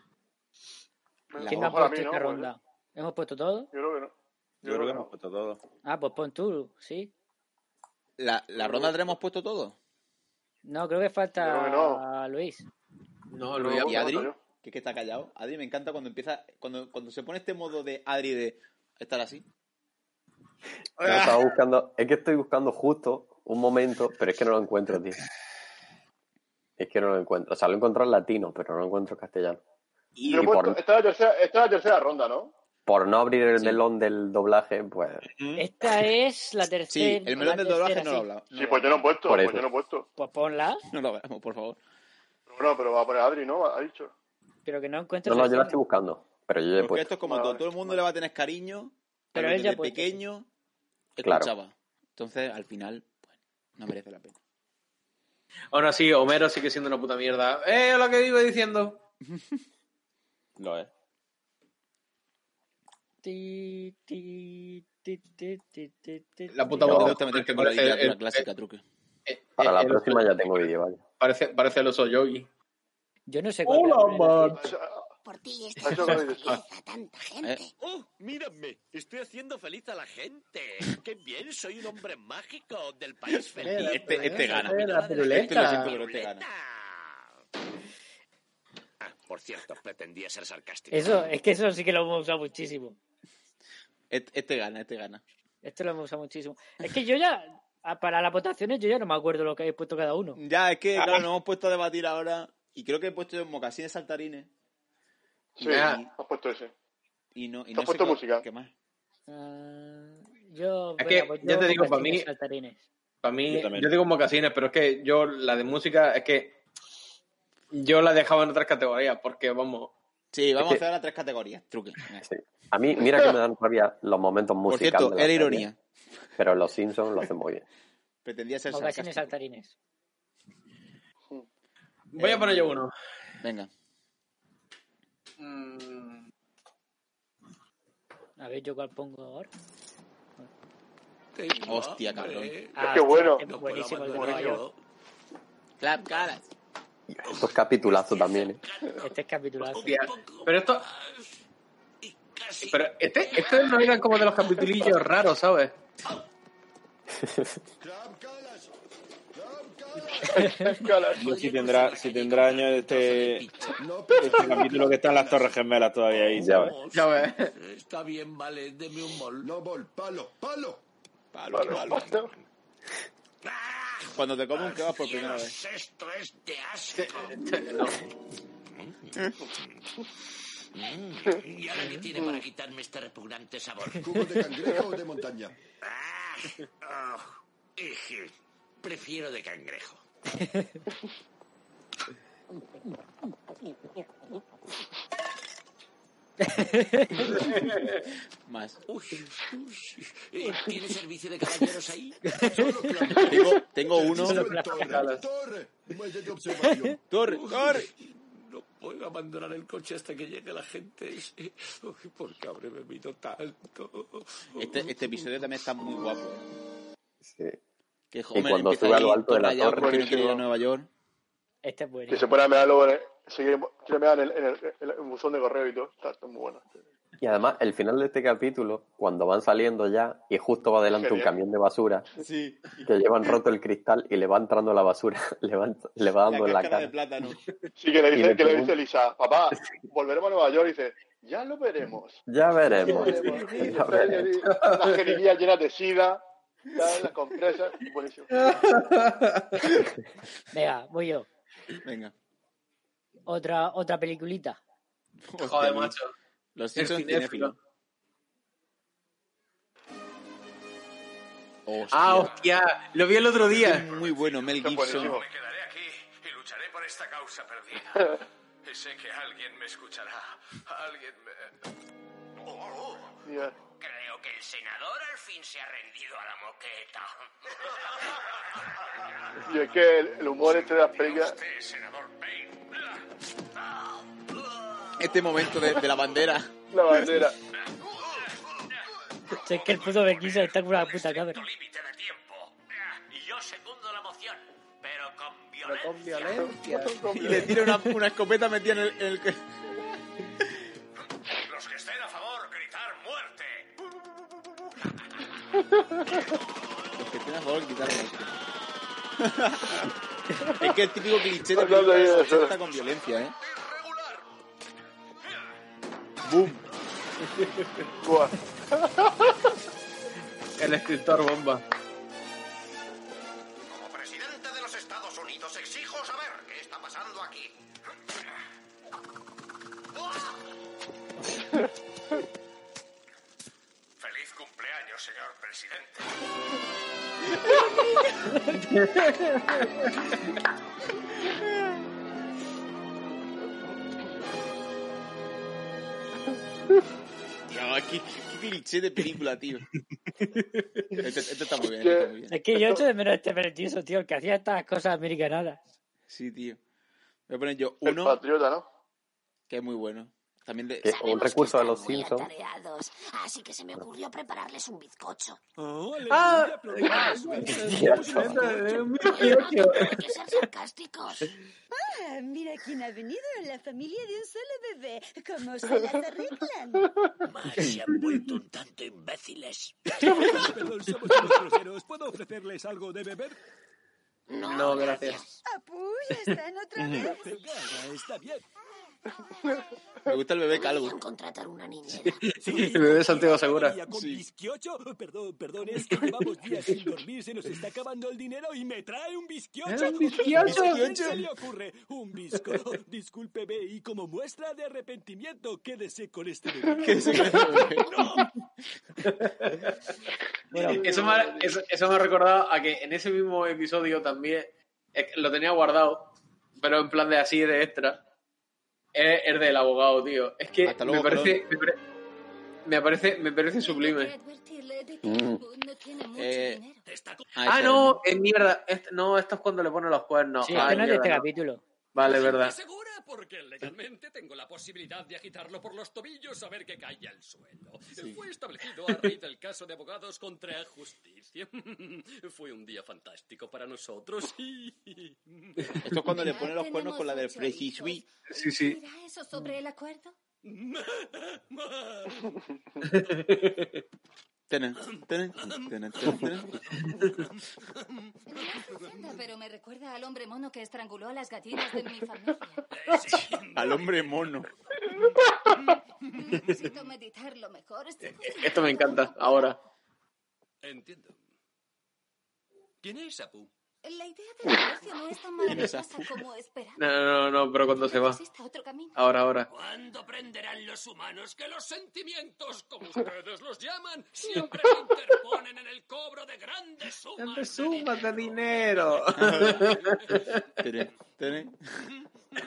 ¿Quién ha
Ojalá
puesto
a mí,
esta
¿no? Pues,
ronda? ¿Hemos puesto todo?
Yo creo que no.
Yo creo que hemos puesto todo.
Ah, pues pon tú, sí.
¿La, la ronda 3 hemos puesto todo?
No, creo que falta
Creo que no.
Luis.
No,
lo voy
¿Y
a-
Adri? Que, que está callado. Adri me encanta cuando empieza, cuando, cuando se pone este modo de Adri de estar así.
No, estaba buscando, es que estoy buscando justo un momento, pero es que no lo encuentro, tío. Es que no lo encuentro. O sea, lo encuentro en latino, pero no lo encuentro en castellano. Y,
Yo he puesto-
por,
esta, es la tercera, esta es la tercera ronda, ¿no?
por no abrir el melón del doblaje, pues.
Esta es la tercera. la tercera, sí.
Sí, pues yo no he puesto,
Por
pues
eso.
yo no he puesto.
Pues ponla,
No lo veamos, por favor.
Bueno, pero va a poner Adri, ¿no? Ha dicho.
pero que no encuentro.
No, no,
la
yo la
escena.
estoy buscando. Pero yo ya he
Porque
puesto.
esto es como todo, todo el mundo le va a tener cariño,
Pero
pero
él ya ha
desde
puesto,
pequeño
Claro.
escuchaba. Entonces, al final, bueno, no merece la pena.
Aún así, Homero sigue siendo una puta mierda. ¡Eh, lo que iba diciendo!
Lo es.
Ti, ti, ti, ti, ti, ti, ti,
La
ti.
puta
Yo-
voz
Me gusta meterte con la
Parece Oh, el-
literatura
el-
clásica, truque.
Para
eh,
la
el-
próxima ya tengo vídeo, vale.
Parece, parece el oso yogi.
Yo no sé cuál voy a
¡Hola,
poner.
man!
Por ti
Ha
esta
hecho con ellos.
tristeza, tanta gente.
¡Oh, mírame! Estoy haciendo feliz a la gente. ¡Qué bien! Soy un hombre mágico del país feliz.
Este, este gana.
la
Este lo siento,
piruleta.
pero este gana.
Ah, por cierto, pretendía ser sarcástico.
Eso, es que eso sí que lo hemos usado muchísimo.
Este, este gana, este gana.
Esto lo hemos usado muchísimo. Es que yo ya, a- para las votaciones, yo ya no me acuerdo lo que habéis puesto cada uno.
Ya, es que, claro, nos hemos puesto a debatir ahora y creo que he puesto mocasines saltarines.
Sí,
Ya.
has puesto ese.
Y no, y
Te
no
has
sé
puesto
qué-
música.
qué más.
Ah, yo,
Es que,
pues
ya
yo
te digo,
mocasines,
para mí-
saltarines.
Para mí,
Yo
yo,
también.
digo mocasines, pero es que yo la de música es que yo la dejaba en otras categorías porque, vamos,
Sí, vamos
Es
a
que-
hacer ahora tres categorías, truque. Venga.
Sí. A mí, mira que me dan rabia los momentos
Por
musicales.
cierto,
de
es
la
la
serie,
ironía.
Pero los Simpsons lo hacen muy bien.
Pretendía ser
Mocasines
sarcástico.
saltarines.
voy
Eh,
a poner yo uno.
Venga.
Mm,
A ver, yo cuál pongo ahora.
Hostia, cabrón.
Ah,
qué bueno. Pues
es buenísimo este el de Nueva York.
Clap, caras.
Estos capitulazos también, ¿eh?
Este es capitulazo.
tía, Pero esto. Pero este, este no eran como de los capitulillos raros, ¿sabes?
No, Pues si tendrá, si tendrá años este, este capítulo que está en las Torres Gemelas todavía ahí,
Ya
¿sabes?
ves.
Ya ves.
Está bien, vale, deme un mol.
No, bol, palo, palo.
Palo, palo. Cuando te comes un kebab por primera vez.
Esto es de asco. ¿Y ahora qué tiene para quitarme este repugnante sabor?
Jugo de cangrejo o de montaña.
Ah, oh, eje, prefiero de cangrejo.
Más.
Uy, uy, eh, ¿Tiene servicio de caballeros ahí?
Solo clavo.
Tengo, tengo uno.
Solo en torre, torre. Muelle de observación.
Torre, torre.
No puedo abandonar el coche hasta que llegue la gente. Uy, ¿Por qué habré bebido tanto?
Este, este episodio también está muy guapo. ¿eh?
Sí.
Que
Y
Homer
cuando
empieza
sube a lo
ahí,
alto
todo
de la
rayado
torre.
porque no quiere ir a
Buenísimo.
Nueva York.
Este es bueno.
Que se pone a mear luego en el, se quiere, quiere mear en el, en el- en el buzón de correo y todo. Está, está muy bueno.
Y además, el final de este capítulo, cuando van saliendo ya y justo va delante un
Genial.
camión de basura
Sí.
que llevan roto el cristal y le va entrando la basura, le va, le va dando en la
la cáscara de
cara.
plátano.
Sí, que le
Y
dice,
le
que le
pregunto-
dice Lisa, papá, volveremos a Nueva York. Y dice, ya lo veremos.
Ya
Ya lo
veremos.
veremos. Y
ya
está ahí,
veremos.
ahí, Las jeringuillas llenas de sida, tal, las compresas. Buenísimo.
Venga, voy yo.
Venga.
Otra, otra peliculita.
Joder, macho.
Los
El
Simpsons
cinéfilo.
cinéfilos. Hostia.
Ah, hostia, lo vi el otro
Es
día.
muy bueno Mel
Está
Gibson.
buenísimo.
Me quedaré aquí y lucharé por esta causa perdida. Y sé que alguien me escuchará. Alguien me... Oh, oh.
Ya.
Creo que el senador al fin se ha rendido a la moqueta.
Y es este que el, el humor entre las películas...
Usted, senador Payne.
Este momento de, de la bandera.
La bandera.
Si es que el puto Bequiso está con una puta cabra.
Y yo segundo la moción, pero
Ah,
Pero
con
con violencia.
Y le tira una, una escopeta metida en el, en el que-
Los que estén a favor, gritar muerte.
Los que estén a favor, quitarlo. es que el típico cliché de
Hablando ahí de
películas
eso.
está con violencia, ¿eh? ¡Boom!
Buah.
El escritor bomba.
Como presidente de los Estados Unidos, exijo saber qué está pasando aquí.
Feliz cumpleaños, señor presidente.
No, es que- qué cliché de película, tío. Este, este está muy bien, este está muy bien.
Es que yo echo de menos a este peretioso, tío, el que hacía estas cosas americanadas.
Sí, tío. Voy a poner yo uno.
patriota, ¿no?
Que es muy bueno. También de...
Eh,
Que
oh.
un recurso de los Simpsons.
Atareados, así que se me ocurrió prepararles un bizcocho.
¡Ah!
Hay que ser sarcásticos.
Ah, mira quién ha venido, la familia de un solo bebé. ¿Cómo se las arreglan?
Más se han vuelto un tanto imbéciles.
Perdón, somos unos cruceros. ¿Puedo ofrecerles algo de beber?
No, gracias.
Apu, Ah, pues, están otra vez.
Te caga, está bien.
Me gusta el bebé calvo.
Deberían contratar una niña.
El bebé Santiago Segura.
Día con bizquiocho. Perdón, perdón, es que llevamos días sin dormir, se nos está acabando el dinero y me trae un bizquiocho.
¿Eh? ¿Un bizquiocho?
¿A quién se le ocurre? Un bizco. Discúlpeme, y como muestra de arrepentimiento, quédese con este bebé.
Quédese con este
Bueno,
Eso me, ha- eso, eso me ha recordado a que en ese mismo episodio también eh, lo tenía guardado, pero en plan de así de extra. Es, es del abogado, tío. Es que
Hasta luego,
me, parece, me, pare- me parece me parece sublime.
Eh,
Ah, no, es mierda. Este- no, esto es cuando le ponen los cuernos.
Sí,
Ah,
al final de
mierda,
este
no.
capítulo.
Vale, verdad.
Segura porque legalmente tengo la posibilidad de agitarlo por los tobillos a ver que caiga al suelo. Fue establecido a raíz del caso de abogados contra justicia. Fue un día fantástico para nosotros. y-
Esto es cuando le ponen los cuernos con la del Fresh Sweet.
Sí, sí.
¿Dirá eso sobre el acuerdo?
Tenen, tenen, tenen, tenen, tenen.
Anda, pero me recuerda al hombre mono que estranguló a las gallinas de mi familia.
Al hombre mono.
Necesito meditarlo mejor. Estoy
Esto me encanta. Ahora.
Entiendo. ¿Quién es Apu?
La idea del negocio no es tan maravillosa
Esa.
como esperaba.
No, no, no, no, pero cuando se va.
Existe otro camino.
Ahora, ahora.
¿Cuándo aprenderán los humanos que los sentimientos, como ustedes los llaman, siempre se interponen en el cobro de grandes sumas?
Siempre sumas de dinero.
Tenen, tenen.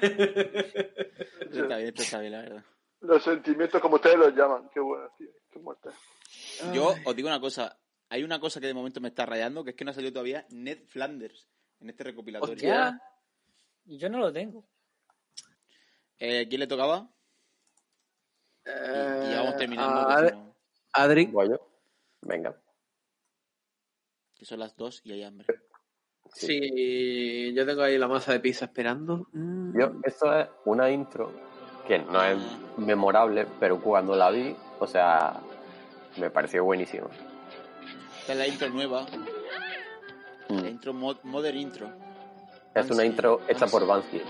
Esto está bien, esto está bien, la verdad.
Los sentimientos como ustedes los llaman. Qué bueno, tío. Qué muerta.
Yo os digo una cosa. Hay una cosa que de momento me está rayando, que es que no ha salido todavía Ned Flanders en este
Oh.
recopilatorio.
Ya. Yo no lo tengo.
Eh, ¿Quién le tocaba?
Eh,
y vamos terminando,
a-
que
Ad-
si no-
Adri.
Venga.
Que son las dos y hay hambre.
Sí, yo tengo ahí la masa de pizza esperando. Mm.
Yo, esto es una intro que no es memorable, pero cuando la vi, o sea, me pareció buenísimo.
Esta es la intro nueva. La intro mod, modern intro.
Mm. Es una intro hecha por Bansky.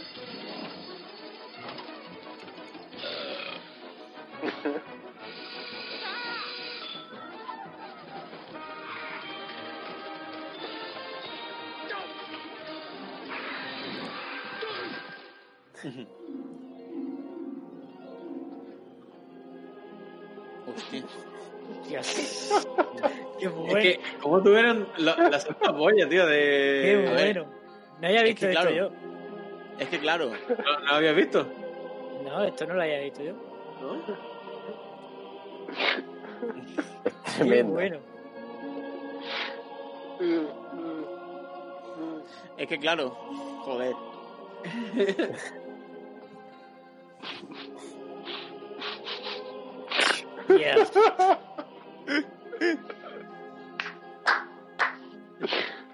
Hostia.
Dios. Qué bueno.
Es que, ¿cómo tuvieron la, la santa polla, tío? De...
Qué
A ver,
bueno. No había visto
que
esto
claro.
yo.
Es que claro,
¿No, no habías visto?
No, esto no lo había visto yo.
¿No?
Qué
Tremendo.
bueno.
Mm,
es que claro, joder.
Yes.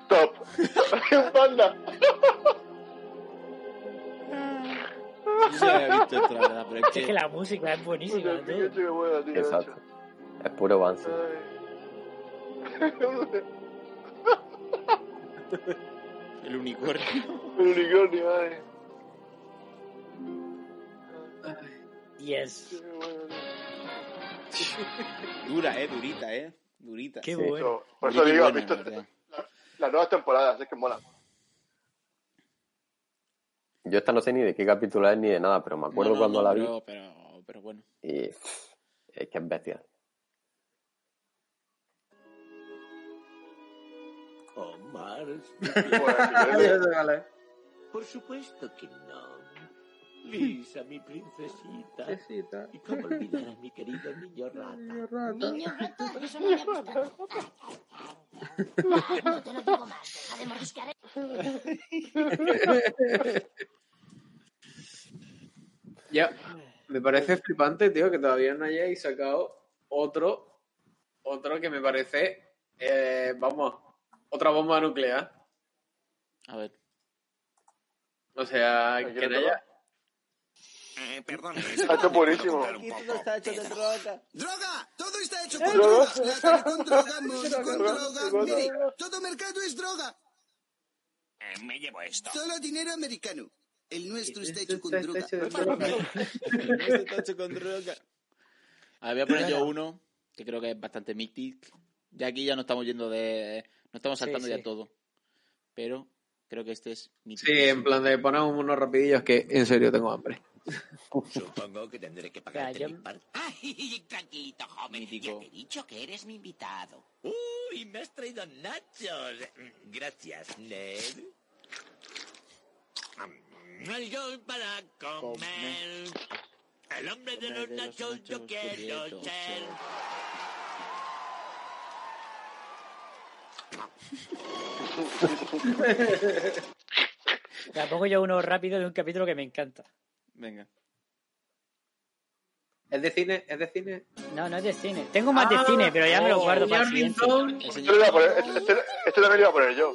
Top. Panda.
Yo ya había visto esto, la verdad, pero es
Es que la música es
Pues
buenísima. tú.
Exacto. Es puro avance.
El unicornio.
El unicornio, ay.
Yes.
Dura, eh, durita, eh. Durita.
Sí. Eso- Por eso digo, has visto la- las nuevas temporadas, es que mola.
Yo esta no sé ni de qué capítulo es ni de nada, pero me acuerdo
No, no,
cuando
no,
la vi
pero, Oh, pero, pero bueno.
y pff, es que es bestial.
Oh, Omar. Por supuesto que no. Lisa, mi princesita. ¿Y cómo olvidar a mi querido niño rata?
Niño rato, eso no me ha gustado. No te lo digo más, deja de mordisquear el-
Ya, me parece flipante, tío, que todavía no hayáis sacado otro, otro que me parece, eh, vamos, otra bomba nuclear.
A ver.
O sea,
¿Aquí
que
otro?
no haya...
Eh, perdón.
Ah, Esto es buenísimo.
todo está hecho de droga. ¡Droga! Todo está hecho con
Droga.
drogas. Lázaro, con drogamos,
Droga,
con
droga,
drogas.
droga.
Mire, todo mercado es droga.
Eh, me llevo esto.
Solo dinero americano. El nuestro
Este
está hecho con
está
droga.
Este,
hecho de droga. Esto está hecho con droga. A ver, voy a poner yo
Claro.
uno que creo que es bastante mític. Ya aquí ya no estamos yendo de. No estamos
Sí,
saltando
sí.
ya todo. Pero creo que este es mítico.
Sí, en plan de poner unos rapidillos que en serio tengo hambre.
Supongo que tendré que pagarte mi parte. Ay, tranquilito, joven. Ya te he dicho que eres mi invitado. Uy, me has traído nachos. Gracias, Ned. Algo para comer. El hombre de los nachos yo quiero ser.
La pongo yo uno rápido de un capítulo que me encanta.
Venga.
¿Es de cine? ¿Es de cine?
No, no es de cine. Tengo más
Ah,
de cine, pero ya me lo
oh,
guardo para el
Marvin
siguiente.
Stone.
Este, lo iba a poner- este, este- este también lo iba a poner yo.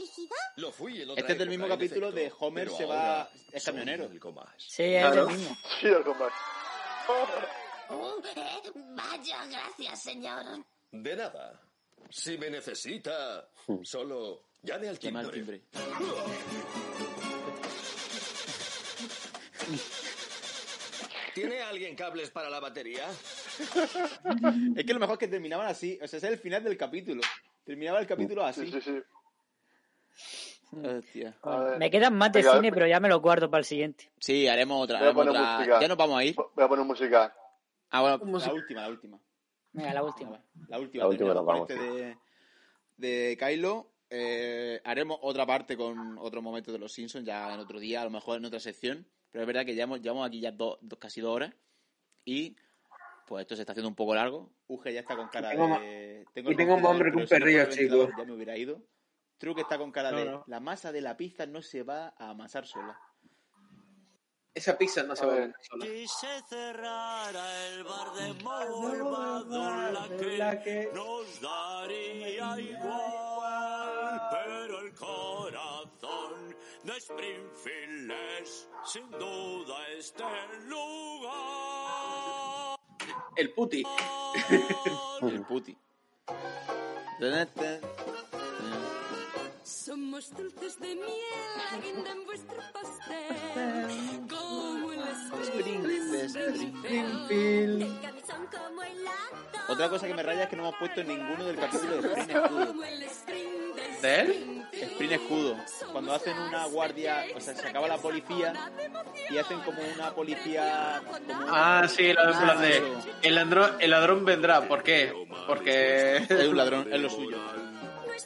Este es del mismo capítulo de Homer se va. Es camionero.
Sí, es
Claro.
el mismo.
Sí, algo más.
Uh, eh, Vaya, gracias, señor.
De nada. Si me necesita,
Hmm.
solo llame al timbre. ¿Tiene alguien cables para la batería?
Es que lo mejor es que terminaban así. O sea, ese es el final del capítulo. Terminaba el capítulo así.
Sí, sí, sí.
Hostia.
Me quedan más de
Venga,
cine, pero ya me lo guardo para el siguiente.
Sí, haremos otra.
Voy a
haremos
poner
otra.
música.
Ya nos vamos a ir.
Voy a poner música.
Ah, bueno,
Música.
la última, la última.
Venga, la última.
La última,
La última
terminamos
nos vamos,
con este de, de Kylo. Eh, haremos otra parte con otro momento de los Simpsons ya en otro día, a lo mejor en otra sección. Pero es verdad que llevamos, llevamos aquí ya dos- dos- casi dos horas. Y pues esto se está haciendo un poco largo. Uge ya está con cara
Y tengo
de.
y
el
tengo más hambre que un
ventilador, pero si no fuera el
perrillo,
ventilador,
chico.
Ya me hubiera ido. Truque está con cara
No,
de.
no.
La masa de la pizza no se va a amasar sola.
Esa pizza no se va a comer sola.
Quise cerrar el bar de Morvador, la que nos daría igual, pero el corazón de Springfield es sin duda este lugar.
El puti.
El puti.
Somos dulces de miel, la guinda en vuestro pastel. Como el
Springfield.
Springfield. El camisón como el
Otra cosa que me raya es que no hemos puesto ninguno del capítulo de Spring Escudo.
¿De él?
Spring Escudo. Cuando hacen una guardia, o sea, se acaba la policía y hacen como una policía. como
Ah, sí, la de plan de. El, andro- el ladrón vendrá, ¿por qué? Porque.
Es un ladrón, es lo suyo.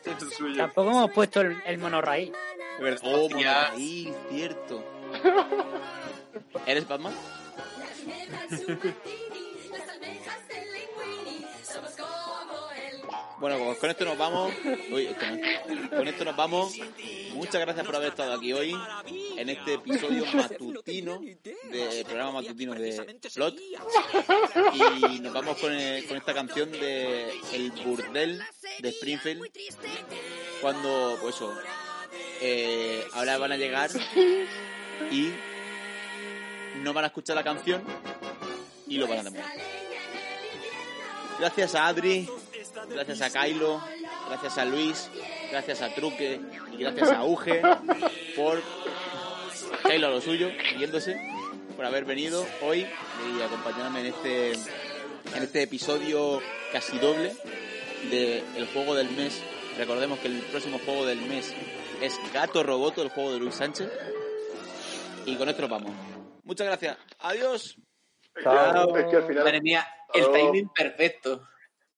Es lo suyo.
Tampoco hemos puesto el, el monorraíz.
Es verdad. Oh,
Hostia.
ahí, cierto. ¿Eres Batman?
La ginebra en su martini, las almejas del linguini. Somos como el
Bueno, pues con esto nos vamos. Uy, esto no. con esto nos vamos. Muchas gracias por haber estado aquí hoy en este episodio matutino de programa matutino de Plot. Y nos vamos con, eh, con esta canción de El Burdel de Springfield. Cuando, pues eso, eh, ahora van a llegar y no van a escuchar la canción y lo van a demorar. Gracias a Adri, gracias a Kylo, gracias a Luis, gracias a Truque y gracias a Uge por Kylo a lo suyo, yéndose, por haber venido hoy y acompañarme en este, en este episodio casi doble del el juego del mes. Recordemos que el próximo juego del mes es Gato Roboto, el juego de Luis Sánchez. Y con esto nos vamos. Muchas gracias. Adiós.
Es que- es que al final-
Madre mía, el Oh.
Hasta luego.
timing perfecto.